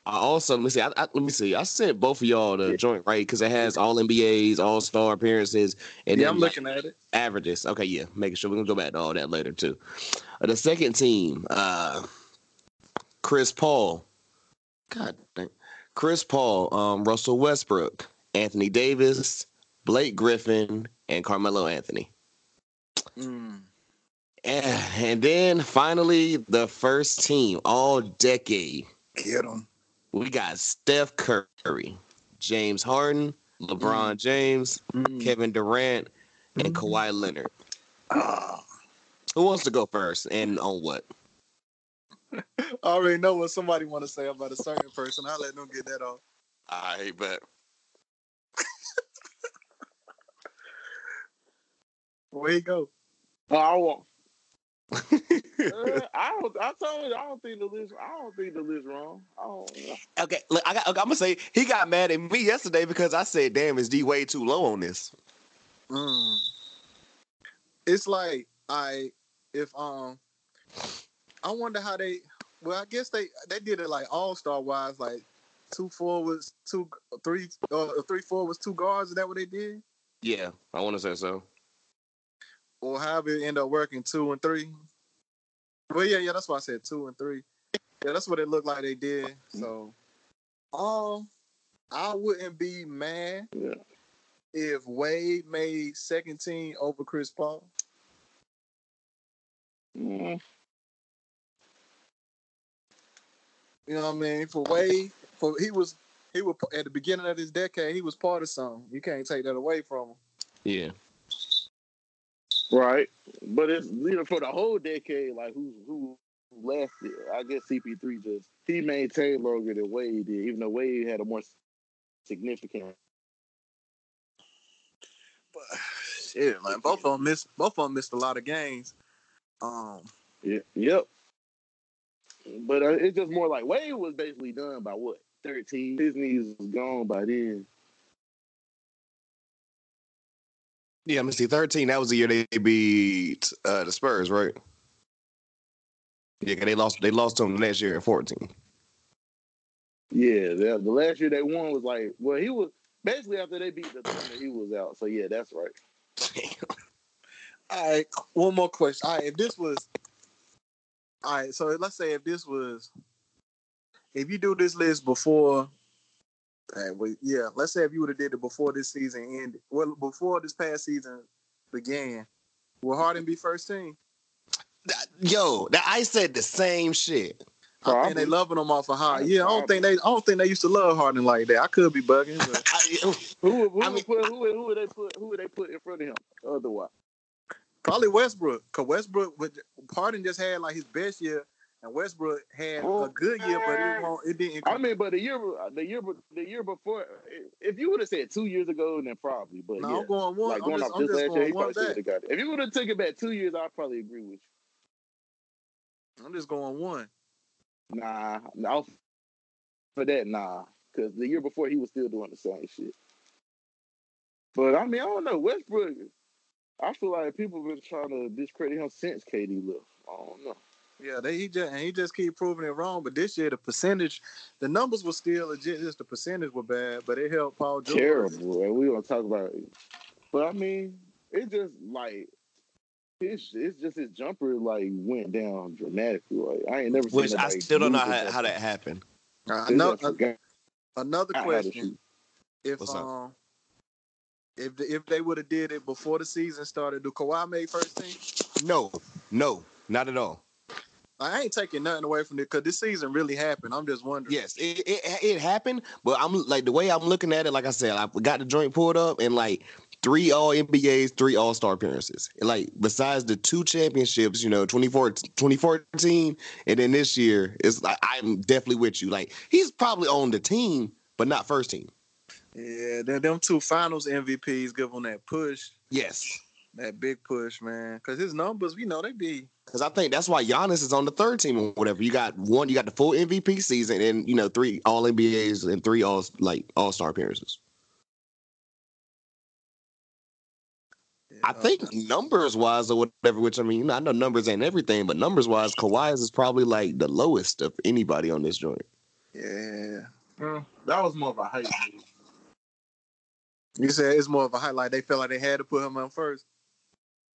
Speaker 3: I also let me see. I, I- let me see. I sent both of y'all the joint right because it has all NBAs, all star appearances, and
Speaker 4: yeah,
Speaker 3: then,
Speaker 4: I'm
Speaker 3: like,
Speaker 4: looking at it.
Speaker 3: averages. Okay, yeah, making sure we're gonna go back to all that later too. Uh, the second team, uh, Chris Paul. God dang. Chris Paul, um, Russell Westbrook, Anthony Davis, Blake Griffin, and Carmelo Anthony.
Speaker 4: Mm.
Speaker 3: Eh, And then finally, the first team all decade.
Speaker 4: Get him.
Speaker 3: We got Steph Curry, James Harden, LeBron James,
Speaker 4: Mm.
Speaker 3: Kevin Durant, and Kawhi Leonard.
Speaker 4: Ah,
Speaker 3: Who wants to go first and on what?
Speaker 4: I already know what somebody want to say about a certain person. I let them get that off.
Speaker 2: I bet.
Speaker 4: Where you go?
Speaker 2: Oh, I won't. Uh, I don't. I told you. I don't think the list. I don't think the list wrong. I don't.
Speaker 3: Okay, look, I got, okay, I'm gonna say he got mad at me yesterday because I said, "Damn, is D way too low on this?"
Speaker 4: Mm. It's like I if um I wonder how they well I guess they they did it like all star wise like two forwards two three uh, three forwards two guards is that what they did
Speaker 3: Yeah, I want to say so.
Speaker 4: or however it end up working two and three well yeah yeah that's why I said two and three yeah that's what it looked like they did so um I wouldn't be mad
Speaker 2: Yeah.
Speaker 4: if Wade made second team over Chris Paul.
Speaker 2: Mm.
Speaker 4: You know what I mean? For Wade, for he was he was at the beginning of this decade. He was part of something. You can't take that away from him.
Speaker 3: Yeah,
Speaker 2: Right. But it's you know for the whole decade. Like who who lasted? I guess CP3 just he maintained longer than Wade did, even though Wade had a more significant.
Speaker 4: But shit, like both of them missed both of them missed a lot of games. Um,
Speaker 2: Yeah. Yep. But uh, it's just more like Wade was basically done by what thirteen. His knees was gone by then.
Speaker 3: yeah. I'm gonna see 13. That was the year they beat uh, the Spurs, right? Yeah, 'cause they lost. They lost to them last year at 14.
Speaker 2: Yeah, the, the last year they won was like, well, he was basically after they beat the Thunder, he was out. So yeah, that's right.
Speaker 4: all right, one more question. All right, if this was all right, so let's say if this was if you do this list before all right, well, yeah, let's say if you would have did it before this season ended, well, before this past season began, will Harden be first team?
Speaker 3: That- Uh, Yo, that I said the same shit.
Speaker 4: I think
Speaker 2: Probably.
Speaker 4: they loving him off of high. Yeah, I don't think they. I don't think they used to love Harden like that. I could be bugging, but
Speaker 3: I,
Speaker 2: Who would, who,
Speaker 3: I
Speaker 2: would
Speaker 3: mean-
Speaker 2: put, who, would, who would they put? Who would they put in front of him? Otherwise,
Speaker 4: probably Westbrook. Cause Westbrook, with Harden just had like his best year, and Westbrook had a good year, but it, won't- it didn't.
Speaker 2: I mean, but the year, the year, the year before, if you would have said two years ago, then probably. But
Speaker 4: no,
Speaker 2: yeah,
Speaker 4: I'm going one.
Speaker 2: like
Speaker 4: I'm
Speaker 2: going
Speaker 4: just,
Speaker 2: off
Speaker 4: I'm
Speaker 2: this
Speaker 4: just
Speaker 2: last year,
Speaker 4: going
Speaker 2: he
Speaker 4: one
Speaker 2: probably should
Speaker 4: back.
Speaker 2: have got it. If you would have took it back two years, I'd probably agree with
Speaker 4: I'm just going one.
Speaker 2: you. Nah, no, for that, nah, because the year before he was still doing the same shit. But I mean, I don't know Westbrook. I feel like people been trying to discredit him since KD left. I don't know.
Speaker 4: Yeah, they he just and he just keep proving it wrong. But this year, the percentage, the numbers were still legit. Just the percentage were bad, but it helped Paul George.
Speaker 2: terrible, and we don't talk about it. But I mean, it just like it's it's just his jumper like went down dramatically. Like I ain't never seen
Speaker 3: which I
Speaker 2: nobody
Speaker 3: still don't know
Speaker 2: lose it
Speaker 3: how, how that happened.
Speaker 4: Uh,
Speaker 2: They
Speaker 4: ano-
Speaker 2: just forgot
Speaker 4: another
Speaker 2: how to
Speaker 4: question.
Speaker 2: shoot.
Speaker 4: if
Speaker 3: What's up?
Speaker 4: um if the, if they would have did it before the season started, do Kawhi make first team?
Speaker 3: No, no, not at all.
Speaker 4: I ain't taking nothing away from it because this season really happened. I'm just wondering.
Speaker 3: Yes, it, it it happened, but I'm like the way I'm looking at it. Like I said, I got the joint pulled up and like three All NBAs, three All Star appearances. And, Like besides the two championships, you know, 24 2014 and then this year, it's like I'm definitely with you. Like he's probably on the team, but not first team.
Speaker 4: Yeah, then them two finals MVPs give them that push.
Speaker 3: Yes,
Speaker 4: That big push, man. Because his numbers, you know, they be
Speaker 3: Because I think that's why Giannis is on the third team or whatever. You got one, you got the full MVP season, and you know three All NBAs and three All like All Star appearances. I think numbers wise or whatever, which I mean, you know, I know numbers ain't everything, but numbers wise, Kawhi's is probably like the lowest of anybody on this joint.
Speaker 4: Yeah.
Speaker 5: Mm, that was more of a hype move.
Speaker 4: You said it's more of a highlight. They felt like they had to put him on first.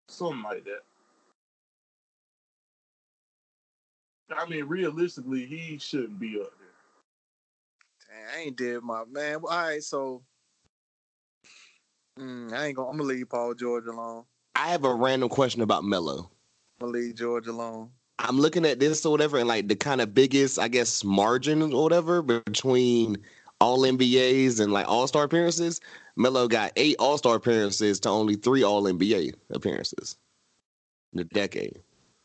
Speaker 5: Something like that. I mean, realistically, he shouldn't be up there.
Speaker 4: Dang, I ain't did my man. All right, so Mm, I ain't gonna. I'm gonna leave Paul George alone.
Speaker 3: I have a random question about Melo.
Speaker 4: I'm gonna leave George alone.
Speaker 3: I'm looking at this or whatever, and like the kind of biggest, I guess, margin or whatever between all NBAs and like all star appearances. Melo got eight all star appearances to only three all NBA appearances in a decade.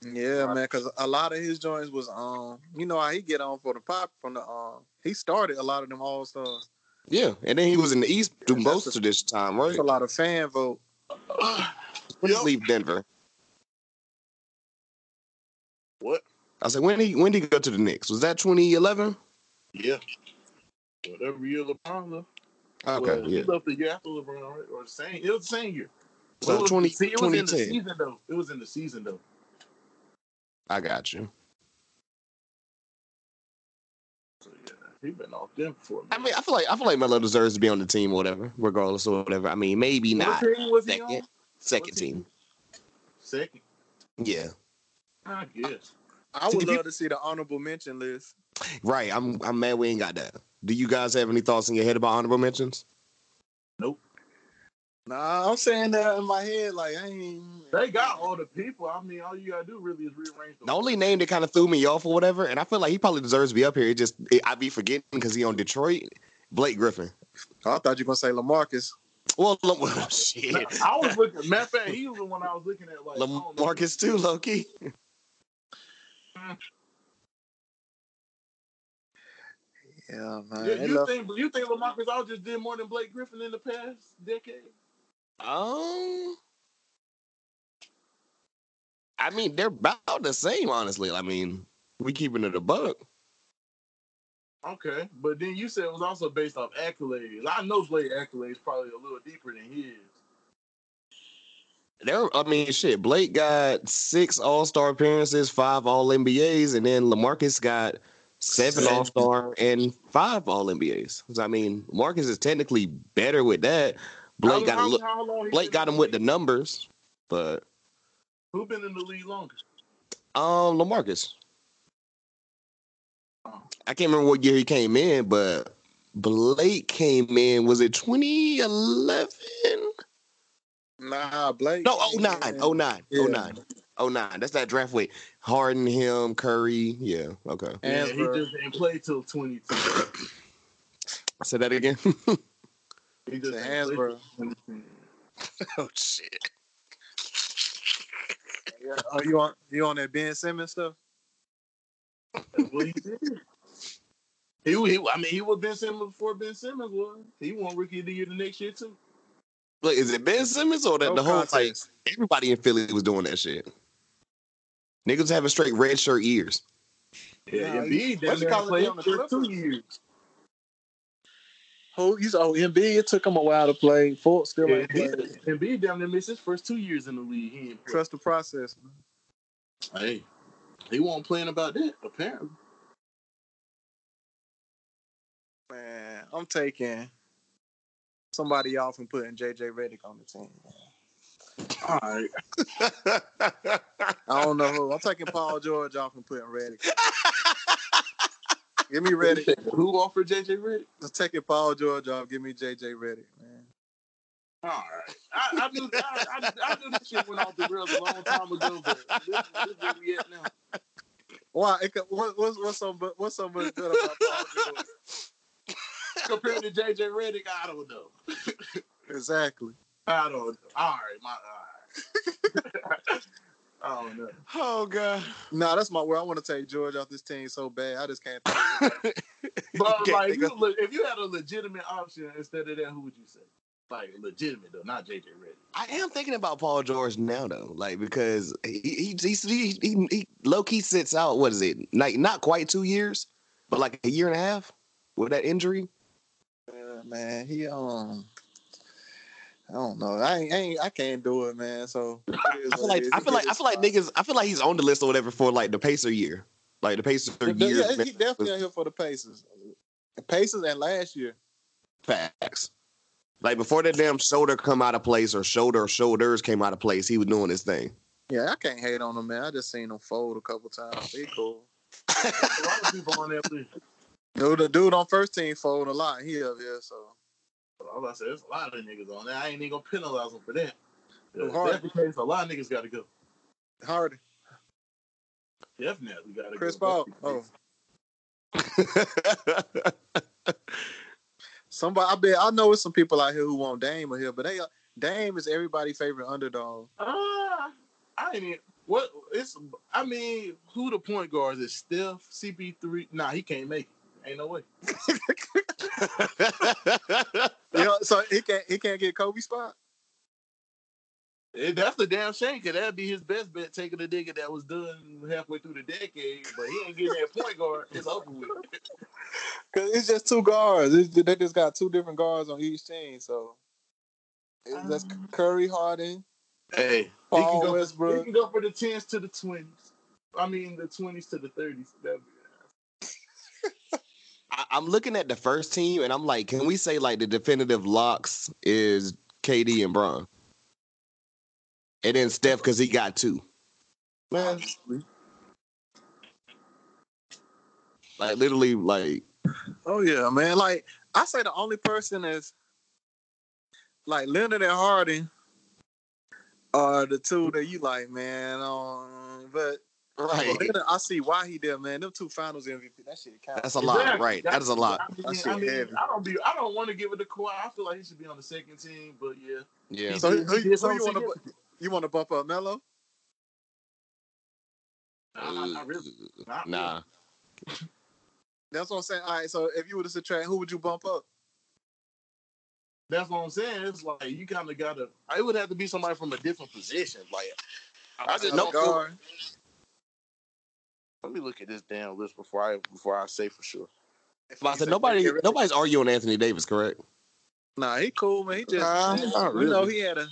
Speaker 4: Yeah, man, because a lot of his joints was um, you know how he get on for the pop from the um, he started a lot of them all stars.
Speaker 3: Yeah, and then he was in the East through
Speaker 4: Yeah,
Speaker 3: most
Speaker 4: that's a-
Speaker 3: of this time, right?
Speaker 4: That's a lot of fan vote.
Speaker 3: When did
Speaker 6: Yep.
Speaker 3: he leave Denver?
Speaker 6: What?
Speaker 3: I said, when did he when did he go to the Knicks? Was that 2011?
Speaker 6: Yeah. Whatever year LeBron left.
Speaker 3: Okay,
Speaker 6: Well,
Speaker 3: yeah.
Speaker 6: He left the year after LeBron, right? Or the same. It was the same year.
Speaker 3: So
Speaker 6: it was,
Speaker 3: 20
Speaker 6: see, it was in the
Speaker 3: 2010.
Speaker 6: season though. It was in the season though.
Speaker 3: I got you.
Speaker 6: So yeah, he been off them for a minute.
Speaker 3: I mean, I feel like I feel like Melo deserves to be on the team or whatever, regardless or whatever. I mean, maybe
Speaker 6: what
Speaker 3: not
Speaker 6: team was he on?
Speaker 3: second, second
Speaker 6: What team?
Speaker 3: team.
Speaker 6: Second,
Speaker 3: Yeah,
Speaker 6: I guess.
Speaker 4: I
Speaker 3: See,
Speaker 4: would
Speaker 3: if you-
Speaker 4: love to see the honorable mention list.
Speaker 3: right. I'm I'm mad we ain't got that. Do you guys have any thoughts in your head about honorable mentions?
Speaker 4: Nah, I'm saying that in my head, like I ain't.
Speaker 6: They got all the people. I mean, all you gotta do really is rearrange.
Speaker 3: The only name that kind of threw me off or whatever, and I feel like he probably deserves to be up here. It just it, I be forgetting because he on Detroit. Blake Griffin.
Speaker 4: I thought you were gonna say Lamarcus.
Speaker 3: Well, Lam- shit,
Speaker 6: I was looking. Matter of fact, he was the one I was looking at. Like I don't know.
Speaker 3: Lamarcus too, low key.
Speaker 4: Yeah, man.
Speaker 6: You,
Speaker 4: they
Speaker 6: you
Speaker 4: left-
Speaker 6: think you think Lamarcus all just did more than Blake Griffin in the past decade?
Speaker 3: Um, I mean, they're about the same, honestly. I mean, we keeping it a buck.
Speaker 6: Okay, but then you said it was also based off accolades. I know Blake accolades probably a little deeper than his.
Speaker 3: There, I mean, shit. Blake got six All Star appearances, five All NBAs, and then Lamarcus got seven
Speaker 4: Seven.
Speaker 3: All Star and five All NBAs. So, I mean, Marcus is technically better with that. Blake got a look.
Speaker 6: how long he
Speaker 3: Blake
Speaker 6: been
Speaker 3: got
Speaker 6: in
Speaker 3: him with the
Speaker 6: league?
Speaker 3: numbers, but
Speaker 6: Who been in the league longest?
Speaker 3: um, Lamarcus. I can't remember what year he came in, but Blake came in. Was it 2011?
Speaker 4: Nah, Blake.
Speaker 3: No, 09, 09,
Speaker 4: Yeah.
Speaker 3: 09, 09. That's that draft with Harden, him, Curry. Yeah, okay.
Speaker 6: Yeah,
Speaker 4: And
Speaker 6: he just didn't play till twenty two.
Speaker 3: I said that again.
Speaker 6: He just
Speaker 4: to
Speaker 6: didn't play till
Speaker 4: Hansborough.
Speaker 6: 22.
Speaker 3: oh shit.
Speaker 4: Oh, you on you on that Ben Simmons stuff?
Speaker 6: That's what he did. He, wa- he, wa- I mean, he was Ben Simmons before Ben Simmons was. He won Rookie of the Year the next year too.
Speaker 3: Look, is it Ben Simmons or that
Speaker 4: No
Speaker 3: the whole like
Speaker 4: contest.
Speaker 3: everybody in Philly was doing that shit? Niggas having straight red shirt ears.
Speaker 6: Yeah,
Speaker 5: Nah, he- what
Speaker 6: Embiid damn
Speaker 5: you
Speaker 6: near
Speaker 5: call it,
Speaker 6: played
Speaker 5: on the
Speaker 6: for two
Speaker 5: Clippers?
Speaker 6: years.
Speaker 4: Who you oh MB? It took him a while to play. Fort still
Speaker 6: Yeah,
Speaker 4: ain't played.
Speaker 6: Embiid Embiid damn near missed his first two years in the league. He ain't play.
Speaker 4: Trust the process. man.
Speaker 6: Hey, he won't playing about that apparently.
Speaker 4: Man, I'm taking somebody off and putting JJ Redick on the team.
Speaker 6: All right,
Speaker 4: I don't know who. I'm taking Paul George off and putting Redick. Give me Redick.
Speaker 6: who offered JJ Redick?
Speaker 4: Just taking Paul George off. Give me JJ Redick, man.
Speaker 6: All right, I, I knew I, I, I knew this shit went off the rails a long time ago, but this, this is where we at now.
Speaker 4: Why? It could- what, what's what's so mu- what's so much good about Paul George?
Speaker 6: Compared to JJ Redick, I don't know.
Speaker 4: Exactly.
Speaker 6: I don't. know. All right, my. All right. I don't know.
Speaker 3: oh god.
Speaker 4: Nah, that's my word. I want to take George off this team so bad. I just can't.
Speaker 6: But
Speaker 3: Can't
Speaker 6: like,
Speaker 3: think
Speaker 6: you,
Speaker 3: of-
Speaker 6: look, if you had a legitimate option instead of that, who would you say? Like legitimate though, not JJ Reddick.
Speaker 3: I am thinking about Paul George now though, like because he he he, he, he, he low key sits out. What is it? Like not quite two years, but like a year and a half with that injury.
Speaker 4: Yeah, man, he um, I don't know. I ain't, I, ain't, I can't do it, man. So
Speaker 3: I feel like I feel like I feel like niggas. I feel like he's on the list or whatever for like the Pacer year, like the Pacer year.
Speaker 4: yeah, he definitely out here for the Pacers. The Pacers and last year.
Speaker 3: Facts. Like before that damn shoulder come out of place or shoulder shoulders came out of place, he was doing his thing.
Speaker 4: Yeah, I can't hate on him, man. I just seen him fold a couple times. He cool.
Speaker 6: A lot of people on that list.
Speaker 4: Dude, the dude on first team fold a lot. He up here, so
Speaker 6: I was about to say, there's a lot of niggas on there. I ain't even gonna penalize them for that.
Speaker 4: Too hard.
Speaker 6: That's the case. A lot of niggas gotta go.
Speaker 4: Hardy,
Speaker 6: Definitely gotta
Speaker 4: Chris
Speaker 6: go.
Speaker 4: Paul. Oh, somebody. I bet I know it's some people out here who want Dame here, but they Dame is everybody's favorite underdog.
Speaker 6: Ah, I ain't even, what it's I mean, who the point guards is Steph, CP three. Nah, he can't make it. Ain't no way.
Speaker 4: You know, so he can't he can't get Kobe spot.
Speaker 6: Eh, that's the damn shame, cause that'd be his best bet taking a nigga that was done halfway through the decade, but he ain't getting that point guard. It's over with.
Speaker 4: Cause it's just two guards. It's, they just got two different guards on each team. So It's- that's
Speaker 6: Um.
Speaker 4: Curry, Harden.
Speaker 6: Hey, he
Speaker 4: Paul
Speaker 6: can, go,
Speaker 4: Westbrook.
Speaker 6: he can go for the tens to the twenties. I mean, the twenties to the thirties.
Speaker 3: I, I'm looking at the first team and I'm like, can we say like the definitive locks is KD and Bron, and then Steph because he got two. Man, like literally, like
Speaker 4: Oh yeah, man. Like I say, the only person is like Leonard and Harden are the two that you like, man. Um, but
Speaker 3: right.
Speaker 4: Leonard, I see why he did, man. Them two Finals MVP. That shit counts.
Speaker 3: That's a lot, right? That is a lot.
Speaker 6: I,
Speaker 4: That
Speaker 6: mean,
Speaker 4: shit
Speaker 6: I, mean,
Speaker 4: heavy.
Speaker 6: I don't be. I don't want to give it to Kawhi. I feel like he should be on the second team, but yeah.
Speaker 3: Yeah.
Speaker 4: So who, who,
Speaker 6: He
Speaker 4: who
Speaker 6: did
Speaker 4: you
Speaker 6: something
Speaker 4: want to
Speaker 6: significant.
Speaker 4: you want to bump up, Melo?
Speaker 6: Nah, not really. Not really.
Speaker 3: Nah.
Speaker 4: That's what I'm saying. All right, so if you were to subtract, who would you bump up?
Speaker 6: That's what I'm saying. It's like you kind of gotta. It would have to be somebody from a different position. Like I just
Speaker 4: Another
Speaker 6: don't feel-
Speaker 4: guard.
Speaker 6: Let me look at this damn list before I before I say for sure.
Speaker 4: If
Speaker 3: But I
Speaker 4: you
Speaker 3: said
Speaker 4: say
Speaker 3: nobody,
Speaker 4: Ricky-
Speaker 3: nobody's arguing Anthony Davis, correct?
Speaker 4: Nah, he cool, man. He just
Speaker 3: Nah, not
Speaker 4: you know
Speaker 3: really.
Speaker 4: he had a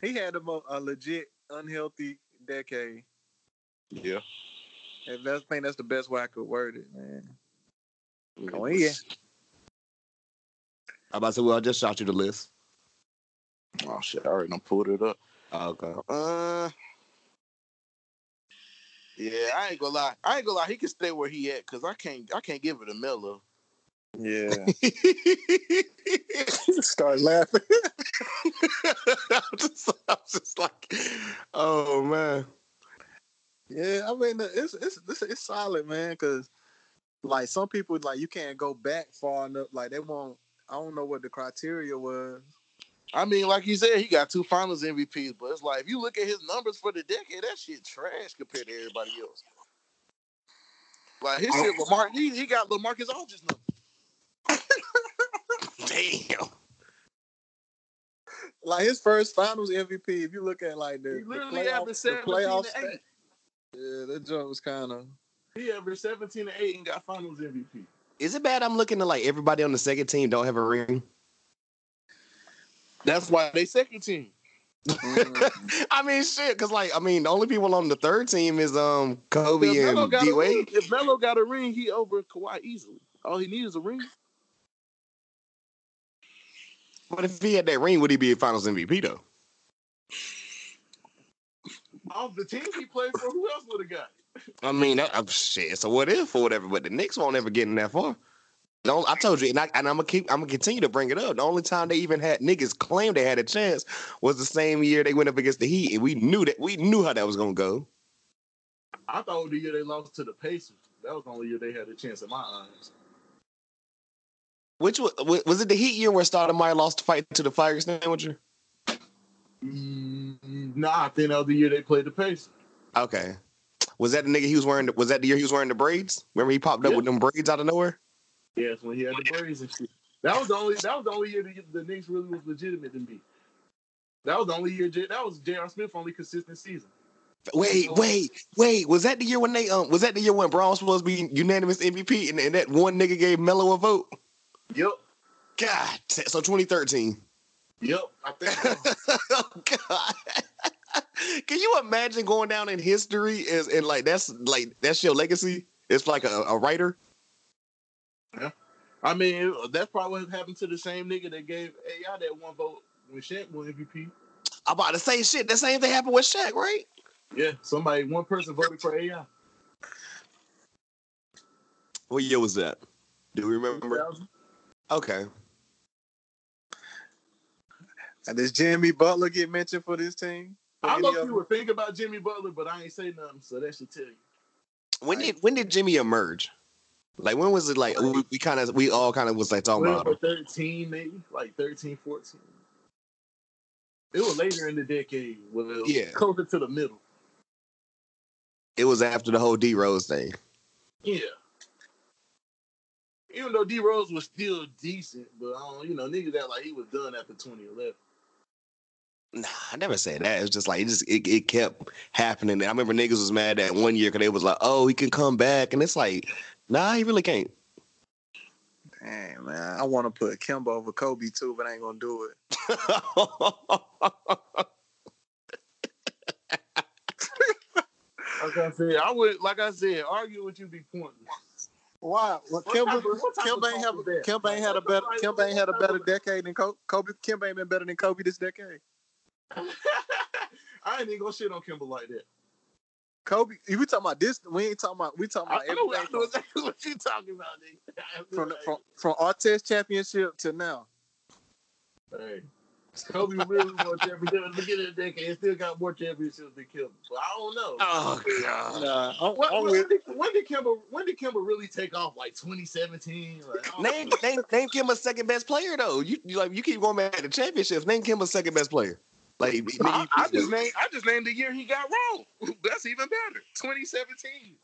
Speaker 4: he had a, mo- a legit unhealthy decade.
Speaker 6: Yeah.
Speaker 4: If that's, I think that's the best way I could word it, man. Oh yeah.
Speaker 3: I'm about to say, well, I just shot you the list.
Speaker 6: Oh shit! I already done pulled it up.
Speaker 3: okay.
Speaker 6: Uh. Yeah, I ain't gonna lie. I ain't gonna lie. He can stay where he at because I can't. I can't give it to Melo.
Speaker 4: Yeah. Start laughing.
Speaker 3: I'm, just, I'm just like, oh man.
Speaker 4: Yeah, I mean it's it's it's, it's solid, man. Because like some people, like you can't go back far enough. Like they won't. I don't know what the criteria was.
Speaker 6: I mean, like you said, he got two Finals MVPs, but it's like if you look at his numbers for the decade, that shit trash compared to everybody else. Like his shit, Lamar, he, he got Lamarcus Aldridge's number.
Speaker 3: Damn.
Speaker 4: Like his first Finals MVP. If you look at like the,
Speaker 6: He
Speaker 4: the
Speaker 6: literally
Speaker 4: playoff,
Speaker 6: averaged
Speaker 4: the
Speaker 6: seventeen
Speaker 4: playoff
Speaker 6: and
Speaker 4: stat-
Speaker 6: eight.
Speaker 4: Yeah, that joke was kind of.
Speaker 6: He averaged seventeen and eight and got Finals MVP.
Speaker 3: Is it bad? I'm looking at like everybody on the second team don't have a ring.
Speaker 6: That's why they second team.
Speaker 4: Mm-hmm.
Speaker 3: I mean, shit. Cause like, I mean, the only people on the third team is um Kobe
Speaker 6: if Melo
Speaker 3: and
Speaker 6: got
Speaker 3: D
Speaker 6: a ring,
Speaker 3: Wade.
Speaker 6: if Melo got a ring, he over Kawhi easily. All he needs is a ring.
Speaker 3: But if he had that ring, would he be a Finals MVP though?
Speaker 6: Off the team he played for, who else would have got it?
Speaker 3: I mean, uh, uh, shit. So what if or whatever? But the Knicks won't ever get in that far. Don't I told you, and, I, and I'm gonna keep. I'm gonna continue to bring it up. The only time they even had niggas claim they had a chance was the same year they went up against the Heat, and we knew that we knew how that was gonna go.
Speaker 6: I thought the year they lost to the Pacers, that was the only year they had a chance in my eyes.
Speaker 3: Which was, was it the Heat year where Stoudemire lost the fight to the Fire Extinguisher?
Speaker 6: Mm, Nah, I think that was the year they played the Pacers.
Speaker 3: Okay, was that the nigga he was wearing? The, was that the year he was wearing the braids? Remember he popped up
Speaker 6: Yeah.
Speaker 3: with them braids out of nowhere?
Speaker 6: Yes, when he had the braids and shit. That was the only. That was the only year the, the Knicks really was legitimate to me. That was the only year. J- That was J.R. Smith's only consistent season.
Speaker 3: Wait, wait, wait. Was that the year when they um? Was that the year when Braun was supposed to be unanimous MVP and, and that one nigga gave Melo a vote?
Speaker 6: Yep.
Speaker 3: God, so 2013.
Speaker 6: Yep. I think.
Speaker 3: oh God. Can you imagine going down in history as and like that's like that's your legacy? It's like a, a writer.
Speaker 6: I mean, that's probably what happened to the same nigga that gave AI that one vote when Shaq won MVP.
Speaker 3: I'm about to say shit. The same thing happened with Shaq, right?
Speaker 6: Yeah, somebody, one person voted for AI.
Speaker 3: What year was that? Do we remember?
Speaker 6: 2000.
Speaker 3: Okay.
Speaker 4: And does Jimmy Butler get mentioned for this team? For
Speaker 6: I
Speaker 4: any
Speaker 6: love
Speaker 4: of
Speaker 6: you would think about Jimmy Butler, but I ain't say nothing, so that should tell you.
Speaker 3: When did when did Jimmy emerge? Like when was it like we, we kind of we all kind of was like talking about
Speaker 6: 12 or
Speaker 3: him.
Speaker 6: 13, maybe, like 13, 14. It was later in the decade. Well,
Speaker 3: Yeah.
Speaker 6: Closer to the middle.
Speaker 3: It was after the whole D Rose thing.
Speaker 6: Yeah. Even though D Rose was still decent, but I don't, you know, niggas that like he was done after 2011.
Speaker 3: Nah, I never said that. It's just like it just it, it kept happening. And I remember niggas was mad that one year because they was like, "Oh, he can come back," and it's like, "Nah, he really can't."
Speaker 4: Dang, man. I want to put Kimba over Kobe too, but I ain't gonna do it.
Speaker 6: Like I said, I would, like I said, argue with you be pointless.
Speaker 4: Why? Well,
Speaker 6: What
Speaker 4: Kimba,
Speaker 6: type of- what type
Speaker 4: Kimba
Speaker 6: of
Speaker 4: ain't have
Speaker 6: talk is that?
Speaker 4: Kimba ain't had a better
Speaker 6: Like,
Speaker 4: Kimba ain't had a
Speaker 6: what type
Speaker 4: better
Speaker 6: of-
Speaker 4: decade than Co- Kobe. Kimba ain't been better than Kobe this decade.
Speaker 6: I ain't even gonna shit on Kimball like that.
Speaker 4: Kobe, if we talking about this, we ain't talking about we talking
Speaker 6: I
Speaker 4: about
Speaker 6: know, I
Speaker 4: everything
Speaker 6: know
Speaker 4: from,
Speaker 6: exactly what you talking about, nigga. I feel
Speaker 4: from,
Speaker 6: like-
Speaker 4: from from Artest championship to now.
Speaker 6: Hey. Kobe really won championships at the beginning of the decade and still got more championships than Kimba. So I don't know.
Speaker 3: oh god.
Speaker 4: Nah, I'm,
Speaker 6: What-
Speaker 4: I'm
Speaker 6: what-
Speaker 4: with,
Speaker 6: when, did, when did Kimba when did Kimba really take off? Like 2017? Like, I don't
Speaker 3: Name,
Speaker 6: know.
Speaker 3: name name Kim a second best player though. You, you like you keep going back to championships. Name Kim a second best player. Like
Speaker 6: I,
Speaker 3: nigga,
Speaker 6: I just named I just named the year he got wrong. That's even better. 2017.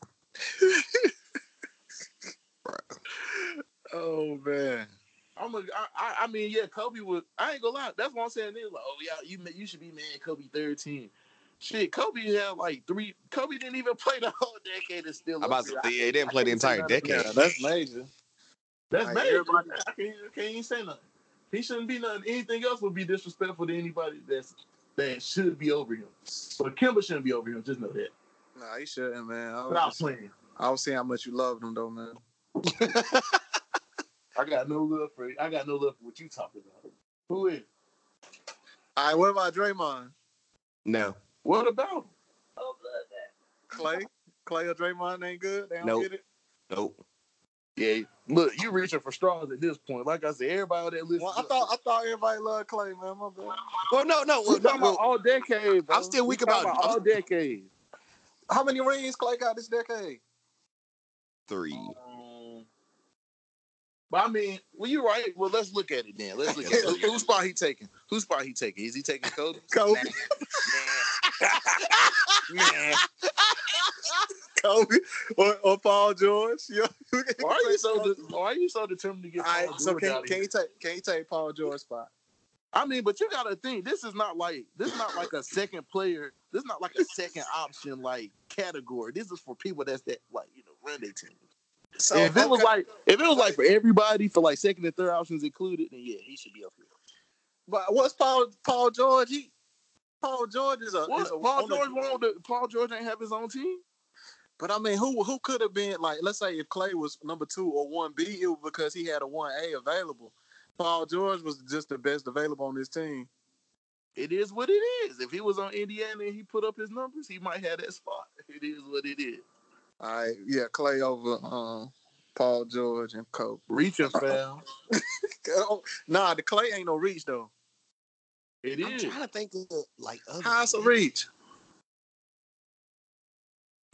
Speaker 4: oh man,
Speaker 6: I'm a, I, I, I mean, yeah, Kobe would. I ain't gonna lie. That's what I'm saying. They like, oh yeah, you ma- you should be mad. Kobe 13. Shit, Kobe had like three. Kobe didn't even play the whole decade. and still
Speaker 3: I'm about
Speaker 6: up
Speaker 3: to
Speaker 6: there.
Speaker 3: say, yeah, he didn't play the
Speaker 6: I can't say
Speaker 3: entire
Speaker 6: nothing.
Speaker 3: decade.
Speaker 4: yeah, that's major.
Speaker 6: That's
Speaker 4: Like,
Speaker 6: bad.
Speaker 4: everybody-
Speaker 6: I can't, I can't even say nothing. He shouldn't be nothing. Anything else would be disrespectful to anybody that's that should be over him. But Kimba shouldn't be over him. Just know that.
Speaker 4: Nah, you shouldn't, man. I was,
Speaker 6: Stop
Speaker 4: just-
Speaker 6: playing.
Speaker 4: I was seeing how much you loved him, though, man.
Speaker 6: I got no love for. I got no love for what you talking about. Who is?
Speaker 4: All right, what about Draymond?
Speaker 3: No,
Speaker 6: What about him?
Speaker 4: Clay, Clay or Draymond ain't good. They don't
Speaker 3: Nope.
Speaker 4: get it.
Speaker 3: nope.
Speaker 6: Yeah, look, you reaching for straws at this point. Like I said, everybody that listens,
Speaker 4: Well, I thought I thought everybody loved Clay, man. My bad.
Speaker 3: Well, no, no,
Speaker 6: we
Speaker 3: well, no.
Speaker 6: talking about
Speaker 3: Well,
Speaker 6: all decades. bro.
Speaker 3: I'm still
Speaker 6: We
Speaker 3: weak
Speaker 6: talking
Speaker 3: about-
Speaker 6: all decades.
Speaker 4: How many rings Clay got this decade?
Speaker 3: three.
Speaker 6: Um, but I mean, well, you're right. Well, let's look at it then. Let's look at it. Who- Whose spot he taking? Whose spot he taking? Is he taking Kobe?
Speaker 4: Kobe,
Speaker 6: Nah. Nah.
Speaker 4: Kobe, or, or Paul George? Yeah.
Speaker 6: Why are you so? De- why are you so determined to get?
Speaker 4: All right,
Speaker 6: Paul
Speaker 4: so
Speaker 6: George out
Speaker 4: can,
Speaker 6: of
Speaker 4: can
Speaker 6: here?
Speaker 4: you take can you take Paul George's spot?
Speaker 6: I mean, but you gotta think this is not like this is not like a second player. This is not like a second option like category. This is for people that's that like you know run their team.
Speaker 4: So
Speaker 6: if it was
Speaker 4: okay,
Speaker 6: like if it was like for everybody for like second and third options included, then yeah, he should be up here.
Speaker 4: but what's Paul Paul George? He, Paul George is a, is a-
Speaker 6: Paul
Speaker 4: uh, on the-
Speaker 6: George won't. Paul George ain't have his own team.
Speaker 4: But I mean, who who could have been like? Let's say if Clay was number two or one B, it was because he had a one A available. Paul George was just the best available on this team.
Speaker 6: It is what it is. If he was on Indiana and he put up his numbers, he might have that spot. It is what it is.
Speaker 4: All right, yeah, Clay over um, Paul George and Kobe.
Speaker 6: Reaching foul.
Speaker 4: Oh, nah, the Clay ain't no reach though.
Speaker 6: It
Speaker 3: I'm
Speaker 6: is.
Speaker 3: trying to think of like other.
Speaker 4: How's a reach?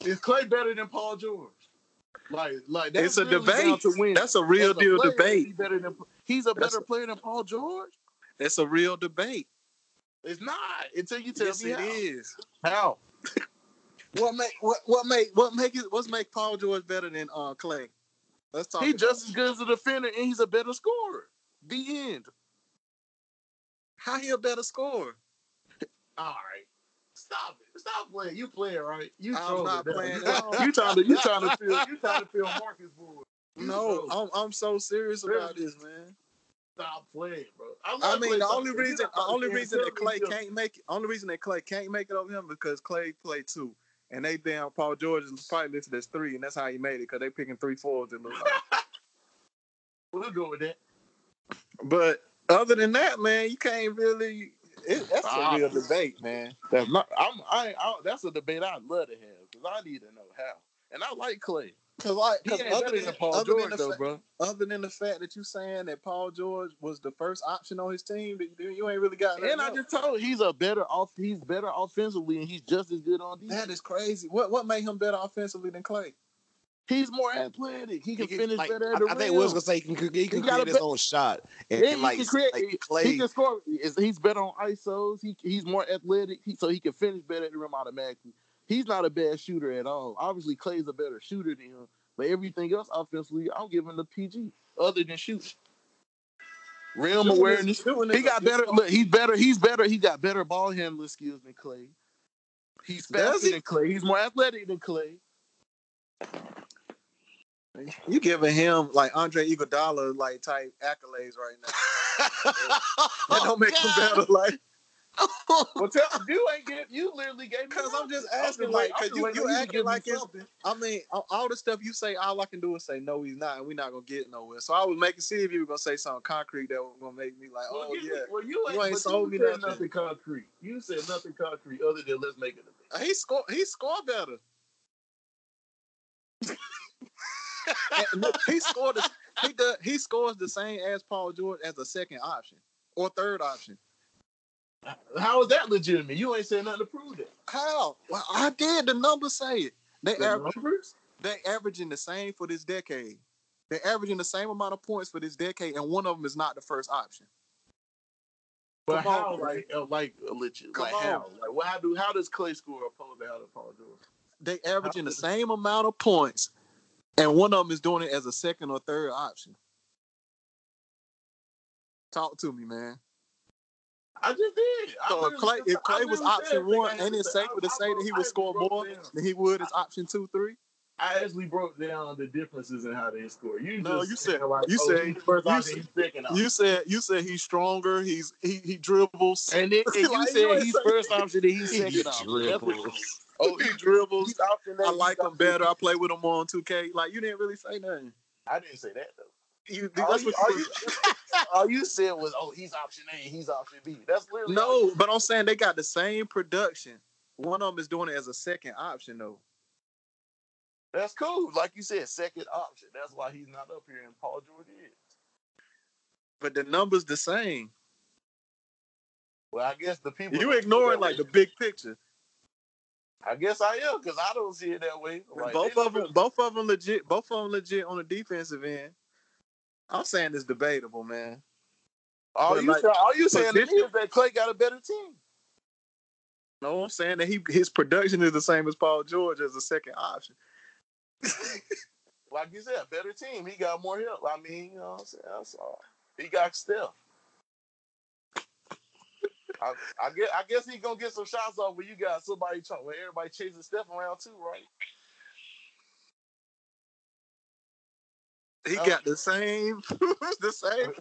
Speaker 6: Is Clay better than Paul George? Like, like
Speaker 4: It's
Speaker 6: that's
Speaker 4: a
Speaker 6: really down
Speaker 4: debate.
Speaker 6: to win.
Speaker 4: That's a real
Speaker 6: As a
Speaker 4: deal
Speaker 6: player,
Speaker 4: debate.
Speaker 6: He's, better than, he's a
Speaker 4: That's
Speaker 6: better
Speaker 4: a-
Speaker 6: player than Paul George.
Speaker 4: That's a real debate.
Speaker 6: It's not until you tell
Speaker 4: Yes,
Speaker 6: me
Speaker 4: it
Speaker 6: how.
Speaker 4: is.
Speaker 6: How?
Speaker 4: What make what what make what make it what's make Paul George better than uh Clay? Let's talk.
Speaker 6: He
Speaker 4: about it.
Speaker 6: just as good as a defender, and he's a better scorer.
Speaker 4: The end. How he a better scorer?
Speaker 6: All right. Stop it. Stop playing. You playing, right? You
Speaker 4: I'm
Speaker 6: trolling,
Speaker 4: not
Speaker 6: dog.
Speaker 4: playing at all.
Speaker 6: You trying to you trying to feel you trying to feel Marcus Boyd. You
Speaker 4: No,
Speaker 6: trolling.
Speaker 4: I'm I'm so serious about this, man.
Speaker 6: stop playing, bro. love
Speaker 4: I mean,
Speaker 6: Clay
Speaker 4: the only
Speaker 6: Thompson. He's
Speaker 4: reason,
Speaker 6: not
Speaker 4: the
Speaker 6: about
Speaker 4: only
Speaker 6: to
Speaker 4: reason that
Speaker 6: tell me
Speaker 4: Clay
Speaker 6: he's
Speaker 4: can't make it, only reason that Clay can't make it over him because Clay played two, and they damn Paul George is probably listed as three, and that's how he made it because they picking three fours. It look like.
Speaker 6: We'll go with that.
Speaker 4: but other than that, man, you can't really. It, that's
Speaker 6: Ah.
Speaker 4: a real debate, man.
Speaker 6: That's not. I'm. I, I. That's a debate I'd love to have because I need to know how. And I like Clay.
Speaker 4: Cause like,
Speaker 6: He
Speaker 4: 'cause
Speaker 6: ain't
Speaker 4: other,
Speaker 6: better
Speaker 4: than,
Speaker 6: than Paul
Speaker 4: other,
Speaker 6: George
Speaker 4: than the
Speaker 6: though,
Speaker 4: fa-
Speaker 6: bro.
Speaker 4: other than the fact that you saying that Paul George was the first option on his team, that you, you ain't really got.
Speaker 6: And I
Speaker 4: nothing
Speaker 6: just told he's a better off. He's better offensively, and he's just as good on
Speaker 4: else.
Speaker 6: defense.
Speaker 4: that is crazy. What what made him better offensively than Clay?
Speaker 6: He's more athletic. He can,
Speaker 3: He can-
Speaker 6: finish
Speaker 3: like,
Speaker 6: better at
Speaker 3: I-
Speaker 6: the
Speaker 3: I,
Speaker 6: rim.
Speaker 3: think we was gonna say he can, he can
Speaker 6: got
Speaker 3: create
Speaker 6: a
Speaker 3: his
Speaker 6: bet-
Speaker 3: own shot, and,
Speaker 6: Yeah,
Speaker 3: and
Speaker 6: he
Speaker 3: like,
Speaker 6: can create-
Speaker 3: like Clay,
Speaker 6: He can score. Is- He's better on ISOs. He he's more athletic, he, so he can finish better at the rim automatically. He's not a bad shooter at all. Obviously, Clay's a better shooter than him, but everything else offensively, I'm giving the PG other than shooting. Realm
Speaker 4: Shooting is-
Speaker 6: awareness.
Speaker 4: shooting is
Speaker 6: He
Speaker 4: a
Speaker 6: got better. Look, he's better. He's better. He got better ball handling skills than Clay. He's
Speaker 4: Does
Speaker 6: faster
Speaker 4: he?
Speaker 6: than Clay. He's more athletic than Clay.
Speaker 4: You giving him like Andre Iguodala like type accolades right now. That don't make him better. Like,
Speaker 6: Well, tell you ain't give you literally gave me
Speaker 4: cause I'm just
Speaker 6: nothing.
Speaker 4: asking,
Speaker 6: I'm
Speaker 4: like,
Speaker 6: I'm
Speaker 4: cause you
Speaker 6: waiting
Speaker 4: you
Speaker 6: on to give
Speaker 4: acting
Speaker 6: me
Speaker 4: like it's.
Speaker 6: something.
Speaker 4: I mean, all, all the stuff you say, all I can do is say no, he's not, and we're not gonna get nowhere. So I was making see if you were gonna say something concrete that was gonna make me like,
Speaker 6: Well,
Speaker 4: oh
Speaker 6: you,
Speaker 4: yeah.
Speaker 6: well, you ain't,
Speaker 4: You ain't
Speaker 6: but
Speaker 4: sold
Speaker 6: you
Speaker 4: me
Speaker 6: said
Speaker 4: nothing.
Speaker 6: nothing concrete. You said nothing concrete other than let's make it a thing.
Speaker 4: He score he scored better. And look, he scored the, he does, he scores the same as Paul George as a second option or third option.
Speaker 6: How is that legitimate? You ain't said nothing to prove that.
Speaker 4: How? Well, I did. The numbers say it. They
Speaker 6: The
Speaker 4: average,
Speaker 6: numbers?
Speaker 4: they averaging the same for this decade. They're averaging the same amount of points for this decade, and one of them is not the first option.
Speaker 6: But
Speaker 4: Come on,
Speaker 6: how,
Speaker 4: bro.
Speaker 6: like, uh, like uh, legit?
Speaker 4: Come
Speaker 6: like
Speaker 4: on.
Speaker 6: how? Like, well, how do how does Clay score opposed to how does Paul George?
Speaker 4: They averaging the
Speaker 6: How-
Speaker 4: same amount of points, and one of them is doing it as a second or third option. Talk to me, man.
Speaker 6: I just did. I
Speaker 4: So if
Speaker 6: literally
Speaker 4: Clay,
Speaker 6: just-
Speaker 4: if
Speaker 6: I
Speaker 4: Clay was
Speaker 6: literally said
Speaker 4: option
Speaker 6: everything
Speaker 4: one,
Speaker 6: I had
Speaker 4: ain't
Speaker 6: to
Speaker 4: it
Speaker 6: say.
Speaker 4: safe to
Speaker 6: I-
Speaker 4: say
Speaker 6: I
Speaker 4: that he
Speaker 6: wrote-
Speaker 4: would
Speaker 6: I
Speaker 4: score
Speaker 6: wrote
Speaker 4: more
Speaker 6: down-
Speaker 4: than he would as option two, three?
Speaker 6: I actually broke down the differences in how they score. You
Speaker 4: No,
Speaker 6: just
Speaker 4: you said-
Speaker 6: like,
Speaker 4: you
Speaker 6: oh,
Speaker 4: said-
Speaker 6: he's first
Speaker 4: you
Speaker 6: option,
Speaker 4: said-
Speaker 6: he's second option.
Speaker 4: You said you said he's stronger. He's he he dribbles.
Speaker 6: And then and you
Speaker 4: Like, you
Speaker 6: said
Speaker 4: ain't
Speaker 6: he's
Speaker 4: say-
Speaker 6: first option and he's
Speaker 3: he
Speaker 6: second option. That's what you
Speaker 3: dribbles.
Speaker 4: Oh, he dribbles.
Speaker 6: he's option A,
Speaker 4: I
Speaker 6: he's
Speaker 4: like him
Speaker 6: option B.
Speaker 4: better. I play with him on 2K. Like you didn't really say nothing.
Speaker 6: I didn't say that though.
Speaker 4: You,
Speaker 6: All
Speaker 4: that's
Speaker 6: you,
Speaker 4: what you,
Speaker 6: all, you, all you said was, "Oh, he's option A, he's option B." That's literally all you-
Speaker 4: no, but I'm saying they got the same production. One of them is doing it as a second option though.
Speaker 6: That's cool. Like you said, second option. That's why he's not up here, and Paul George is.
Speaker 4: But the numbers the same.
Speaker 6: Well, I guess the people
Speaker 4: You ignoring like the big picture.
Speaker 6: I guess I am because I don't see it that way. Like,
Speaker 4: both
Speaker 6: they-
Speaker 4: of them, both of them legit. Both of them legit on the defensive end. I'm saying it's debatable, man.
Speaker 6: All
Speaker 4: but
Speaker 6: you,
Speaker 4: like-
Speaker 6: say- all you saying to me
Speaker 4: position-
Speaker 6: is that Clay got a better team.
Speaker 4: No, I'm saying that he his production is the same as Paul George as a second option.
Speaker 6: Like you said, a better team. He got more help. I mean, you know what I'm saying? That's all. He got Steph. I, I guess I guess he gonna get some shots off when you got somebody trying when everybody chasing Steph around too, right?
Speaker 4: He
Speaker 6: Oh.
Speaker 4: got the same, the same.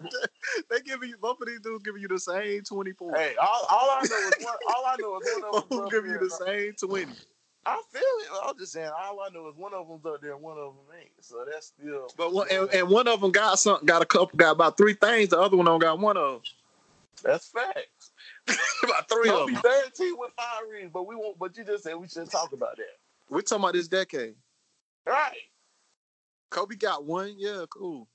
Speaker 4: They giving you both of these dudes giving you the same twenty points.
Speaker 6: Hey, all, all I know is one, all I know is one of
Speaker 4: Both
Speaker 6: them
Speaker 4: giving you the same twenty.
Speaker 6: I feel it. I'm just saying. All I know is one of them's up there, and one of them ain't. So that's still.
Speaker 4: But one and, and one of them got something, got a couple, got about three things. The other one don't got one of
Speaker 6: that's facts.
Speaker 4: them. about three of
Speaker 6: Kobe
Speaker 4: them.
Speaker 6: 13 with five rings, but we won't. But you just said we should talk about that,
Speaker 4: We're talking about this decade.
Speaker 6: right?
Speaker 4: Kobe got one. Yeah, cool.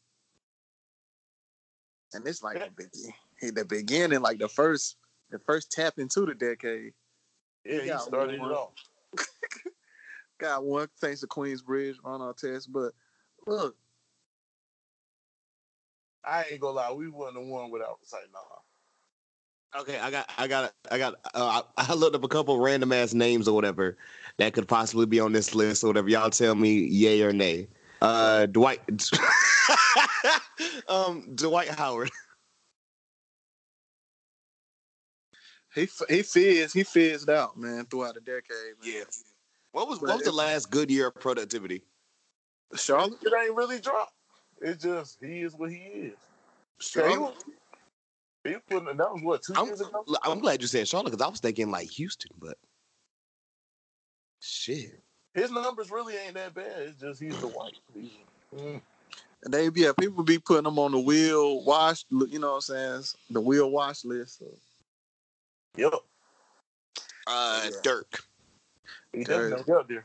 Speaker 4: And it's like the, begin- the beginning, like the first, the first tap into the decade.
Speaker 6: Yeah, he
Speaker 4: got
Speaker 6: started
Speaker 4: one.
Speaker 6: it off.
Speaker 4: Got one thanks to Queensbridge on our test. But look,
Speaker 6: I ain't gonna lie, we wouldn't have won without saying nah.
Speaker 3: Okay, I got, I got, I got. Uh, I, I looked up a couple random ass names or whatever that could possibly be on this list or whatever. Y'all tell me yay
Speaker 6: Uh,
Speaker 3: or nay. Uh, Dwight, um, Dwight Howard.
Speaker 4: He f- he fizzed he fizzed out, man, throughout the decade. Man.
Speaker 3: Yeah. What was what was the last good year of productivity?
Speaker 4: Charlotte,
Speaker 6: It ain't really dropped. It's just he is what he is. So he
Speaker 4: Charlotte.
Speaker 6: was, he was putting, that was what 2
Speaker 3: I'm,
Speaker 6: years ago.
Speaker 3: I'm glad you said Charlotte because I was thinking like Houston, but shit.
Speaker 6: His numbers really ain't that bad. It's just he's the white. He's, mm.
Speaker 4: And they yeah, people be putting him on the wheel watch. You know what I'm saying? The wheel watch list. So.
Speaker 6: Yep,
Speaker 3: Uh,
Speaker 6: Oh, Yeah.
Speaker 3: Dirk.
Speaker 6: he
Speaker 4: There
Speaker 6: definitely got there.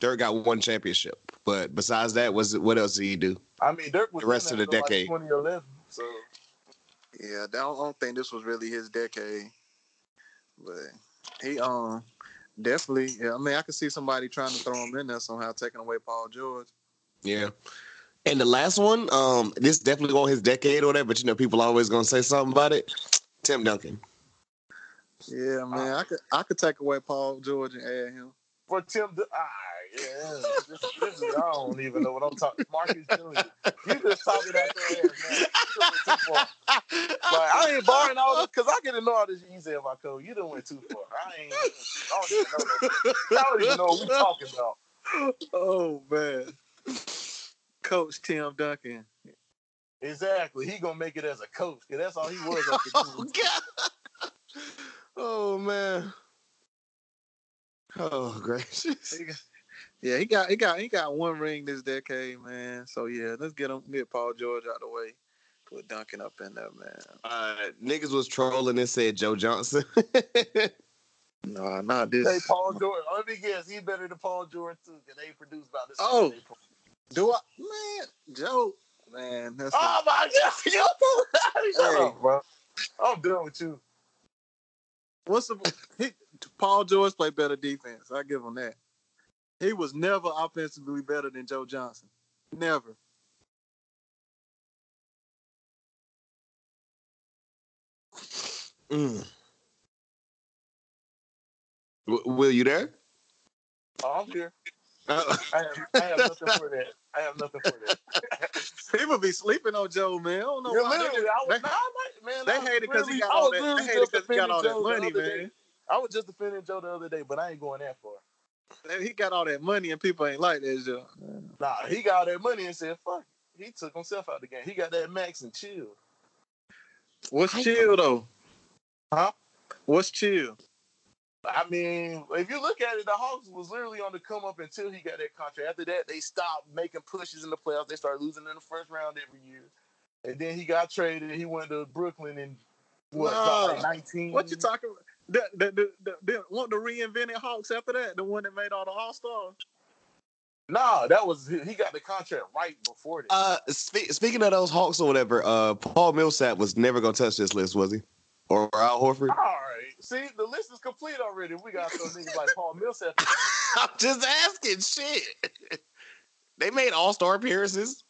Speaker 3: Dirk got one championship, but besides that, was what else did he do?
Speaker 6: I mean, Dirk was
Speaker 3: The rest
Speaker 6: in
Speaker 3: of the
Speaker 6: there until,
Speaker 3: decade.
Speaker 6: like 2011. So
Speaker 4: Yeah, I don't, I don't think this was really his decade, but he um definitely. Yeah, I mean, I could see somebody trying to throw him in there somehow, taking away Paul George.
Speaker 3: Yeah. And the last one, um, this definitely on his decade or whatever, but you know, people always gonna say something about it. Tim Duncan.
Speaker 4: Yeah, man, I could I could take away Paul George and add him.
Speaker 6: for Tim, Du- ah, yeah, this, this is, I don't even know what I'm talking. Marcus Jr. You just talking out your ass, man. You done went too far. Like I ain't barring all this because I get to know all this shit you said about code. You done went too far. I ain't. I don't even know. That shit. I don't even know what we talking about.
Speaker 4: Oh man, Coach Tim Duncan.
Speaker 6: Exactly. He gonna make it as a coach because that's all he was. Up
Speaker 3: Oh
Speaker 6: to.
Speaker 3: god. Oh man. Oh gracious.
Speaker 4: He got- Yeah, he got he got he got one ring this decade, man. So yeah, let's get him get Paul George out of the way, put Duncan up in there, man.
Speaker 3: Uh, niggas was trolling and said Joe Johnson.
Speaker 4: No, not
Speaker 6: Hey,
Speaker 4: this.
Speaker 6: Paul George. Let me guess. He better than Paul George too because they produced about this.
Speaker 4: Oh. Do I, man, Joe, man, that's
Speaker 6: Oh my god. Shut
Speaker 4: Hey.
Speaker 6: up, bro. I'm done with you.
Speaker 4: What's the he, Paul George played better defense? I give him that. He was never offensively better than Joe Johnson. Never.
Speaker 3: Mm. W- Will you there?
Speaker 6: Oh, I'm here.
Speaker 3: Uh,
Speaker 6: I have, I have nothing for that. I have nothing for that.
Speaker 4: People be sleeping on Joe, man. I don't know
Speaker 6: Yeah,
Speaker 4: why.
Speaker 6: literally, I was,
Speaker 4: they-
Speaker 6: nah, I'm like, man, I
Speaker 4: They
Speaker 6: was
Speaker 4: hated because
Speaker 6: really-
Speaker 4: he got
Speaker 6: I
Speaker 4: all
Speaker 6: was
Speaker 4: that. They
Speaker 6: literally
Speaker 4: hated because
Speaker 6: just
Speaker 4: he got all that
Speaker 6: defending Joe
Speaker 4: money,
Speaker 6: the other
Speaker 4: man.
Speaker 6: day. I was just defending Joe the other day, but I ain't going that far.
Speaker 4: He got all that money, and people ain't like that, Joe.
Speaker 6: Nah, he got all that money and said, fuck it. He took himself out the game. He got that max and chill.
Speaker 4: What's chill though?
Speaker 6: Huh?
Speaker 4: What's chill?
Speaker 6: I mean, if you look at it, the Hawks was literally on the come up until he got that contract. After that, they stopped making pushes in the playoffs. They started losing in the first round every year. And then he got traded. He went to Brooklyn and what, dropped
Speaker 4: Nah.
Speaker 6: like 19?
Speaker 4: What you talking? about? The, the, the, the, the, want the reinvented Hawks after that? The one that made all the All Stars?
Speaker 6: Nah, that was he got the contract right before that.
Speaker 3: uh, spe- speaking of those Hawks or whatever, uh, Paul Millsap was never gonna touch this list, was he? Or Al Horford?
Speaker 6: All right. See, the list is complete already. We got some niggas like Paul Millsap. uh,
Speaker 3: I'm just asking. Shit, they made All Star appearances.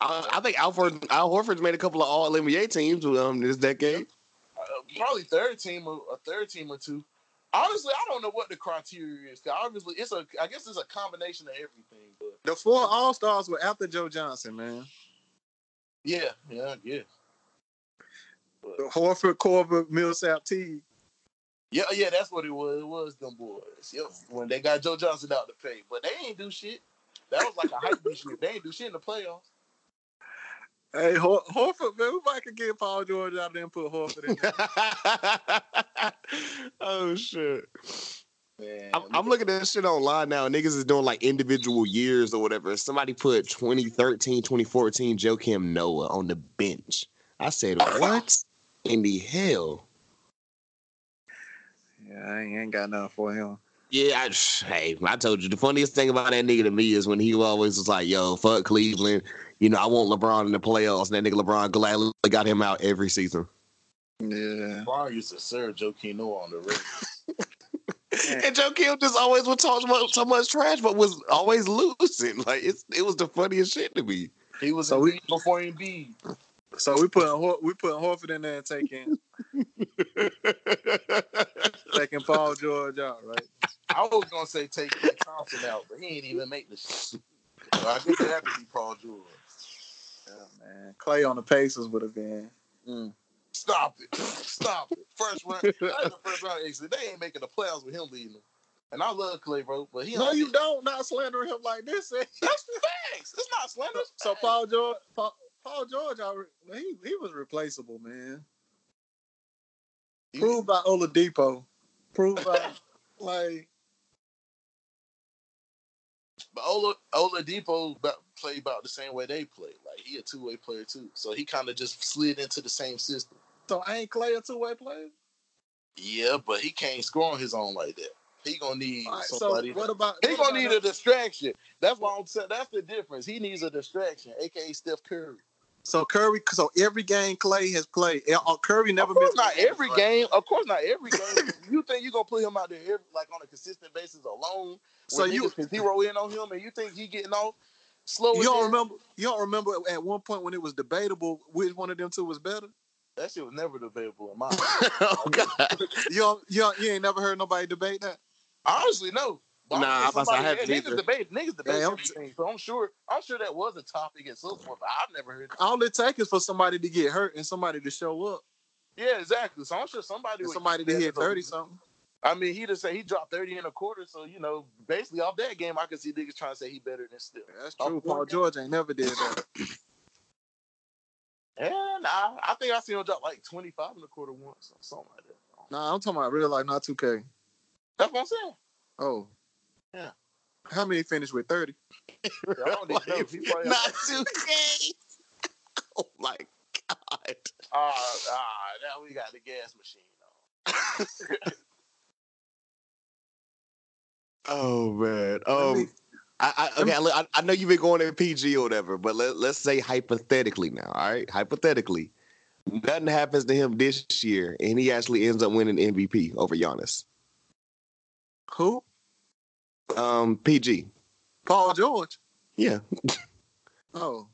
Speaker 3: I, I think Al, For- Al Horford's made a couple of All NBA teams um, this decade.
Speaker 6: Uh, probably third team or a third team or two. Honestly, I don't know what the criteria is. 'cause Obviously, it's a. I guess it's a combination of everything. But
Speaker 4: The four All Stars were after Joe Johnson, man.
Speaker 6: yeah, yeah, yeah,
Speaker 4: Horford, Corbett, Millsap, T.
Speaker 6: yeah, yeah. That's what it was. It was them boys. Yep. When they got Joe Johnson out to pay, but they ain't do shit. That was like a hype this year. They ain't do shit in the playoffs.
Speaker 4: Hey, Hor- Horford, man, we might could get Paul George out there and put Horford in.
Speaker 3: oh shit!
Speaker 6: Man,
Speaker 3: I'm, I'm looking at this shit online now. Niggas is doing like individual years or whatever. Somebody put 2013, 2014 Joakim Noah on the bench. I said, what in the hell?
Speaker 4: yeah, I ain't, ain't got nothing for him.
Speaker 3: Yeah, I, hey, I told you the funniest thing about that nigga to me is when he always was like, "Yo, fuck Cleveland," you know, I want LeBron in the playoffs, and that nigga LeBron gladly got him out every season.
Speaker 4: Yeah.
Speaker 6: LeBron used to serve Joe Kino on the rim.
Speaker 3: And Joe Kim just always would talk so much, so much trash, but was always losing. Like it's, it was the funniest shit to me.
Speaker 6: He was
Speaker 4: So
Speaker 6: in
Speaker 4: we-
Speaker 6: league before Embiid.
Speaker 4: So we putting Hor- we putting Horford in there and taking taking Paul George out, right?
Speaker 6: I was gonna say take Clay Thompson out, but he ain't even make the shit. So I guess it had to be Paul George.
Speaker 4: Yeah, man. Clay on the Pacers would have been. Mm.
Speaker 6: Stop it. Stop it. First round. Not even first round exit. They ain't making the playoffs with him leading them. And I love Clay, bro, but he
Speaker 4: No,
Speaker 6: don't-
Speaker 4: you don't. Not slandering him like this. eh?
Speaker 6: That's facts. It's not slander. It's
Speaker 4: so
Speaker 6: facts.
Speaker 4: Paul George, Paul, Paul George, I, re- he he was replaceable, man.
Speaker 6: He-
Speaker 4: Proved by Oladipo. Proved by like
Speaker 6: But Ola Oladipo about, played about the same way they play. Like he a two way player too, so he kind of just slid into the same system.
Speaker 4: so. Ain't Clay a two way player?
Speaker 6: Yeah, but he can't score on his own like that. He gonna need
Speaker 4: All right, so
Speaker 6: somebody.
Speaker 4: what about
Speaker 6: he
Speaker 4: what
Speaker 6: gonna need
Speaker 4: about-
Speaker 6: a distraction. That's why I'm saying. That's the difference. He needs a distraction, aka Steph Curry.
Speaker 4: so Curry? So every game Clay has played, eh, uh, Curry never
Speaker 6: of course,
Speaker 4: missed
Speaker 6: not
Speaker 4: a game,
Speaker 6: every
Speaker 4: right?
Speaker 6: game. Of course, not every game. you think you gonna put him out there every, like on a consistent basis alone?
Speaker 4: So
Speaker 6: So
Speaker 4: you-
Speaker 6: you can zero in on him, and you think he getting off slow?
Speaker 4: You
Speaker 6: as hell?
Speaker 4: don't remember? You don't remember at one point when it was debatable which one of them two was better?
Speaker 6: That shit was never debatable in my.
Speaker 3: oh God.
Speaker 4: You don't, you don't, you ain't never heard nobody debate that.
Speaker 6: Honestly, no. But
Speaker 3: Nah,
Speaker 6: sure
Speaker 3: I'm about to say, I
Speaker 6: somebody-
Speaker 3: haven't
Speaker 6: niggas
Speaker 3: either.
Speaker 6: debate, niggas debate
Speaker 4: Yeah, I'm-
Speaker 6: everything. So I'm sure, I'm sure that was a topic at some point. But I've never heard.
Speaker 4: All it takes is for somebody to get hurt and somebody to show up
Speaker 6: Yeah, exactly. So I'm sure somebody,
Speaker 4: and
Speaker 6: would-
Speaker 4: somebody to hit thirty something.
Speaker 6: I mean, he just say he dropped thirty in a quarter. So you know, basically off that game, I could see niggas trying to say he better than still.
Speaker 4: That's
Speaker 6: Oh,
Speaker 4: true. Paul
Speaker 6: okay.
Speaker 4: George ain't never did that.
Speaker 6: And I, I think I seen him drop like twenty five in a quarter once or something like that.
Speaker 4: Nah, I'm talking about real life, not two K.
Speaker 6: That's what I'm saying.
Speaker 4: Oh,
Speaker 6: Yeah.
Speaker 4: How many finished with thirty?
Speaker 6: I don't even know. He probably had,
Speaker 3: Not 2K. oh my God.
Speaker 6: ah, ah, now we got the gas machine. on.
Speaker 3: Oh man. Um.
Speaker 4: me-
Speaker 3: I, I, okay, look, I, I know you've been going in PG or whatever, but let, let's say hypothetically now, all right? Hypothetically, nothing happens to him this year, and he actually ends up winning MVP over Giannis.
Speaker 4: Who?
Speaker 3: Um, PG,
Speaker 4: Paul George.
Speaker 3: yeah.
Speaker 4: Oh,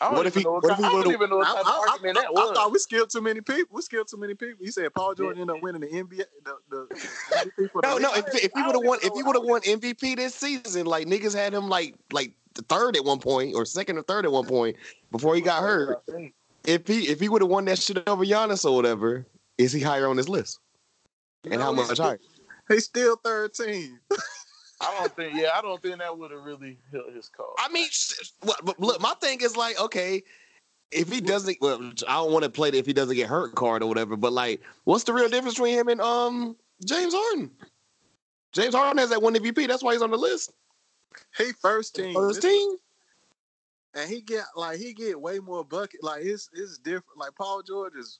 Speaker 6: I don't
Speaker 3: What if
Speaker 6: even
Speaker 3: he-
Speaker 6: know what
Speaker 3: what if
Speaker 6: kind-
Speaker 3: he
Speaker 6: I don't
Speaker 3: would've-
Speaker 6: even know
Speaker 4: I,
Speaker 6: what type of
Speaker 4: I- I-
Speaker 6: argument
Speaker 4: I
Speaker 6: that was.
Speaker 4: thought we skipped too many people. We skipped too many people. You said Paul George ended up winning the NBA. The, the, the MVP for the
Speaker 3: No,
Speaker 4: league.
Speaker 3: no. If, if he
Speaker 6: I
Speaker 3: would have
Speaker 6: don't
Speaker 3: won,
Speaker 6: even
Speaker 3: if
Speaker 6: know-
Speaker 3: he
Speaker 6: I
Speaker 3: would have
Speaker 6: don't
Speaker 3: won MVP this season, like niggas had him like like the third at one point or second or third at one point before he got hurt. If he if he would have won that shit over Giannis or whatever, is he higher on this list? And how
Speaker 4: No,
Speaker 3: much
Speaker 4: he's-
Speaker 3: higher?
Speaker 4: He's still thirteen.
Speaker 6: I don't think. Yeah, I don't think that would have really helped his cause.
Speaker 3: I mean, s- what- but look, my thing is like, okay, if he doesn't, well, I don't want to play the if he doesn't get hurt card or whatever. But like, what's the real difference between him and um James Harden? James Harden has that one MVP. That's why he's on the list.
Speaker 4: He first team.
Speaker 3: First team.
Speaker 4: and he get like he get way more bucket. Like it's it's different. Like Paul George is.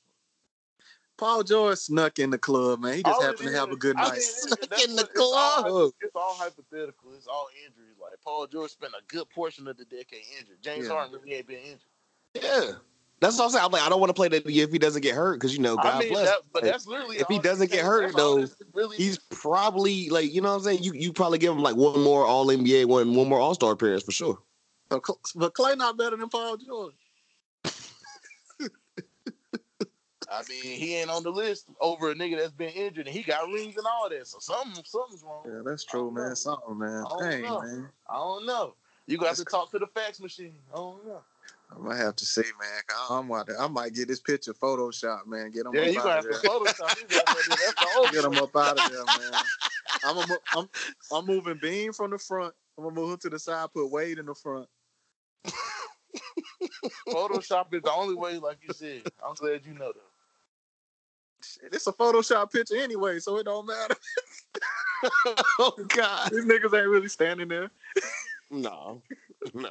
Speaker 4: Paul George snuck in the club, man. He just
Speaker 6: All it
Speaker 4: happened to have a
Speaker 6: is-
Speaker 4: good
Speaker 6: Oh, I mean,
Speaker 4: night.
Speaker 6: it-
Speaker 3: Snuck
Speaker 6: that's
Speaker 3: in the
Speaker 6: what- it's all
Speaker 3: club.
Speaker 6: hypo- It's all hypothetical. It's all injuries. Like Paul George spent a good portion of the decade injured. James
Speaker 4: Yeah.
Speaker 6: Harden really ain't been injured.
Speaker 3: Yeah, that's what I'm saying. I'm like, I don't want to play that if he doesn't get hurt because you know, Oh, God
Speaker 6: I mean,
Speaker 3: bless.
Speaker 6: that, but
Speaker 3: Like,
Speaker 6: that's literally
Speaker 3: if he
Speaker 6: all-
Speaker 3: doesn't get hurt,
Speaker 6: that's all
Speaker 3: though,
Speaker 6: this really
Speaker 3: he's
Speaker 6: he's
Speaker 3: probably like, you know, what I'm saying you you probably give him like one more All NBA, one one more All Star appearance for sure.
Speaker 4: So, Cl- but Clay not better than Paul George.
Speaker 6: I mean, he ain't on the list over a nigga that's been injured, and he got rings and all that. So something, something's wrong.
Speaker 4: Yeah, that's
Speaker 6: true, man.
Speaker 4: Something, man.
Speaker 6: I don't Dang, know.
Speaker 4: man.
Speaker 6: I don't know. You got to talk to the fax machine. I don't know.
Speaker 4: I might have to see, man. I- I'm out there. I might get this picture Photoshop, man. Get him
Speaker 6: Yeah,
Speaker 4: up
Speaker 6: you gonna
Speaker 4: out
Speaker 6: have
Speaker 4: of
Speaker 6: to
Speaker 4: there.
Speaker 6: Photoshop. his ass out there. That's the old
Speaker 4: Get him up out of there, man. I'm, a, mo- I'm I'm moving Bean from the front. I'm gonna move him to the side. Put Wade in the front.
Speaker 6: Photoshop is the only way, like you said. I'm glad you know that.
Speaker 4: Shit, It's a Photoshop picture anyway, so it don't matter.
Speaker 3: oh God.
Speaker 4: These niggas ain't really standing there.
Speaker 3: No, no.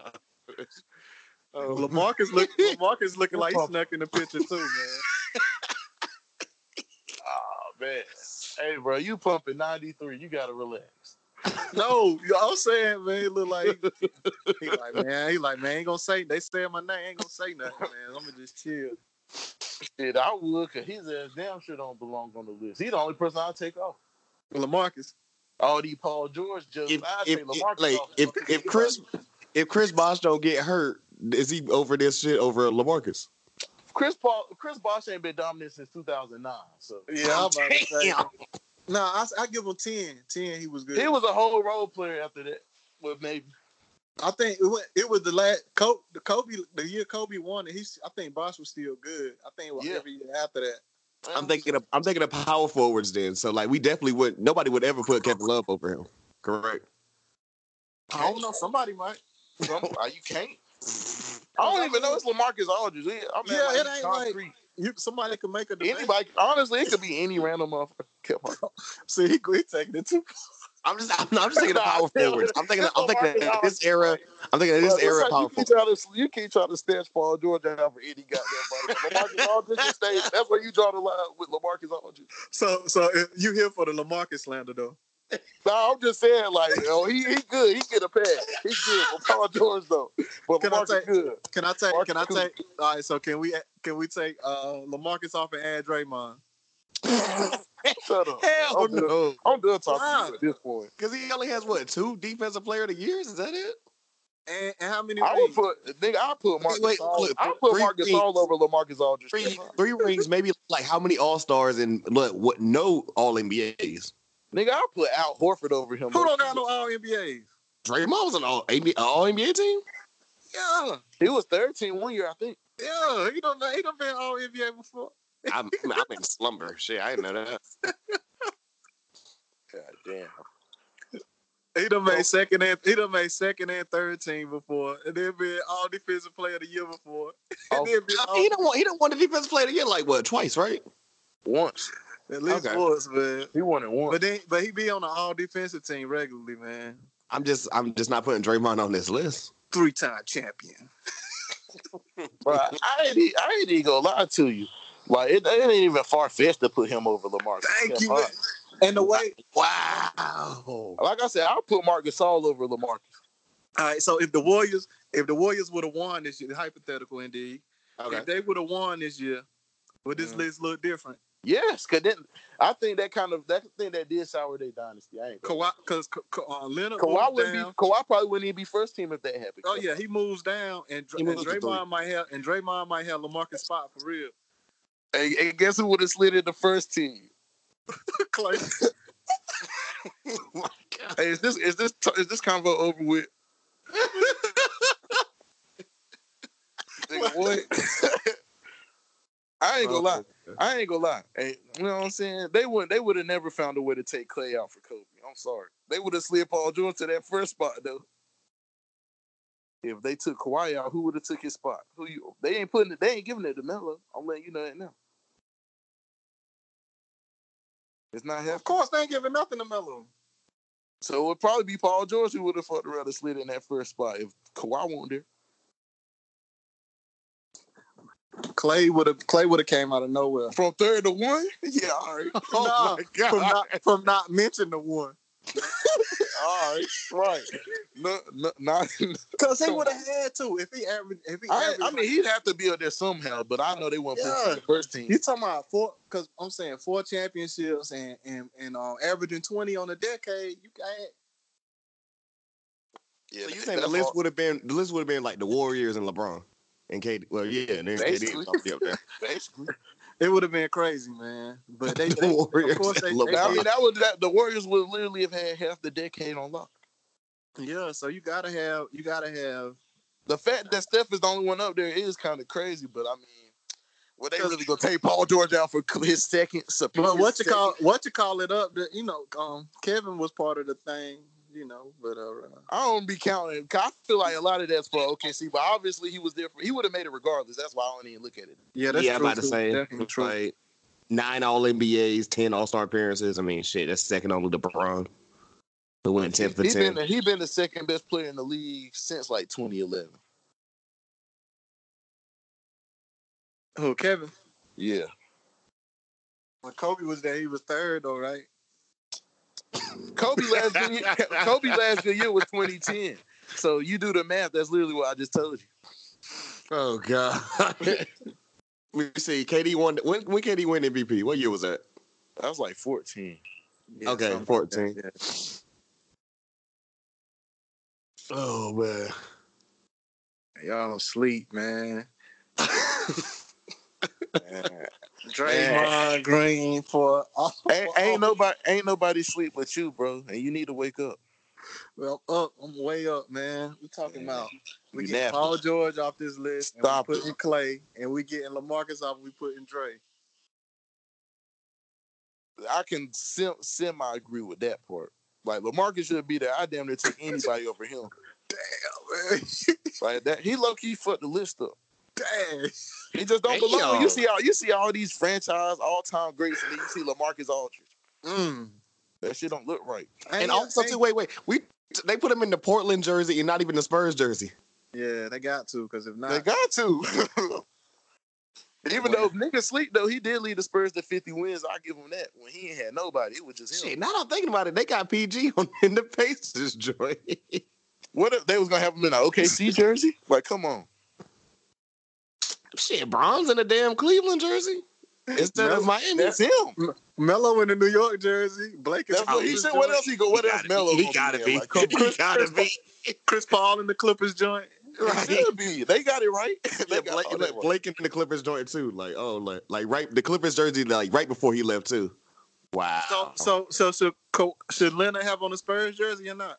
Speaker 4: Oh. Lamarcus look Lamarcus looking like he snuck in the picture too, man.
Speaker 6: Oh man. Hey bro, you pumping 93. You gotta relax.
Speaker 4: No, you- I'm saying, man, he look like he like man, he like man, ain't gonna say they saying my name, ain't gonna say nothing, man. I'm gonna just chill.
Speaker 6: Shit, I would cause his ass damn sure don't belong on the list. He the only person I'll take off.
Speaker 4: Lamarcus,
Speaker 6: All these Paul George just
Speaker 3: If
Speaker 6: I
Speaker 3: if,
Speaker 6: take Lamar
Speaker 3: if like if if Chris if Chris Bosh don't get hurt, is he over this shit over Lamarcus?
Speaker 6: Chris Paul Chris Bosh ain't been dominant since 2009. So
Speaker 4: yeah, I'm about to say.
Speaker 3: Damn.
Speaker 4: Nah, I, I give him 10. 10, he was good.
Speaker 6: he was a whole role player after that. Well maybe.
Speaker 4: I think it, went, it was the last Kobe, the Kobe the year Kobe won it. He's I think Bosh was still good. I think it was
Speaker 6: Yeah.
Speaker 4: every year after that.
Speaker 3: I'm thinking of I'm thinking of power forwards then. So like we definitely would nobody would ever put Kevin Love over him. Correct.
Speaker 4: I don't know. Somebody might.
Speaker 6: Some- uh, you can't. I don't even know it's Lamarcus Aldridge. Yeah, I mean,
Speaker 4: Yeah, it
Speaker 6: like, he's
Speaker 4: ain't like-
Speaker 6: concrete.
Speaker 4: You somebody could make a debate.
Speaker 6: anybody. Honestly, it could be any random motherfucker. Kevin Love.
Speaker 4: See, he, he taking it too.
Speaker 3: I'm just I'm, I'm just thinking of
Speaker 6: Nah,
Speaker 3: power
Speaker 6: hell,
Speaker 3: forwards. I'm thinking
Speaker 6: it's
Speaker 3: I'm thinking
Speaker 6: LaMarcus
Speaker 3: of this era. I'm thinking of
Speaker 6: Bro,
Speaker 3: this
Speaker 6: it's
Speaker 3: era of
Speaker 6: like
Speaker 3: power
Speaker 6: you keep
Speaker 3: forwards.
Speaker 6: trying to you keep trying to stash Paul George out for any goddamn body. LaMarcus Aldridge can stay. That's where you draw the line with LaMarcus Aldridge.
Speaker 4: So, so if you here for the Lamarcus slander though?
Speaker 6: No, I'm just saying, like, oh, he he good. He get a pass. He good. But Paul George though, but
Speaker 4: Can I
Speaker 6: LaMarcus
Speaker 4: take-
Speaker 6: good.
Speaker 4: Can I take?
Speaker 6: Marcus
Speaker 4: Can I
Speaker 6: Cooper.
Speaker 4: take? All right. So can we can we take uh Lamarcus off and add Draymond?
Speaker 6: Shut up.
Speaker 3: Hell
Speaker 6: I'm done-
Speaker 3: no.
Speaker 6: I'm done talking
Speaker 4: Wow.
Speaker 6: to you at this point.
Speaker 3: Because he only has what two defensive player of the years? Is that it?
Speaker 4: And, and how many?
Speaker 6: I would
Speaker 4: rings?
Speaker 6: put nigga. I put Marcus.
Speaker 3: wait,
Speaker 6: All,
Speaker 3: look,
Speaker 6: I put
Speaker 3: three
Speaker 6: Marcus
Speaker 3: rings.
Speaker 6: all over LaMarcus Aldridge.
Speaker 3: Three three rings, maybe like how many all stars and look what no all NBAs.
Speaker 6: Nigga, I put Al Horford over him.
Speaker 4: Who don't got no All NBAs?
Speaker 3: Draymond was an all NBA, all NBA team?
Speaker 4: Yeah,
Speaker 6: He was 13 one year, I think.
Speaker 4: yeah. He don't. He don't been All NBA before.
Speaker 3: I'm, I'm in slumber. Shit, I didn't know that.
Speaker 6: God damn.
Speaker 4: He done made second and he done made second and third team before, and then been all defensive player of the year before.
Speaker 6: Oh.
Speaker 4: And then been
Speaker 3: I
Speaker 4: all-
Speaker 3: mean, he don't want he don't want the defensive player of the year like what twice, right?
Speaker 6: Once
Speaker 4: at least
Speaker 3: okay.
Speaker 4: once, man.
Speaker 6: he won it once.
Speaker 4: But then, but he be on the all defensive team regularly, man.
Speaker 3: I'm just I'm just not putting Draymond on this list.
Speaker 4: Three time champion.
Speaker 6: Bro, I ain't, e- I ain't even gonna lie to you. Like it, it ain't even far fetched to put him over Lamar.
Speaker 4: Thank you. Man. And the way,
Speaker 3: Wow.
Speaker 6: Uh, Like I said, I'll put Mark Gasol over Lamar.
Speaker 4: all right. So if the Warriors, if the Warriors would have won this year, hypothetical indeed,
Speaker 3: Okay.
Speaker 4: if they would have won this year, would this
Speaker 6: Mhm.
Speaker 4: list look different?
Speaker 6: Yes, cause then I think that kind of that thing that did sour their dynasty. I ain't gonna-
Speaker 4: Kawhi, because uh, Leonard
Speaker 6: Kawhi
Speaker 4: moves
Speaker 6: wouldn't
Speaker 4: down.
Speaker 6: be Kawhi probably wouldn't even be first team if that happened.
Speaker 4: Oh yeah, he moves down, and, Dr-
Speaker 3: He
Speaker 4: and
Speaker 3: moves to three.
Speaker 4: Draymond might have, and Draymond might have Lamarcus spot for real.
Speaker 6: And, and guess who would have slid in the first team?
Speaker 4: Clay.
Speaker 3: Oh
Speaker 6: Hey, is this is this is this convo over with? Nigga, what? I ain't gonna lie. I ain't gonna lie. Hey, you know what I'm saying? They would they would have never found a way to take Clay out for Kobe. I'm sorry. They would have slid Paul George to that first spot though. If they took Kawhi out, who would have took his spot? Who you? They ain't putting it. They ain't giving it to Melo. I'm letting you know that now. It's not happening.
Speaker 4: Of course, they ain't giving nothing to Melo.
Speaker 6: So it would probably be Paul George who would have fucked around and slid in that first spot if Kawhi wasn't there.
Speaker 4: Clay would have. Clay would have came out of nowhere.
Speaker 6: From third to one? Yeah, all right.
Speaker 4: Oh my
Speaker 6: God.
Speaker 4: From not from not mentioning the one,
Speaker 6: All right. Right. No, no, not,
Speaker 4: because he
Speaker 6: Come
Speaker 4: would have had to if he averaged. If he
Speaker 6: I,
Speaker 4: averaged,
Speaker 6: I mean, he'd have to be up there somehow, but I know they won't put him
Speaker 4: Yeah.
Speaker 6: in the first team.
Speaker 4: you talking about four? Because I'm saying four championships and and and uh, averaging twenty on a decade. You can't.
Speaker 6: Yeah,
Speaker 3: So you
Speaker 6: that-
Speaker 3: saying the
Speaker 6: that's
Speaker 3: list
Speaker 6: all-
Speaker 3: would have been the list would have been like the Warriors and LeBron and KD. Well, yeah, and then KD
Speaker 6: Basically.
Speaker 3: would probably be up there.
Speaker 6: basically.
Speaker 4: It would have been crazy, man. But they,
Speaker 3: The
Speaker 4: they
Speaker 3: Warriors
Speaker 4: of course they,
Speaker 3: and
Speaker 4: they
Speaker 6: I
Speaker 3: LeBron.
Speaker 6: mean, that would that, the Warriors would literally have had half the decade on lock.
Speaker 4: yeah. So you gotta have you gotta have
Speaker 6: The fact that Steph is the only one up there is kind of crazy, but I mean, were they
Speaker 4: Because-
Speaker 6: really gonna take Paul George out for his second? superior
Speaker 4: But what you
Speaker 6: second?
Speaker 4: call what you call it up? The, you know, um, Kevin was part of the thing. You know, but uh,
Speaker 6: I don't be counting. 'cause I feel like a lot of that's for OKC, but obviously he was there. For, he would have made it regardless. That's why I don't even look at it.
Speaker 4: yeah, that's
Speaker 3: Yeah, I'm
Speaker 4: true.
Speaker 3: about to
Speaker 4: too.
Speaker 3: say
Speaker 4: Definitely true.
Speaker 3: like nine all NBAs, ten all star appearances. I mean shit, that's second only to LeBron. Who went ten for
Speaker 6: He
Speaker 3: ten.
Speaker 6: been the- he been the second best player in the league since like 2011.
Speaker 4: Who Kevin?
Speaker 6: Yeah,
Speaker 4: When Kobe was there, he was third, all right.
Speaker 6: Kobe last good year, Kobe last good year was 2010. So you do the math. That's literally what I just told you.
Speaker 3: Oh god. Let me see. KD won when when KD win MVP? What year was that?
Speaker 6: I was like 14.
Speaker 3: Okay,
Speaker 4: something like
Speaker 3: 14.
Speaker 4: that, yeah.
Speaker 3: Oh man.
Speaker 4: Y'all sleep, man.
Speaker 6: Man.
Speaker 4: Draymond Green for all,
Speaker 6: Ain't, ain't nobody ain't nobody sleep but you, bro. And you need to wake up.
Speaker 4: Well, I'm up. I'm way up, man. We're talking about we
Speaker 6: You
Speaker 4: get
Speaker 6: napping.
Speaker 4: Paul George off this list. and
Speaker 6: Stop
Speaker 4: we put in Clay, and we getting Lamarcus off. We put in Dre.
Speaker 6: I can sem- semi agree with that part. Like Lamarcus should be there. I damn near take anybody over him.
Speaker 4: Man,
Speaker 6: Like that, he low key fucked the list up.
Speaker 4: Dang.
Speaker 6: He just don't belong. You
Speaker 3: Damn.
Speaker 6: see all you see all these franchise all time greats, and then you see Lamarcus Aldridge.
Speaker 4: Mm.
Speaker 6: That shit don't look right.
Speaker 3: And also too, wait, wait, we they put him in the Portland jersey and not even the Spurs jersey.
Speaker 4: yeah, they got to because if not,
Speaker 6: They got to. Even though if niggas sleep though, he did lead the Spurs to 50 wins. I give him that. When he ain't had nobody, it was just him.
Speaker 3: Shit, now that I'm thinking about it, they got PG on in the Pacers, Joy.
Speaker 6: What if they was gonna have him in an OKC jersey? Like, come on.
Speaker 3: Shit, Bron's in a damn Cleveland jersey instead of Miami.
Speaker 6: That's him.
Speaker 4: Melo in the New York jersey, Blake is
Speaker 6: That's what he
Speaker 4: Clippers
Speaker 6: said. What
Speaker 4: joint,
Speaker 6: else he go? What else Melo?
Speaker 3: Oh, He
Speaker 6: gonna
Speaker 3: gotta
Speaker 6: in?
Speaker 3: be.
Speaker 6: Like, come on.
Speaker 3: He gotta be.
Speaker 4: Chris Paul in the Clippers joint.
Speaker 3: Right.
Speaker 6: It should be. They got it right. they
Speaker 3: Yeah,
Speaker 6: got
Speaker 3: Blake,
Speaker 6: all
Speaker 3: like,
Speaker 6: that right.
Speaker 3: Blake in the Clippers joint too. Like, oh, like, like right the Clippers jersey, like right before he left too. Wow.
Speaker 4: So, so, so should Co- should Leonard have on the Spurs jersey or not?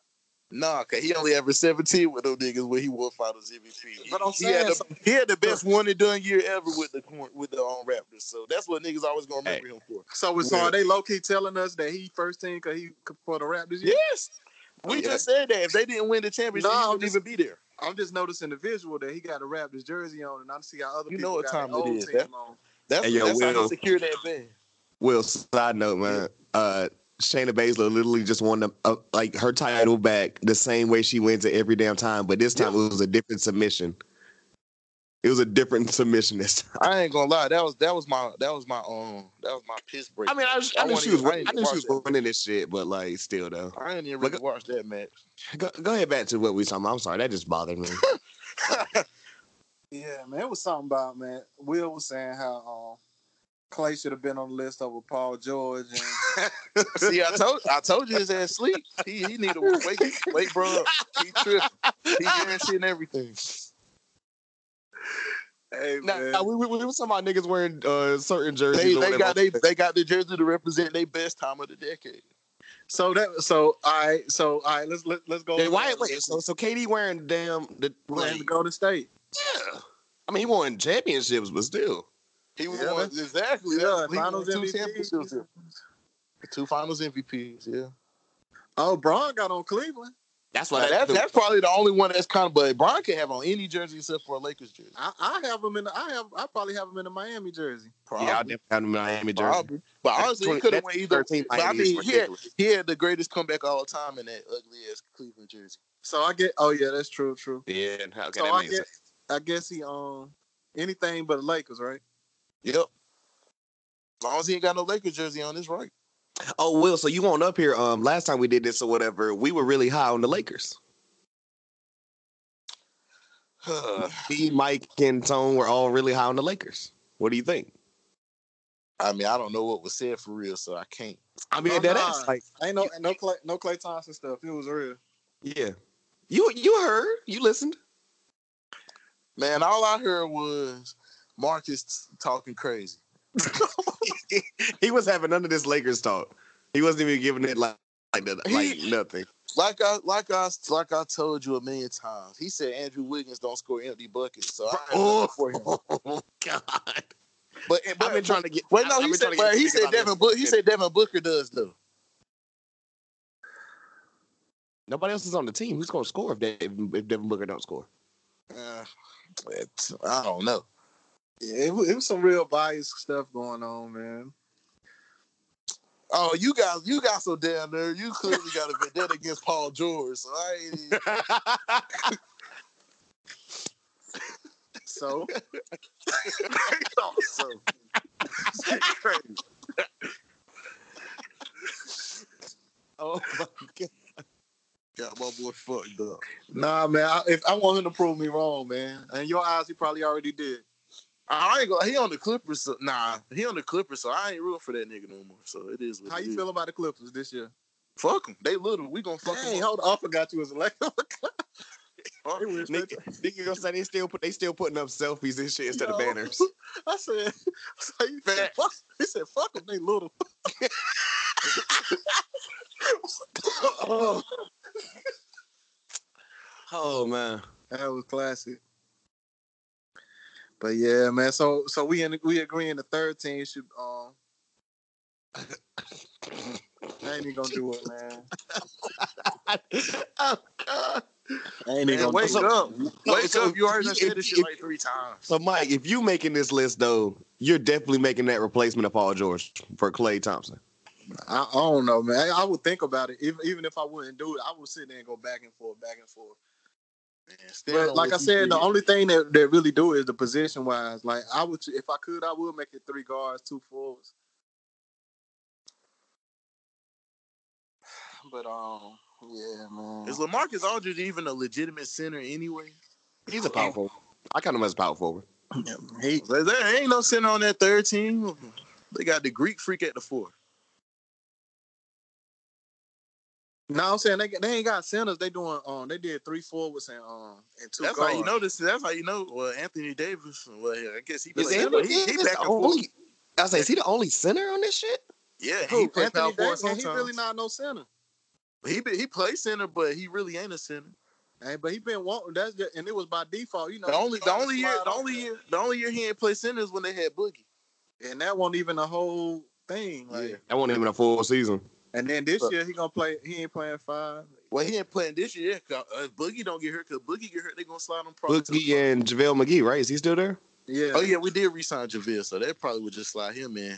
Speaker 6: Nah, cause he only averaged 17 with them niggas when he won Finals MVP.
Speaker 4: But I'm
Speaker 6: he, had
Speaker 4: saying,
Speaker 6: the,
Speaker 4: so-
Speaker 6: he had the best one and done year ever with the Cor- with the um, Raptors. So that's what niggas always gonna remember him for.
Speaker 4: So, so are they low key telling us that he first team because he could- for the Raptors? year?
Speaker 6: Yes, we
Speaker 4: Yeah.
Speaker 6: just said that if they didn't win the championship,
Speaker 4: Nah,
Speaker 6: he
Speaker 4: I'm
Speaker 6: wouldn't
Speaker 4: just-
Speaker 6: even be there.
Speaker 4: I'm just noticing the visual that he got a Raptors jersey on, and I see how other
Speaker 6: You
Speaker 4: people
Speaker 6: know what
Speaker 4: got
Speaker 6: time
Speaker 4: their
Speaker 6: it
Speaker 4: old
Speaker 6: is, eh?
Speaker 4: team
Speaker 6: that-
Speaker 4: on.
Speaker 6: That's,
Speaker 3: Hey, yo,
Speaker 6: that's how he
Speaker 3: Will.
Speaker 6: secured that van.
Speaker 3: Will, side note, man. Uh, Shayna Baszler literally just won the, uh, like her title back the same way she wins it every damn time, but this time it was a different submission. It was a different submission this time.
Speaker 6: I ain't gonna lie. That was that was my that was my um that was my piss break.
Speaker 3: I mean, I, was, I,
Speaker 6: I
Speaker 3: knew
Speaker 6: wanna-
Speaker 3: she was,
Speaker 6: I
Speaker 3: winning-
Speaker 6: need
Speaker 3: I,
Speaker 6: to
Speaker 3: knew
Speaker 6: watch
Speaker 3: she was
Speaker 6: that.
Speaker 3: winning this shit, but like, still though.
Speaker 6: I didn't even really
Speaker 3: Look-
Speaker 6: watch that match.
Speaker 3: Go, go ahead back to what we was talking about. I'm sorry, that just bothered me.
Speaker 4: Yeah, man, it was something about man. Will was saying how um, Clay should have been on the list over Paul George, and
Speaker 6: See, I told I told you his ass sleep. He he need to wake wake bro up. He tripping. He guaranteeing everything.
Speaker 4: hey,
Speaker 3: Nah, nah, we, we, we was talking about niggas wearing uh, certain jerseys.
Speaker 6: They
Speaker 3: or
Speaker 6: they got
Speaker 3: whatever.
Speaker 6: they they got the jersey to represent their best time of the decade.
Speaker 4: So that so all right, so all right, let's let, let's go.
Speaker 3: Then
Speaker 4: over
Speaker 3: why?
Speaker 4: that
Speaker 3: Wait,
Speaker 4: list.
Speaker 3: so so KD wearing damn the
Speaker 4: Playing
Speaker 3: like,
Speaker 4: the Golden State.
Speaker 3: yeah. I mean, he won championships, but still.
Speaker 6: He
Speaker 4: Yeah,
Speaker 6: won
Speaker 4: that's-
Speaker 6: exactly.
Speaker 4: Yeah,
Speaker 6: that. He
Speaker 4: Finals
Speaker 6: won two
Speaker 4: MVP.
Speaker 6: championships. yeah. Two Finals MVPs. Yeah,
Speaker 4: Oh, Braun got on Cleveland.
Speaker 3: That's
Speaker 6: Now,
Speaker 3: why
Speaker 6: that's that's probably the only one that's kind of. But Brian can have on any jersey except for a Lakers jersey.
Speaker 4: I, I have him in. The, I have. I probably have him in the Miami jersey.
Speaker 6: Probably.
Speaker 3: yeah, I definitely had him in Miami jersey.
Speaker 6: probably. But honestly, he could have won either. But I mean, he had, he had the greatest comeback of all time in that ugly ass Cleveland jersey.
Speaker 4: So I get. Oh yeah, that's true. True.
Speaker 3: Yeah, okay, that
Speaker 4: so I
Speaker 3: makes
Speaker 4: guess
Speaker 3: sense.
Speaker 4: I guess he um anything but the Lakers, right?
Speaker 6: Yep. As long as he ain't got no Lakers jersey on, it's right.
Speaker 3: Oh, Will, so you went up here um last time we did this or whatever, we were really high on the Lakers. Me, Mike, and Tone were all really high on the Lakers. What do you think?
Speaker 6: I mean, I don't know what was said for real, so I can't.
Speaker 3: I mean,
Speaker 4: Oh,
Speaker 3: that
Speaker 4: nah.
Speaker 3: ass, like,
Speaker 4: Ain't no no Clay, no Clay Thompson stuff. It was real.
Speaker 3: yeah. You you heard, you listened.
Speaker 6: Man, all I heard was Marcus talking crazy.
Speaker 3: he was having none of this Lakers talk. He wasn't even giving it like like, the- like
Speaker 6: He-
Speaker 3: nothing.
Speaker 6: Like I like I like I told you a million times. He said Andrew Wiggins don't score empty buckets, so I ain't
Speaker 3: Oh,
Speaker 6: looking for him.
Speaker 3: God!
Speaker 6: But, but
Speaker 3: I've been trying to get.
Speaker 6: Wait, no,
Speaker 3: I've
Speaker 6: he
Speaker 3: been
Speaker 6: said,
Speaker 3: trying to get
Speaker 6: but he
Speaker 3: niggas
Speaker 6: said
Speaker 3: out of
Speaker 6: Devin
Speaker 3: this.
Speaker 6: Book. He said Devin Booker does though.
Speaker 3: nobody else is on the team. Who's gonna score if they, if Devin Booker don't score?
Speaker 6: Uh, but I don't know.
Speaker 4: Yeah, it was, it was some real biased stuff going on, man.
Speaker 6: Oh, you guys, you got so damn there. You clearly got a vendetta against Paul George. So I ain't,
Speaker 4: So
Speaker 6: so.
Speaker 3: oh my God!
Speaker 6: Got my boy fucked up.
Speaker 4: nah, man. I, if I want him to prove me wrong, man, in your eyes, he probably already did.
Speaker 6: I ain't gonna. He on the Clippers. So, nah, he on the Clippers. So I ain't rooting for that nigga no more. So it is. What
Speaker 4: How
Speaker 6: it
Speaker 4: you
Speaker 6: is.
Speaker 4: feel about the Clippers this year?
Speaker 6: Fuck them. They little. We gonna fuck
Speaker 4: Hey,
Speaker 6: them.
Speaker 4: hold on. I forgot you was elected.
Speaker 3: Nigga, nigga gonna say they still put they still putting up selfies and shit instead of
Speaker 4: Yo.
Speaker 3: banners.
Speaker 4: I said, so you said, fuck. He said, fuck them. They little.
Speaker 3: Oh man.
Speaker 4: That was classic. But yeah, man. So so we in, we agreeing the third team should um. I ain't even gonna do it, man.
Speaker 3: oh god.
Speaker 4: I ain't even
Speaker 6: Man,
Speaker 4: gonna
Speaker 6: wake
Speaker 4: do it.
Speaker 6: up. Wake
Speaker 3: so
Speaker 6: up. You already
Speaker 3: you-
Speaker 6: done said
Speaker 3: if-
Speaker 6: this shit
Speaker 3: if-
Speaker 6: like three times.
Speaker 3: So Mike, if you making this list though, you're definitely making that replacement of Paul George for Clay Thompson.
Speaker 4: I, I don't know, man. I, I would think about it, even, even if I wouldn't do it. I would sit there and go back and forth, back and forth.
Speaker 6: Man, stand
Speaker 4: But
Speaker 6: on
Speaker 4: like
Speaker 6: what
Speaker 4: I
Speaker 6: you
Speaker 4: said, the
Speaker 6: said.
Speaker 4: only thing that, that really do is the position wise. Like I would, if I could, I would make it three guards, two forwards. But um, yeah, man.
Speaker 6: Is Lamarcus Aldridge even a legitimate center anyway?
Speaker 3: He's a power forward. I kind of as power forward.
Speaker 4: He,
Speaker 6: There- There ain't no center on that third team. They got the Greek freak at the four.
Speaker 4: no, I'm saying they, they ain't got centers. They doing um, they did three forwards and um, and two
Speaker 6: That's
Speaker 4: guards.
Speaker 6: how you know this. That's how you know. Well, Anthony Davis. Well, yeah, I guess he.
Speaker 3: Is
Speaker 6: played-
Speaker 3: Anthony
Speaker 6: he, he
Speaker 3: Davis
Speaker 6: back
Speaker 3: the
Speaker 6: and forth.
Speaker 3: only? I was like, is he the only center on this shit?
Speaker 6: Yeah, and he
Speaker 4: Who?
Speaker 6: plays power
Speaker 4: Anthony
Speaker 6: forward
Speaker 4: Davis? And he
Speaker 6: sometimes.
Speaker 4: really not no center.
Speaker 6: He be- he plays center, but he really ain't a center.
Speaker 4: Hey, but he been wanting. That's the, and it was by default, you know.
Speaker 6: The
Speaker 4: he
Speaker 6: only
Speaker 4: just
Speaker 6: the
Speaker 4: wanted to
Speaker 6: only year
Speaker 4: slide
Speaker 6: the
Speaker 4: off
Speaker 6: only
Speaker 4: there.
Speaker 6: year the only year he ain't played center is when they had Boogie.
Speaker 4: and that wasn't even a whole thing. Like,
Speaker 6: Yeah.
Speaker 3: That wasn't even a full season.
Speaker 4: and then this
Speaker 6: Look.
Speaker 4: year he gonna play. He ain't playing five.
Speaker 6: Well, he ain't playing this year. 'cause uh, If Boogie don't get hurt, cause Boogie get hurt, they gonna slide him. Probably to the
Speaker 3: Boogie and JaVale McGee, right? Is he still there?
Speaker 4: Yeah.
Speaker 6: Oh yeah, we did resign Javale, so that probably would just slide him in.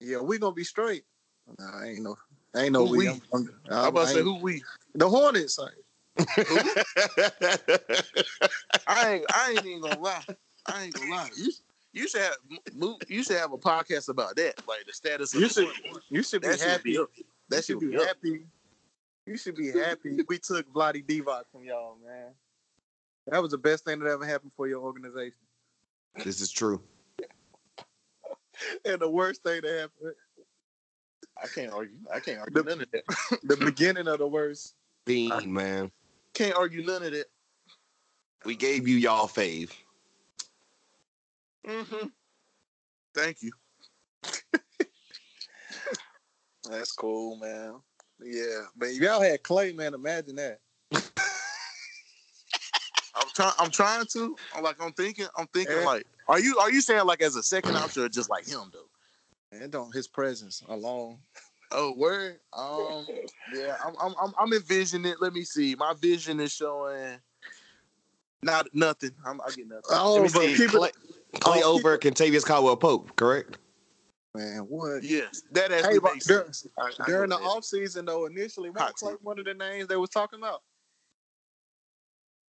Speaker 4: Yeah, we gonna be straight. Nah, I ain't no, I ain't no
Speaker 6: Who
Speaker 4: we.
Speaker 6: we?
Speaker 4: I'm, I'm- I-
Speaker 6: I'm about
Speaker 4: I
Speaker 6: to say
Speaker 4: ain't-
Speaker 6: who we.
Speaker 4: the Hornets. Like,
Speaker 6: I ain't I ain't even gonna lie. I ain't gonna lie. You, you should have mo- you should have a podcast about that, like the status of
Speaker 4: You
Speaker 6: the
Speaker 4: should-
Speaker 6: court.
Speaker 4: you should be
Speaker 6: That should
Speaker 4: happy.
Speaker 6: be up.
Speaker 4: you
Speaker 6: That
Speaker 4: should
Speaker 6: should
Speaker 4: be
Speaker 6: be up.
Speaker 4: happy. You should be happy. we took Vladi Divac from y'all, man. That was the best thing that ever happened for your organization,
Speaker 3: this is true.
Speaker 4: and the worst thing that happened,
Speaker 6: I can't argue. I can't argue none of that.
Speaker 4: the beginning of the worst.
Speaker 3: Bean, man.
Speaker 6: Can't argue none of that.
Speaker 3: We gave you y'all fave.
Speaker 6: Mm-hmm. Thank you.
Speaker 4: That's cool, man. Yeah, but if y'all had Clay, man, imagine that.
Speaker 6: I'm trying. I'm trying to. I'm like. I'm thinking. I'm thinking.
Speaker 4: Eh.
Speaker 6: Like, are you? Are you saying like as a second option or just like him though?
Speaker 4: And don't his presence alone.
Speaker 6: Oh, word. Um, yeah. I'm. I'm. I'm, I'm envisioning. Let me see. My vision is showing. Not nothing. I'm. I get nothing.
Speaker 3: Let
Speaker 4: Oh,
Speaker 3: me
Speaker 4: but
Speaker 3: see.
Speaker 4: keep
Speaker 3: Clay,
Speaker 4: it,
Speaker 3: Clay
Speaker 4: oh,
Speaker 3: over Contavious Caldwell Pope, correct?
Speaker 4: man. What?
Speaker 6: Yes, that actually
Speaker 4: Hey, but
Speaker 6: makes
Speaker 4: during,
Speaker 6: sense. I- I get
Speaker 4: during the
Speaker 6: that.
Speaker 4: off season though, initially,
Speaker 6: Hot
Speaker 4: wasn't Clay one of the names they was talking about?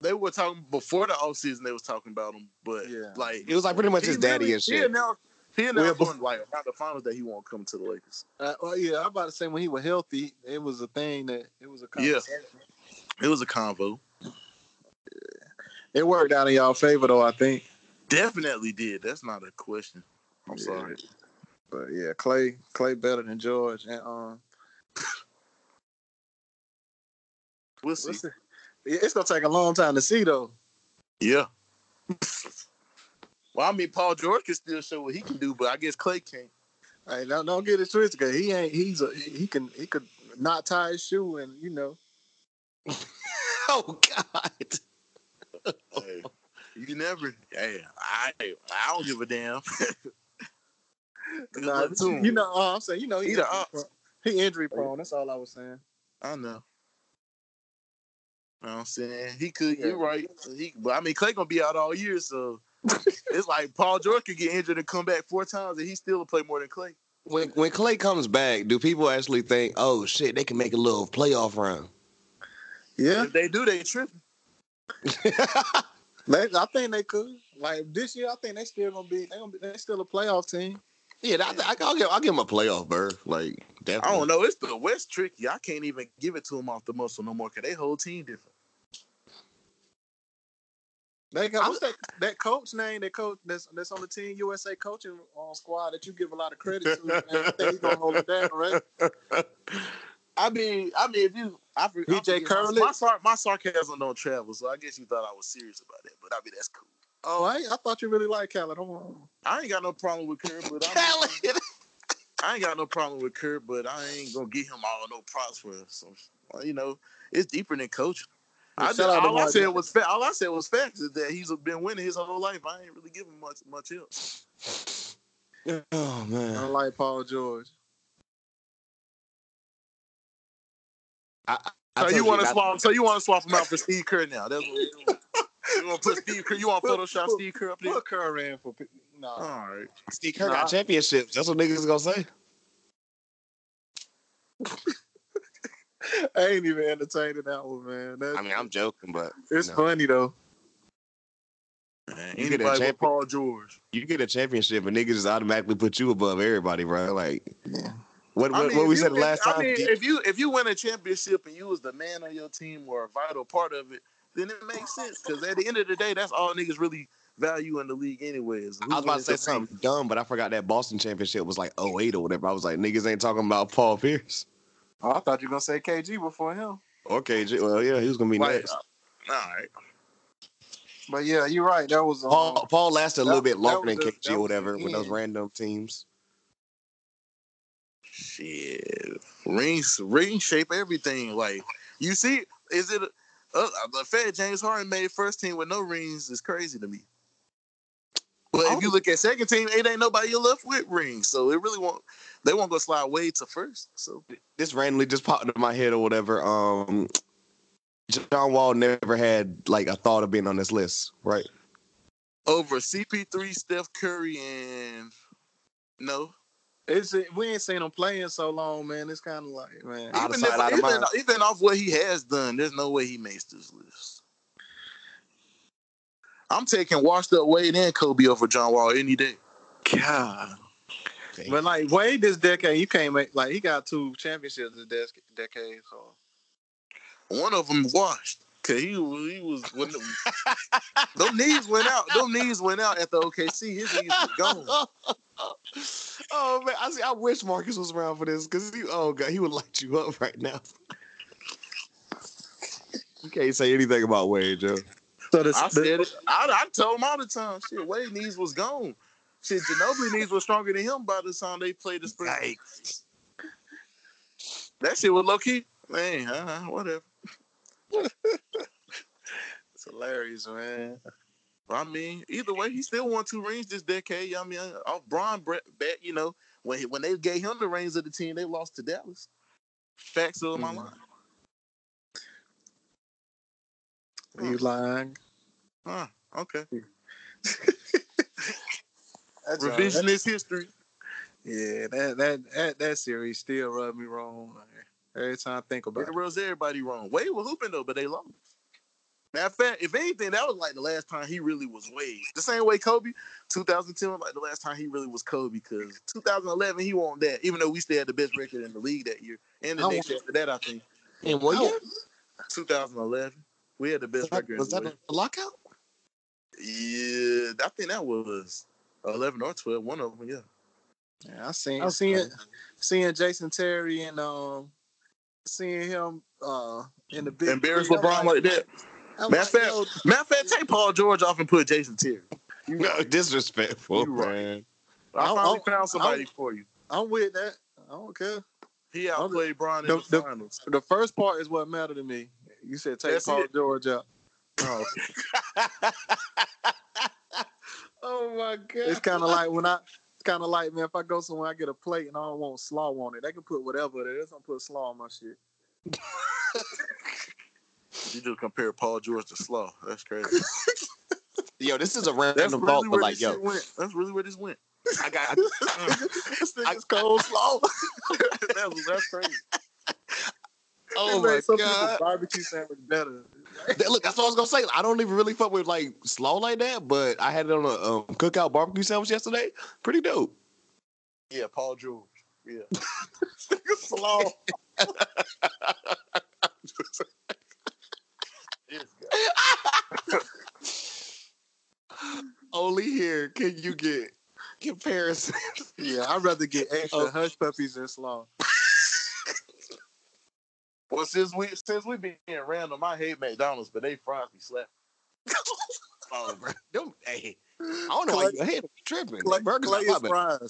Speaker 6: they were talking before the offseason. They was talking about him, but
Speaker 4: Yeah.
Speaker 6: like
Speaker 3: It was like pretty much his
Speaker 6: he
Speaker 3: daddy
Speaker 6: really-
Speaker 3: and
Speaker 6: He
Speaker 3: shit.
Speaker 6: announced. He announced
Speaker 4: Well,
Speaker 6: on, like around the finals that he won't come to the Lakers.
Speaker 4: Uh, well, yeah, I'm about to say when he was healthy, it was a thing that it was a
Speaker 6: Yeah.
Speaker 4: conversation.
Speaker 6: It was a convo.
Speaker 4: It worked out in y'all favor though, I think.
Speaker 6: Definitely did. That's not a question. I'm
Speaker 4: Yeah.
Speaker 6: sorry.
Speaker 4: But yeah, Clay, Clay better than George, and um,
Speaker 6: We'll
Speaker 4: we'll
Speaker 6: see.
Speaker 4: see. Yeah, it's gonna take a long time to see though.
Speaker 6: Yeah. well, I mean, Paul George can still show what he can do, but I guess Clay can't.
Speaker 4: Hey, don't don't get it twisted. 'cause he ain't. He's a. He can. He could not tie his shoe, and you know.
Speaker 3: Oh God.
Speaker 6: Hey, you never. Hey, I I don't give a damn. Good
Speaker 4: Nah,
Speaker 6: luck to him.
Speaker 4: you know. Uh, I'm saying. You know. He,
Speaker 6: He the
Speaker 4: injury
Speaker 6: ops.
Speaker 4: prone. He injury prone. That's all I was saying.
Speaker 6: I know. You know what I'm saying? He could.
Speaker 4: Yeah.
Speaker 6: You're right. He, but I mean, Clay gonna be out all year, so it's like Paul George could get injured and come back four times, and he still will play more than Clay.
Speaker 3: When when Clay comes back, do people actually think, oh shit, they can make a little playoff run?
Speaker 4: Yeah.
Speaker 6: If they do, they tripping.
Speaker 4: They, I think they could. Like this year, I think they still gonna be. They gonna be. They still a playoff team.
Speaker 3: yeah, I, I, I'll give I'll give him a playoff berth. Like
Speaker 6: I
Speaker 3: definitely.
Speaker 6: don't know. It's the West tricky. I can't even give it to them off the muscle no more. Cause they whole team different.
Speaker 4: They got
Speaker 3: I'm-
Speaker 4: what's that? That coach name? That coach that's that's on the team USA coaching uh, squad that you give a lot of credit to. man. I think he's gonna hold it down, right?
Speaker 6: I mean, I mean, if you, I, for- I
Speaker 4: PJ
Speaker 6: forget-
Speaker 4: Curley?
Speaker 6: my, sar- my sarcasm don't travel, so I guess you thought I was serious about that. But I mean, that's cool.
Speaker 4: Oh, I, I thought you really liked Khaled. Hold on.
Speaker 6: I ain't got no problem with Curry, but I mean,
Speaker 3: Khaled.
Speaker 6: I ain't got no problem with Kerr, but I ain't gonna give him all no props for it. So well, you know, it's deeper than coaching. I
Speaker 4: shout
Speaker 6: just,
Speaker 4: out to
Speaker 6: all I
Speaker 4: Mark
Speaker 6: said
Speaker 4: Jackson.
Speaker 6: was fa- all I said was facts is that he's been winning his whole life. I ain't really giving much much else.
Speaker 3: Oh man,
Speaker 4: Unlike Paul George.
Speaker 3: I
Speaker 6: So
Speaker 3: told
Speaker 6: you want to
Speaker 3: about-
Speaker 6: swap? So you want to swap him out for Steve Kerr now? That's what you want. You want to put Steve Kerr? You want to Photoshop Steve Kerr up there?
Speaker 7: Put Kerr in for pe- no.
Speaker 6: All right.
Speaker 3: Steve Kerr got championships. That's what niggas gonna say.
Speaker 4: I ain't even entertaining that one, man. That's,
Speaker 3: I mean, I'm joking, but
Speaker 4: it's
Speaker 3: no.
Speaker 4: funny though.
Speaker 6: Man,
Speaker 3: You get a
Speaker 6: anybody
Speaker 3: champion.
Speaker 6: with Paul George?
Speaker 3: you get a championship and niggas just automatically put you above everybody, bro. Like,
Speaker 4: Yeah.
Speaker 3: what
Speaker 6: I
Speaker 3: what,
Speaker 6: mean,
Speaker 3: what
Speaker 6: if
Speaker 3: we
Speaker 6: you-
Speaker 3: said
Speaker 6: if-
Speaker 3: last time?
Speaker 6: I mean,
Speaker 3: D-
Speaker 6: if you if you win a championship and you was the man on your team or a vital part of it, then it makes sense. Because at the end of the day, that's all niggas really value in the league, anyways.
Speaker 3: I was about to say something dumb, but I forgot that Boston championship was like 08 or whatever. I was like, niggas ain't talking about Paul Pierce
Speaker 4: Oh, I thought you were gonna say KG before him.
Speaker 3: or KG. Well, yeah, he was gonna be
Speaker 6: Like,
Speaker 4: uh,
Speaker 3: next.
Speaker 6: All right.
Speaker 4: But yeah, you're right. That was um,
Speaker 3: Paul Paul lasted a little
Speaker 4: that-
Speaker 3: bit
Speaker 4: that
Speaker 3: longer
Speaker 4: was
Speaker 3: than
Speaker 4: the-
Speaker 3: KG
Speaker 4: that
Speaker 3: or
Speaker 4: was the
Speaker 3: whatever with those
Speaker 4: end.
Speaker 3: random teams.
Speaker 6: Shit, rings ring shape everything. Like you see, is it uh, the fact James Harden made first team with no rings is crazy to me. But
Speaker 3: Oh.
Speaker 6: if you look at second team, it ain't nobody you left with rings, so it really won't. They won't go slide way to first. So
Speaker 3: This randomly just popped into my head or whatever. Um, John Wall never had like a thought of being on this list, right?
Speaker 6: over CP3, Steph Curry, and no,
Speaker 4: It's we ain't seen him play in so long, man. It's kind of like, man,
Speaker 3: Out of
Speaker 6: even,
Speaker 3: sight,
Speaker 6: if,
Speaker 3: out of
Speaker 6: even,
Speaker 3: mind.
Speaker 6: even off what he has done, there's no way he makes this list. I'm taking washed up Wade and Kobe over John Wall any day.
Speaker 4: God. But like Wade, this decade, you can't make like he got two championships this dec- decade. So
Speaker 6: One of them washed. Cause he was, he was when the, them knees went out. Them knees went out at the OKC. His knees was gone.
Speaker 3: oh man, I see. I wish Marcus was around for this because he, oh god, he would light you up right now. you can't say anything about Wade, Joe.
Speaker 4: so the,
Speaker 6: I
Speaker 4: the-
Speaker 6: said it. I, I told him all the time. Shit, Wade knees was gone. Shit, Ginobili knees was stronger than him by the time they played the spring. That shit was low key. Man, uh, whatever.
Speaker 4: it's hilarious, man.
Speaker 6: I mean, either way, he still won two rings this decade. I mean, uh, off Braun Brett, bet you know when he, when they gave him the reins of the team, they lost to Dallas. Facts of my
Speaker 4: Mhm.
Speaker 6: line. Hmm.
Speaker 4: You lying?
Speaker 6: Huh. Okay.
Speaker 4: That's all right.
Speaker 6: Revisionist history.
Speaker 4: Yeah, that that that that series still rubbed me wrong. man. Every time I think about
Speaker 6: It
Speaker 4: it,
Speaker 6: rubs everybody wrong. Wade was hooping though, but they lost. Matter of fact, if anything, that was like the last time he really was Wade. The same way Kobe, 2010 was like the last time he really was Kobe because 2011 he won that. Even though we still had the best record in the league that year, and the
Speaker 4: I
Speaker 6: next year after that, I think
Speaker 3: And what year
Speaker 6: 2011 we had the best
Speaker 3: was that?
Speaker 6: record.
Speaker 3: Was
Speaker 6: in the
Speaker 3: that
Speaker 6: league.
Speaker 3: a lockout?
Speaker 6: Yeah, I think that was eleven or twelve. One of them, yeah.
Speaker 4: yeah, I seen
Speaker 3: That's
Speaker 4: seeing
Speaker 3: crazy.
Speaker 4: seeing Jason Terry and um seeing him uh in the big
Speaker 6: Embarrass
Speaker 4: three, I'm
Speaker 6: LeBron like that.
Speaker 4: I'm
Speaker 6: Matter of
Speaker 4: like,
Speaker 6: fact,
Speaker 4: yo,
Speaker 6: matter of fact, take Paul George off and put Jason Terry.
Speaker 3: No, disrespectful,
Speaker 6: You right.
Speaker 3: man.
Speaker 6: I
Speaker 4: I'm-
Speaker 6: finally
Speaker 4: I'm-
Speaker 6: found somebody for you.
Speaker 4: I'm with that. I don't care.
Speaker 6: He outplayed Bron in
Speaker 4: The-
Speaker 6: the,
Speaker 4: the-
Speaker 6: finals.
Speaker 4: The first part is what mattered to me. You said take
Speaker 6: That's
Speaker 4: Paul
Speaker 6: it.
Speaker 4: George out.
Speaker 3: Oh my god.
Speaker 4: It's kind of like when I. It's kind of like man, if I go somewhere, I get a plate and I don't want slaw on it. They can put whatever it is. I'm put slaw on my shit.
Speaker 6: You just compare Paul George to Slaw. That's crazy.
Speaker 3: Yo, this is a
Speaker 6: That's
Speaker 3: random thought, but
Speaker 6: really where
Speaker 3: like,
Speaker 6: this
Speaker 3: yo,
Speaker 6: shit went. That's really where this went.
Speaker 3: I got,
Speaker 4: This
Speaker 3: I-
Speaker 4: nigga's cold slaw.
Speaker 6: that's, that's crazy.
Speaker 3: oh
Speaker 4: They
Speaker 3: my
Speaker 4: made some people's
Speaker 3: god.
Speaker 4: barbecue sandwich better.
Speaker 3: That- Look, that's what I was gonna say. I don't even really fuck with like slaw like that, but I had it on a um, cookout barbecue sandwich yesterday. Pretty dope.
Speaker 6: Yeah, Paul George. Yeah.
Speaker 4: Slaw.
Speaker 6: This guy.
Speaker 3: Only here can you get comparison.
Speaker 4: Yeah, I'd rather get extra
Speaker 3: Oh.
Speaker 4: hush puppies than slaw.
Speaker 6: Well, since we since we being random, I hate McDonald's, but they fries be slapping.
Speaker 3: oh, bro. Them- hey, I don't know why you hey, tripping.
Speaker 4: Clay,
Speaker 3: Them burgers
Speaker 4: Clay
Speaker 3: not
Speaker 4: is
Speaker 3: popping.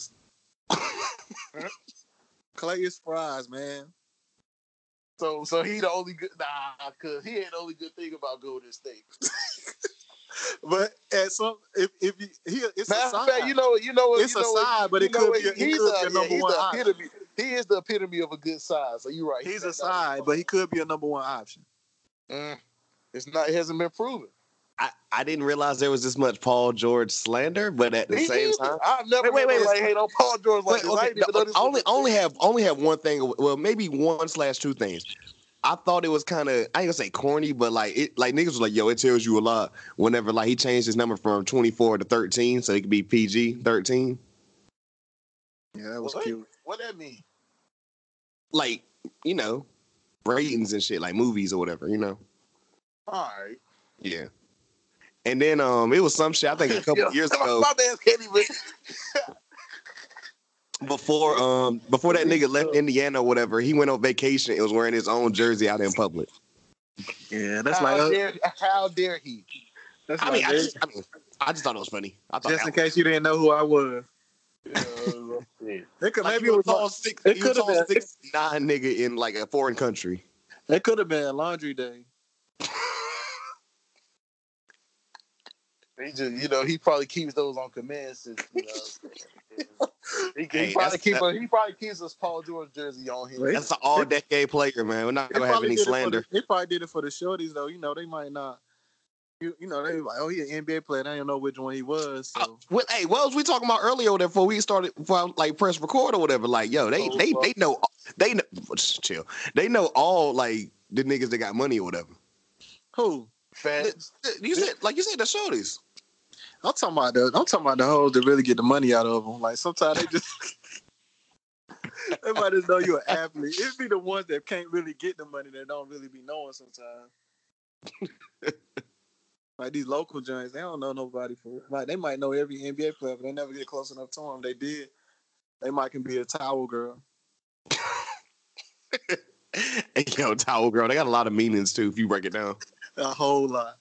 Speaker 4: fries. Clay is fries, man.
Speaker 6: So so he the only good nah, cause he ain't the only good thing about Golden State.
Speaker 4: But at some, if if you, he, it's
Speaker 6: Matter
Speaker 4: a
Speaker 6: of
Speaker 4: side.
Speaker 6: fact, you know you know what
Speaker 4: it's
Speaker 6: you
Speaker 4: a
Speaker 6: know what-
Speaker 4: side, but
Speaker 6: you
Speaker 4: it
Speaker 6: know
Speaker 4: could
Speaker 6: what,
Speaker 4: be, it
Speaker 6: he's
Speaker 4: could
Speaker 6: a-
Speaker 4: be a
Speaker 6: yeah,
Speaker 4: number
Speaker 6: he's
Speaker 4: one
Speaker 6: the
Speaker 4: option.
Speaker 6: epitome. He is the epitome of a good size. So you're right.
Speaker 4: He's a
Speaker 6: not that
Speaker 4: side, but he could be a number one option.
Speaker 6: Mm. It's not. It hasn't been proven.
Speaker 3: I, I didn't realize there was this much Paul George slander, but at the
Speaker 6: Me
Speaker 3: same
Speaker 6: either.
Speaker 3: time,
Speaker 6: I've never
Speaker 3: Wait, wait,
Speaker 6: been
Speaker 3: wait,
Speaker 6: like, hey, don't Paul George like
Speaker 3: Wait,
Speaker 6: this. I
Speaker 3: okay,
Speaker 6: ain't even
Speaker 3: no,
Speaker 6: know this was
Speaker 3: only
Speaker 6: a
Speaker 3: only
Speaker 6: thing.
Speaker 3: have only have one thing. Well, maybe one slash two things. I thought it was kind of I ain't gonna say corny, but like it like niggas was like, yo, it tells you a lot. Whenever like he changed his number from twenty four to thirteen, so it could be PG thirteen.
Speaker 4: Yeah, that was
Speaker 6: What?
Speaker 4: cute.
Speaker 6: What that mean?
Speaker 3: Like you know, ratings and shit, like movies or whatever. You know,
Speaker 6: All right.
Speaker 3: yeah. And then um, it was some shit I think a couple
Speaker 6: Yeah.
Speaker 3: years
Speaker 4: Oh.
Speaker 3: ago
Speaker 6: my man can't even.
Speaker 3: before um before that nigga left Indiana or whatever, he went on vacation. It was wearing his own jersey out in public.
Speaker 4: Yeah, that's
Speaker 6: how
Speaker 4: like uh,
Speaker 6: dare how dare he?
Speaker 4: that's
Speaker 3: I
Speaker 4: like
Speaker 3: mean, I
Speaker 4: that.
Speaker 3: just, I mean, I just thought it was funny. I thought
Speaker 4: just in
Speaker 3: that
Speaker 4: case you didn't know who I was. It could
Speaker 3: Like
Speaker 4: maybe
Speaker 3: you a
Speaker 4: it was
Speaker 3: tall six,
Speaker 4: it
Speaker 3: you a
Speaker 4: could've
Speaker 3: tall
Speaker 4: been-
Speaker 3: six nine nigga in like a foreign country.
Speaker 4: it could have been laundry day.
Speaker 6: He just, you know, he probably keeps those on command since you know. He,
Speaker 3: Hey,
Speaker 6: he probably
Speaker 3: that's-
Speaker 6: keep a, he probably keeps his Paul George jersey on him.
Speaker 4: Right.
Speaker 3: That's an all decade player, man. We're not
Speaker 4: They
Speaker 3: gonna have
Speaker 4: probably
Speaker 3: any
Speaker 4: did it for the,
Speaker 3: slander.
Speaker 4: they probably did it for the shorties though. You know, they might not. You you know they like oh he an NBA player. and I don't know which one he was. So.
Speaker 3: Uh, well, hey, what was we talking about earlier? There before we started, before I, like press record or whatever. Like, yo, they
Speaker 6: Oh,
Speaker 3: they
Speaker 6: fuck.
Speaker 3: they know they know, chill. They know all like the niggas that got money or whatever.
Speaker 4: Who?
Speaker 6: Facts.
Speaker 3: You said like you said the shorties.
Speaker 4: I'm talking about the I'm talking about the hoes that really get the money out of them. Like sometimes they just they might just know you're an athlete. It'd be the ones that can't really get the money that don't really be knowing sometimes. like these local joints, they don't know nobody for real. Like they might know every NBA player, but they never get close enough to them. They did. They might can be a towel girl.
Speaker 3: Hey, yo, towel girl. They got a lot of meanings too. If you break it down.
Speaker 4: A whole lot.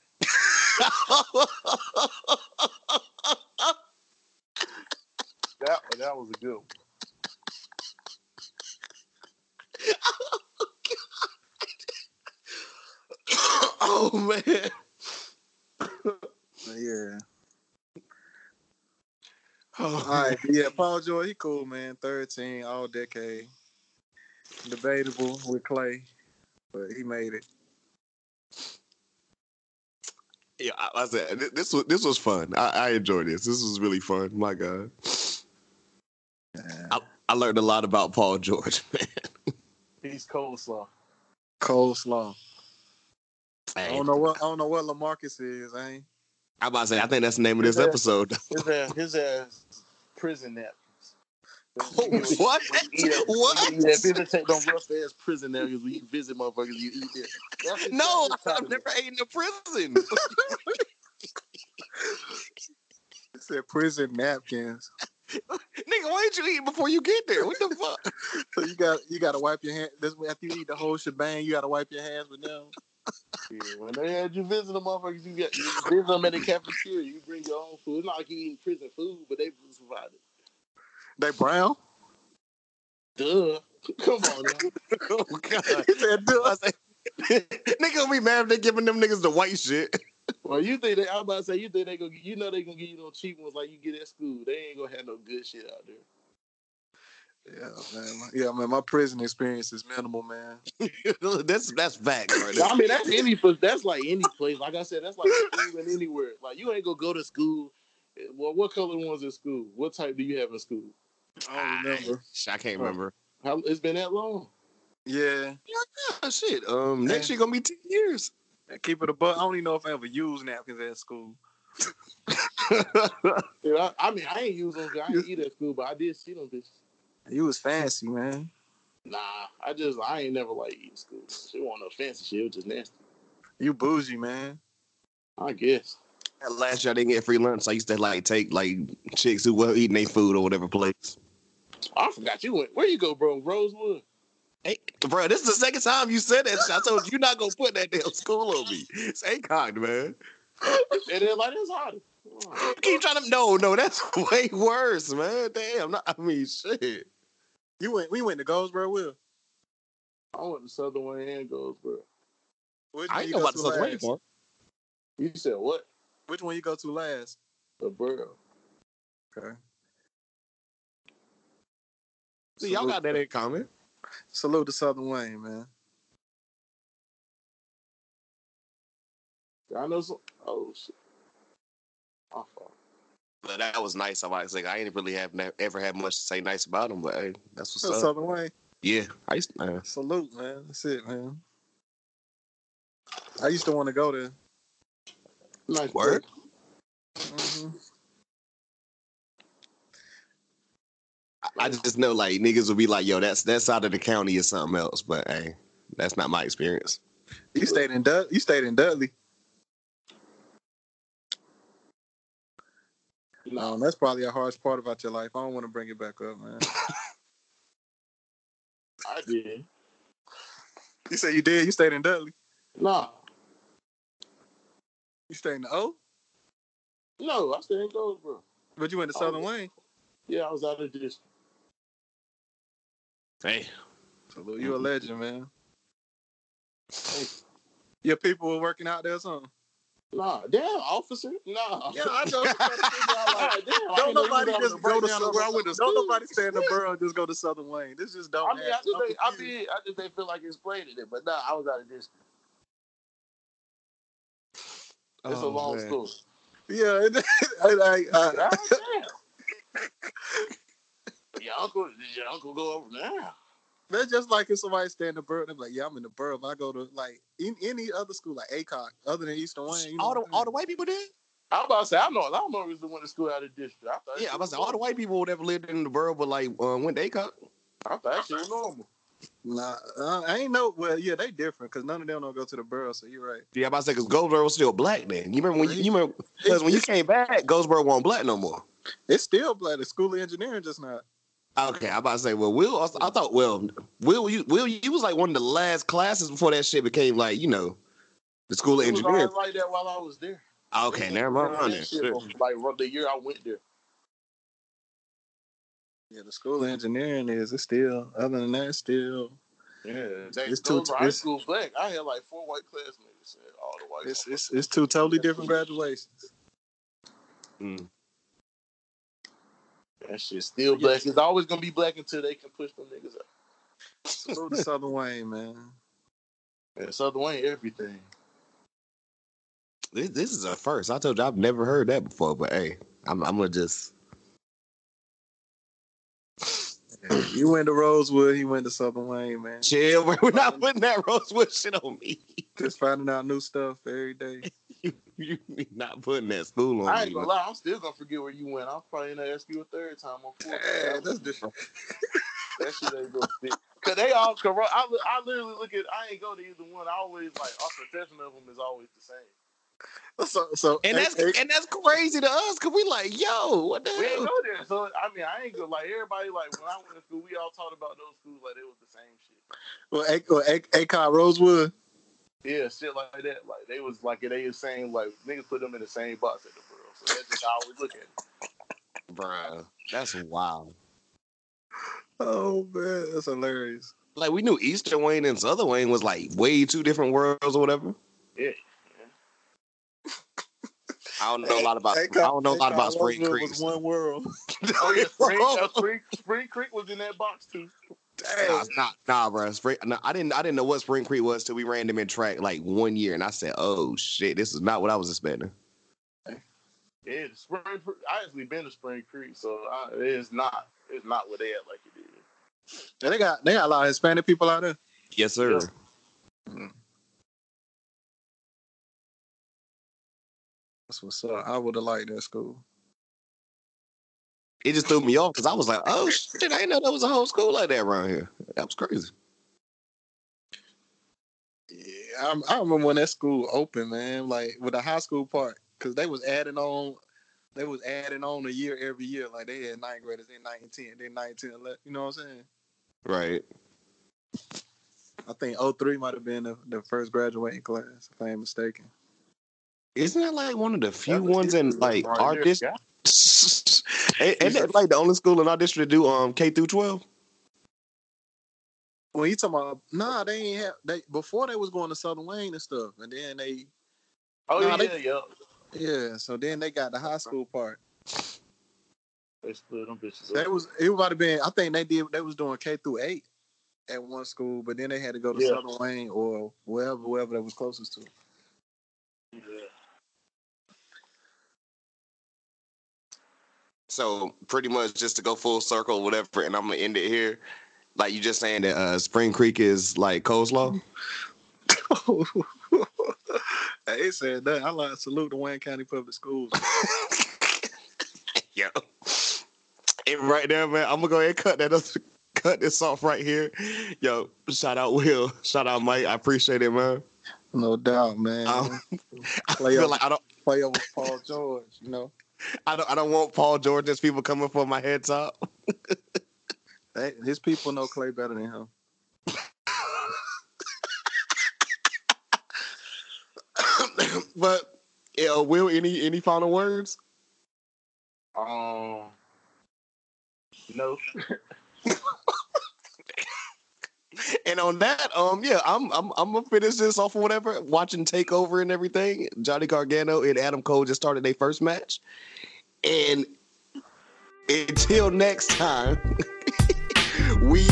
Speaker 6: That that was a good one.
Speaker 3: oh man.
Speaker 4: Yeah.
Speaker 3: Oh,
Speaker 4: All right. Yeah, Paul George, he cool, man. 13, all decade. Debatable with Clay. But he made it.
Speaker 3: Yeah, I, I said th- this was this was fun. I, I enjoyed this. This was really fun. My God, I, I learned a lot about Paul George. Man.
Speaker 6: He's coleslaw.
Speaker 4: Coleslaw. I
Speaker 3: Hey,
Speaker 4: don't know what I don't know what Lamarcus is, ain't.
Speaker 3: I'm about to say. I think that's the name of this
Speaker 6: Yeah.
Speaker 3: episode.
Speaker 6: His ass, his ass, prison nap.
Speaker 3: what? What?
Speaker 6: Yeah, business take them rough ass prison napkins when you visit motherfuckers. You eat there. That's
Speaker 3: No,
Speaker 6: exactly
Speaker 3: I've
Speaker 6: the
Speaker 3: never eaten a prison.
Speaker 4: It said prison napkins.
Speaker 3: Nigga, why didn't you eat before you get there? What the fuck?
Speaker 4: So you got you got to wipe your hands. That's when- after you eat the whole shebang. You got to wipe your hands with them.
Speaker 6: Yeah, when they had you visit the motherfuckers, you get you visit them at the cafeteria. You bring your own food. It's not like you eating prison food, but they just provide it.
Speaker 4: They brown.
Speaker 6: Duh. Come on now.
Speaker 3: Oh God,
Speaker 4: He said, "Duh."
Speaker 3: I say, nigga gonna be mad if they giving them niggas the white shit.
Speaker 6: Well, you think they? I'm about to say you think they gonna? You know they gonna give you those cheap ones like you get at school. They ain't gonna have no good shit out there.
Speaker 4: Yeah, man. My- Yeah, man. My prison experience is minimal, man.
Speaker 3: that's that's facts right
Speaker 6: Well,
Speaker 3: there.
Speaker 6: I mean, that's any. pla- That's like any place. Like I said, that's like school and anywhere. Like you ain't gonna go to school. Eh, Well, what color ones in school? What type do you have in school?
Speaker 4: I don't remember.
Speaker 3: I can't remember.
Speaker 6: How, it's been that long.
Speaker 4: Yeah,
Speaker 3: Oh, shit. Um, next year gonna be ten years.
Speaker 4: I keep it a buck. I don't even know if I ever used napkins at school.
Speaker 6: Dude, I, I mean, I ain't use them. 'cause I ain't eat at school, but I did see them bitches.
Speaker 4: You was fancy, man.
Speaker 6: Nah, I just I ain't never like eating school. She wasn't no fancy shit. It was just nasty.
Speaker 4: You bougie, man.
Speaker 6: I guess.
Speaker 3: That Last year I didn't get free lunch. So I used to like take like chicks who were eating their food or whatever place.
Speaker 6: I forgot you went. Where you go, bro? Rosewood.
Speaker 3: Hey, bro, this is the second time you said that. shit. I told you you're not gonna put that damn school on me. It's ACOG, man.
Speaker 6: And then like it's hot. Oh,
Speaker 3: You keep trying to no, no, that's way worse, man. Damn, not, I mean, shit.
Speaker 4: You went. We went to Goldsboro. Will.
Speaker 6: I went to Southern Wayne and Goldsboro.
Speaker 4: Which
Speaker 3: I
Speaker 4: one
Speaker 3: ain't
Speaker 4: you
Speaker 3: know
Speaker 4: go
Speaker 3: about
Speaker 4: to
Speaker 3: the Southern Wayne
Speaker 4: last?
Speaker 3: part.
Speaker 6: You said what?
Speaker 4: Which one you go to last?
Speaker 6: The borough.
Speaker 3: See, y'all got that in common.
Speaker 4: Salute to Southern Wayne, man.
Speaker 6: I know some. Oh shit. My fault.
Speaker 3: But that was nice. I was like, I ain't really have ne- ever had much to say nice about him. But hey, that's what's
Speaker 4: That's
Speaker 3: up.
Speaker 4: Southern Wayne.
Speaker 3: Yeah, I used to, uh,
Speaker 4: Salute, man. That's it, man. I used to want to go there.
Speaker 6: Nice
Speaker 3: Word?
Speaker 6: place.
Speaker 4: hmm
Speaker 3: I just know like niggas would be like, yo, that's that's out of the county or something else. But hey, that's not my experience.
Speaker 4: You stayed in Dud. You stayed in Dudley. Um, that's probably a harsh part about your life. I don't want to bring it back up, man.
Speaker 6: I did.
Speaker 4: You said you did. You stayed in Dudley.
Speaker 6: Nah.
Speaker 4: You stayed in the O,
Speaker 6: No, I stayed in Goldsboro.
Speaker 4: but you went to Southern Wayne.
Speaker 6: Yeah, I was out of this.
Speaker 3: Hey,
Speaker 6: Oh,
Speaker 4: Salute. You a legend, man. Your people were working out there, or something.
Speaker 6: Nah, damn officer. Nah.
Speaker 4: Yeah, I know.
Speaker 6: Like, damn, I
Speaker 4: don't
Speaker 6: didn't know you
Speaker 4: nobody
Speaker 6: was out
Speaker 4: just
Speaker 6: in the
Speaker 4: go to
Speaker 6: breakdown of
Speaker 4: somewhere.
Speaker 6: where I went to
Speaker 4: Don't
Speaker 6: school.
Speaker 4: nobody stay in the borough and just go to Southern Wayne. This just don't
Speaker 6: I mean, I
Speaker 4: happen.
Speaker 6: just,
Speaker 4: I'm
Speaker 6: think, I
Speaker 4: confused.
Speaker 6: mean, I just didn't feel like explaining it, but nah, I was out of this. It's a
Speaker 3: Oh,
Speaker 6: long
Speaker 3: man.
Speaker 6: story.
Speaker 4: Yeah, it, I, I, I,
Speaker 6: God damn. your uncle, did your uncle go over now?
Speaker 4: that's just like if somebody stay in the borough. They're like, yeah, I'm in the borough. But I go to like in, any other school, like ACOC, other than Eastern Wayne. You know
Speaker 3: all the
Speaker 4: what I'm
Speaker 3: all the white people did.
Speaker 6: I'm about to say I know. I don't know if the one to school out of district. I thought
Speaker 3: Yeah, I was like, all the white people would ever lived in the borough, but like uh, when they cut,
Speaker 6: I thought that shit was normal.
Speaker 4: Nah, uh, I ain't know. Well, yeah, they different because none of them don't go to the borough. So you're right.
Speaker 3: yeah, I was like, because Goldsboro was still black then. You remember when you, you remember because when you came back, Goldsboro wasn't black no more.
Speaker 4: It's still black. The school of engineering just not.
Speaker 3: Okay, I about to say, well, Will, also- I thought, well, Will, you, Will, you was like one of the last classes before that shit became like, you know, the school of
Speaker 6: It was always
Speaker 3: engineering.
Speaker 6: like that while I was there.
Speaker 3: Okay, never mind.
Speaker 6: That
Speaker 3: then.
Speaker 6: shit
Speaker 3: Shit.
Speaker 6: from, like from the year I went there.
Speaker 4: Yeah, the school of engineering is. It's still. Other than that, it's still.
Speaker 6: Yeah, they
Speaker 4: It's
Speaker 6: it's
Speaker 4: too-
Speaker 6: those were high
Speaker 4: it's-
Speaker 6: school black. I had like four white classmates. and All the white.
Speaker 4: It's it's it's two totally different graduations.
Speaker 3: Mm.
Speaker 6: That shit still black. It's always gonna be black until they can push them niggas out.
Speaker 4: Salute to Southern Wayne, man.
Speaker 6: Yeah, Southern Wayne, everything.
Speaker 3: This, this is a first. I told you I've never heard that before, but hey, I'm, I'm gonna just
Speaker 4: You went to Rosewood, he went to Southern Wayne, man.
Speaker 3: chill. We're not putting that Rosewood shit on me.
Speaker 4: Just finding out new stuff every day.
Speaker 3: You you not putting that school
Speaker 6: I
Speaker 3: on
Speaker 6: ain't
Speaker 3: me.
Speaker 6: gonna lie, I'm still gonna forget where you went. I'm probably gonna ask you a third time or fourth. time.
Speaker 4: that's different.
Speaker 6: That shit ain't gonna stick. Cause they all corrupt. I, li- I literally look at. I ain't go to either one. I always like our perception of them is always the same.
Speaker 4: So, so
Speaker 3: And that's
Speaker 4: hey, hey,
Speaker 3: and that's crazy to us because we like, yo, what the
Speaker 6: We ain't
Speaker 3: hell?
Speaker 6: go there, so I mean, I ain't go like everybody. Like when I went to school, we all talked about those schools like it was the same shit.
Speaker 4: well, A- well, A- ACOG Rosewood.
Speaker 6: Yeah, shit like that. Like they was like they was saying like niggas put them in the same box at the borough. So that's just how I always look at it.
Speaker 3: Bruh, that's wild.
Speaker 4: Oh man, that's hilarious.
Speaker 3: Like we knew Eastern Wayne and Southern Wayne was like way two different worlds or whatever.
Speaker 6: Yeah.
Speaker 3: I don't know a lot about.
Speaker 4: ACOG
Speaker 3: I don't know a lot about
Speaker 4: Rosewood
Speaker 3: Spring Creek.
Speaker 4: was one world.
Speaker 6: Oh yeah, Spring, uh,
Speaker 3: Bro.
Speaker 6: Spring, Spring Creek was in that box too.
Speaker 3: Nah, nah, nah, bro. Spring, nah, I didn't. I didn't know what Spring Creek was till we ran them in track like one year, and I said, "Oh shit, this is not what I was expecting."
Speaker 6: Yeah, the Spring. Creek- I actually been to Spring Creek, so I, it's not it's not what they had like it is.
Speaker 4: Yeah, they got they got a lot of Hispanic people out there.
Speaker 3: Yes, sir.
Speaker 6: Yeah.
Speaker 4: That's what's up. I would have liked that school.
Speaker 3: It just threw me off because I was like, "Oh shit, I didn't know there was a whole school like that around here." That was crazy.
Speaker 4: Yeah, I'm, I remember when that school opened, man. Like with the high school part, because they was adding on, they was adding on a year every year. Like they had ninth graders, then nine and ten, then nine and ten, ele- You know what I'm saying?
Speaker 3: Right.
Speaker 4: I think 03 might have been the, the first graduating class, if I ain't mistaken.
Speaker 3: Isn't that like one of the few
Speaker 6: That was
Speaker 3: ones in
Speaker 6: history
Speaker 3: like
Speaker 6: right
Speaker 3: our
Speaker 6: there.
Speaker 3: district? and, and that, like the only school in our district to do um K through twelve.
Speaker 4: when you talking about nah, they ain't have they before they was going to Southern Wayne and stuff, and then they
Speaker 6: Oh
Speaker 4: Nah,
Speaker 6: yeah,
Speaker 4: they-
Speaker 6: yeah.
Speaker 4: yeah, so then they got the high school part.
Speaker 6: They split them bitches.
Speaker 4: That
Speaker 6: Up.
Speaker 4: was it might have been I think they did they was doing K through eight at one school, but then they had to go to
Speaker 6: Yeah.
Speaker 4: Southern Wayne or wherever wherever that was closest to.
Speaker 3: So pretty much just to go full circle, whatever, and I'm gonna end it here. Like you just saying that uh, Spring Creek is like coleslaw.
Speaker 4: They said that I like salute the Wayne County Public Schools.
Speaker 3: Yeah. And right there, man, I'm gonna go ahead and cut that up, cut this off right here. Yo, shout out Will, shout out Mike. I appreciate it, man.
Speaker 4: No doubt, man.
Speaker 3: Um, I
Speaker 4: Play
Speaker 3: feel
Speaker 4: up.
Speaker 3: like I don't,
Speaker 4: Play over Paul George, you know.
Speaker 3: I don't, I don't want Paul George's people coming for my head top.
Speaker 4: They, his people know Clay better than him.
Speaker 3: but yeah, Will, any any final words?
Speaker 6: Um, no.
Speaker 3: And on that, um, yeah, I'm I'm I'm gonna finish this off or whatever. Watching Takeover and everything. Johnny Gargano and Adam Cole just started their first match, and until next time, we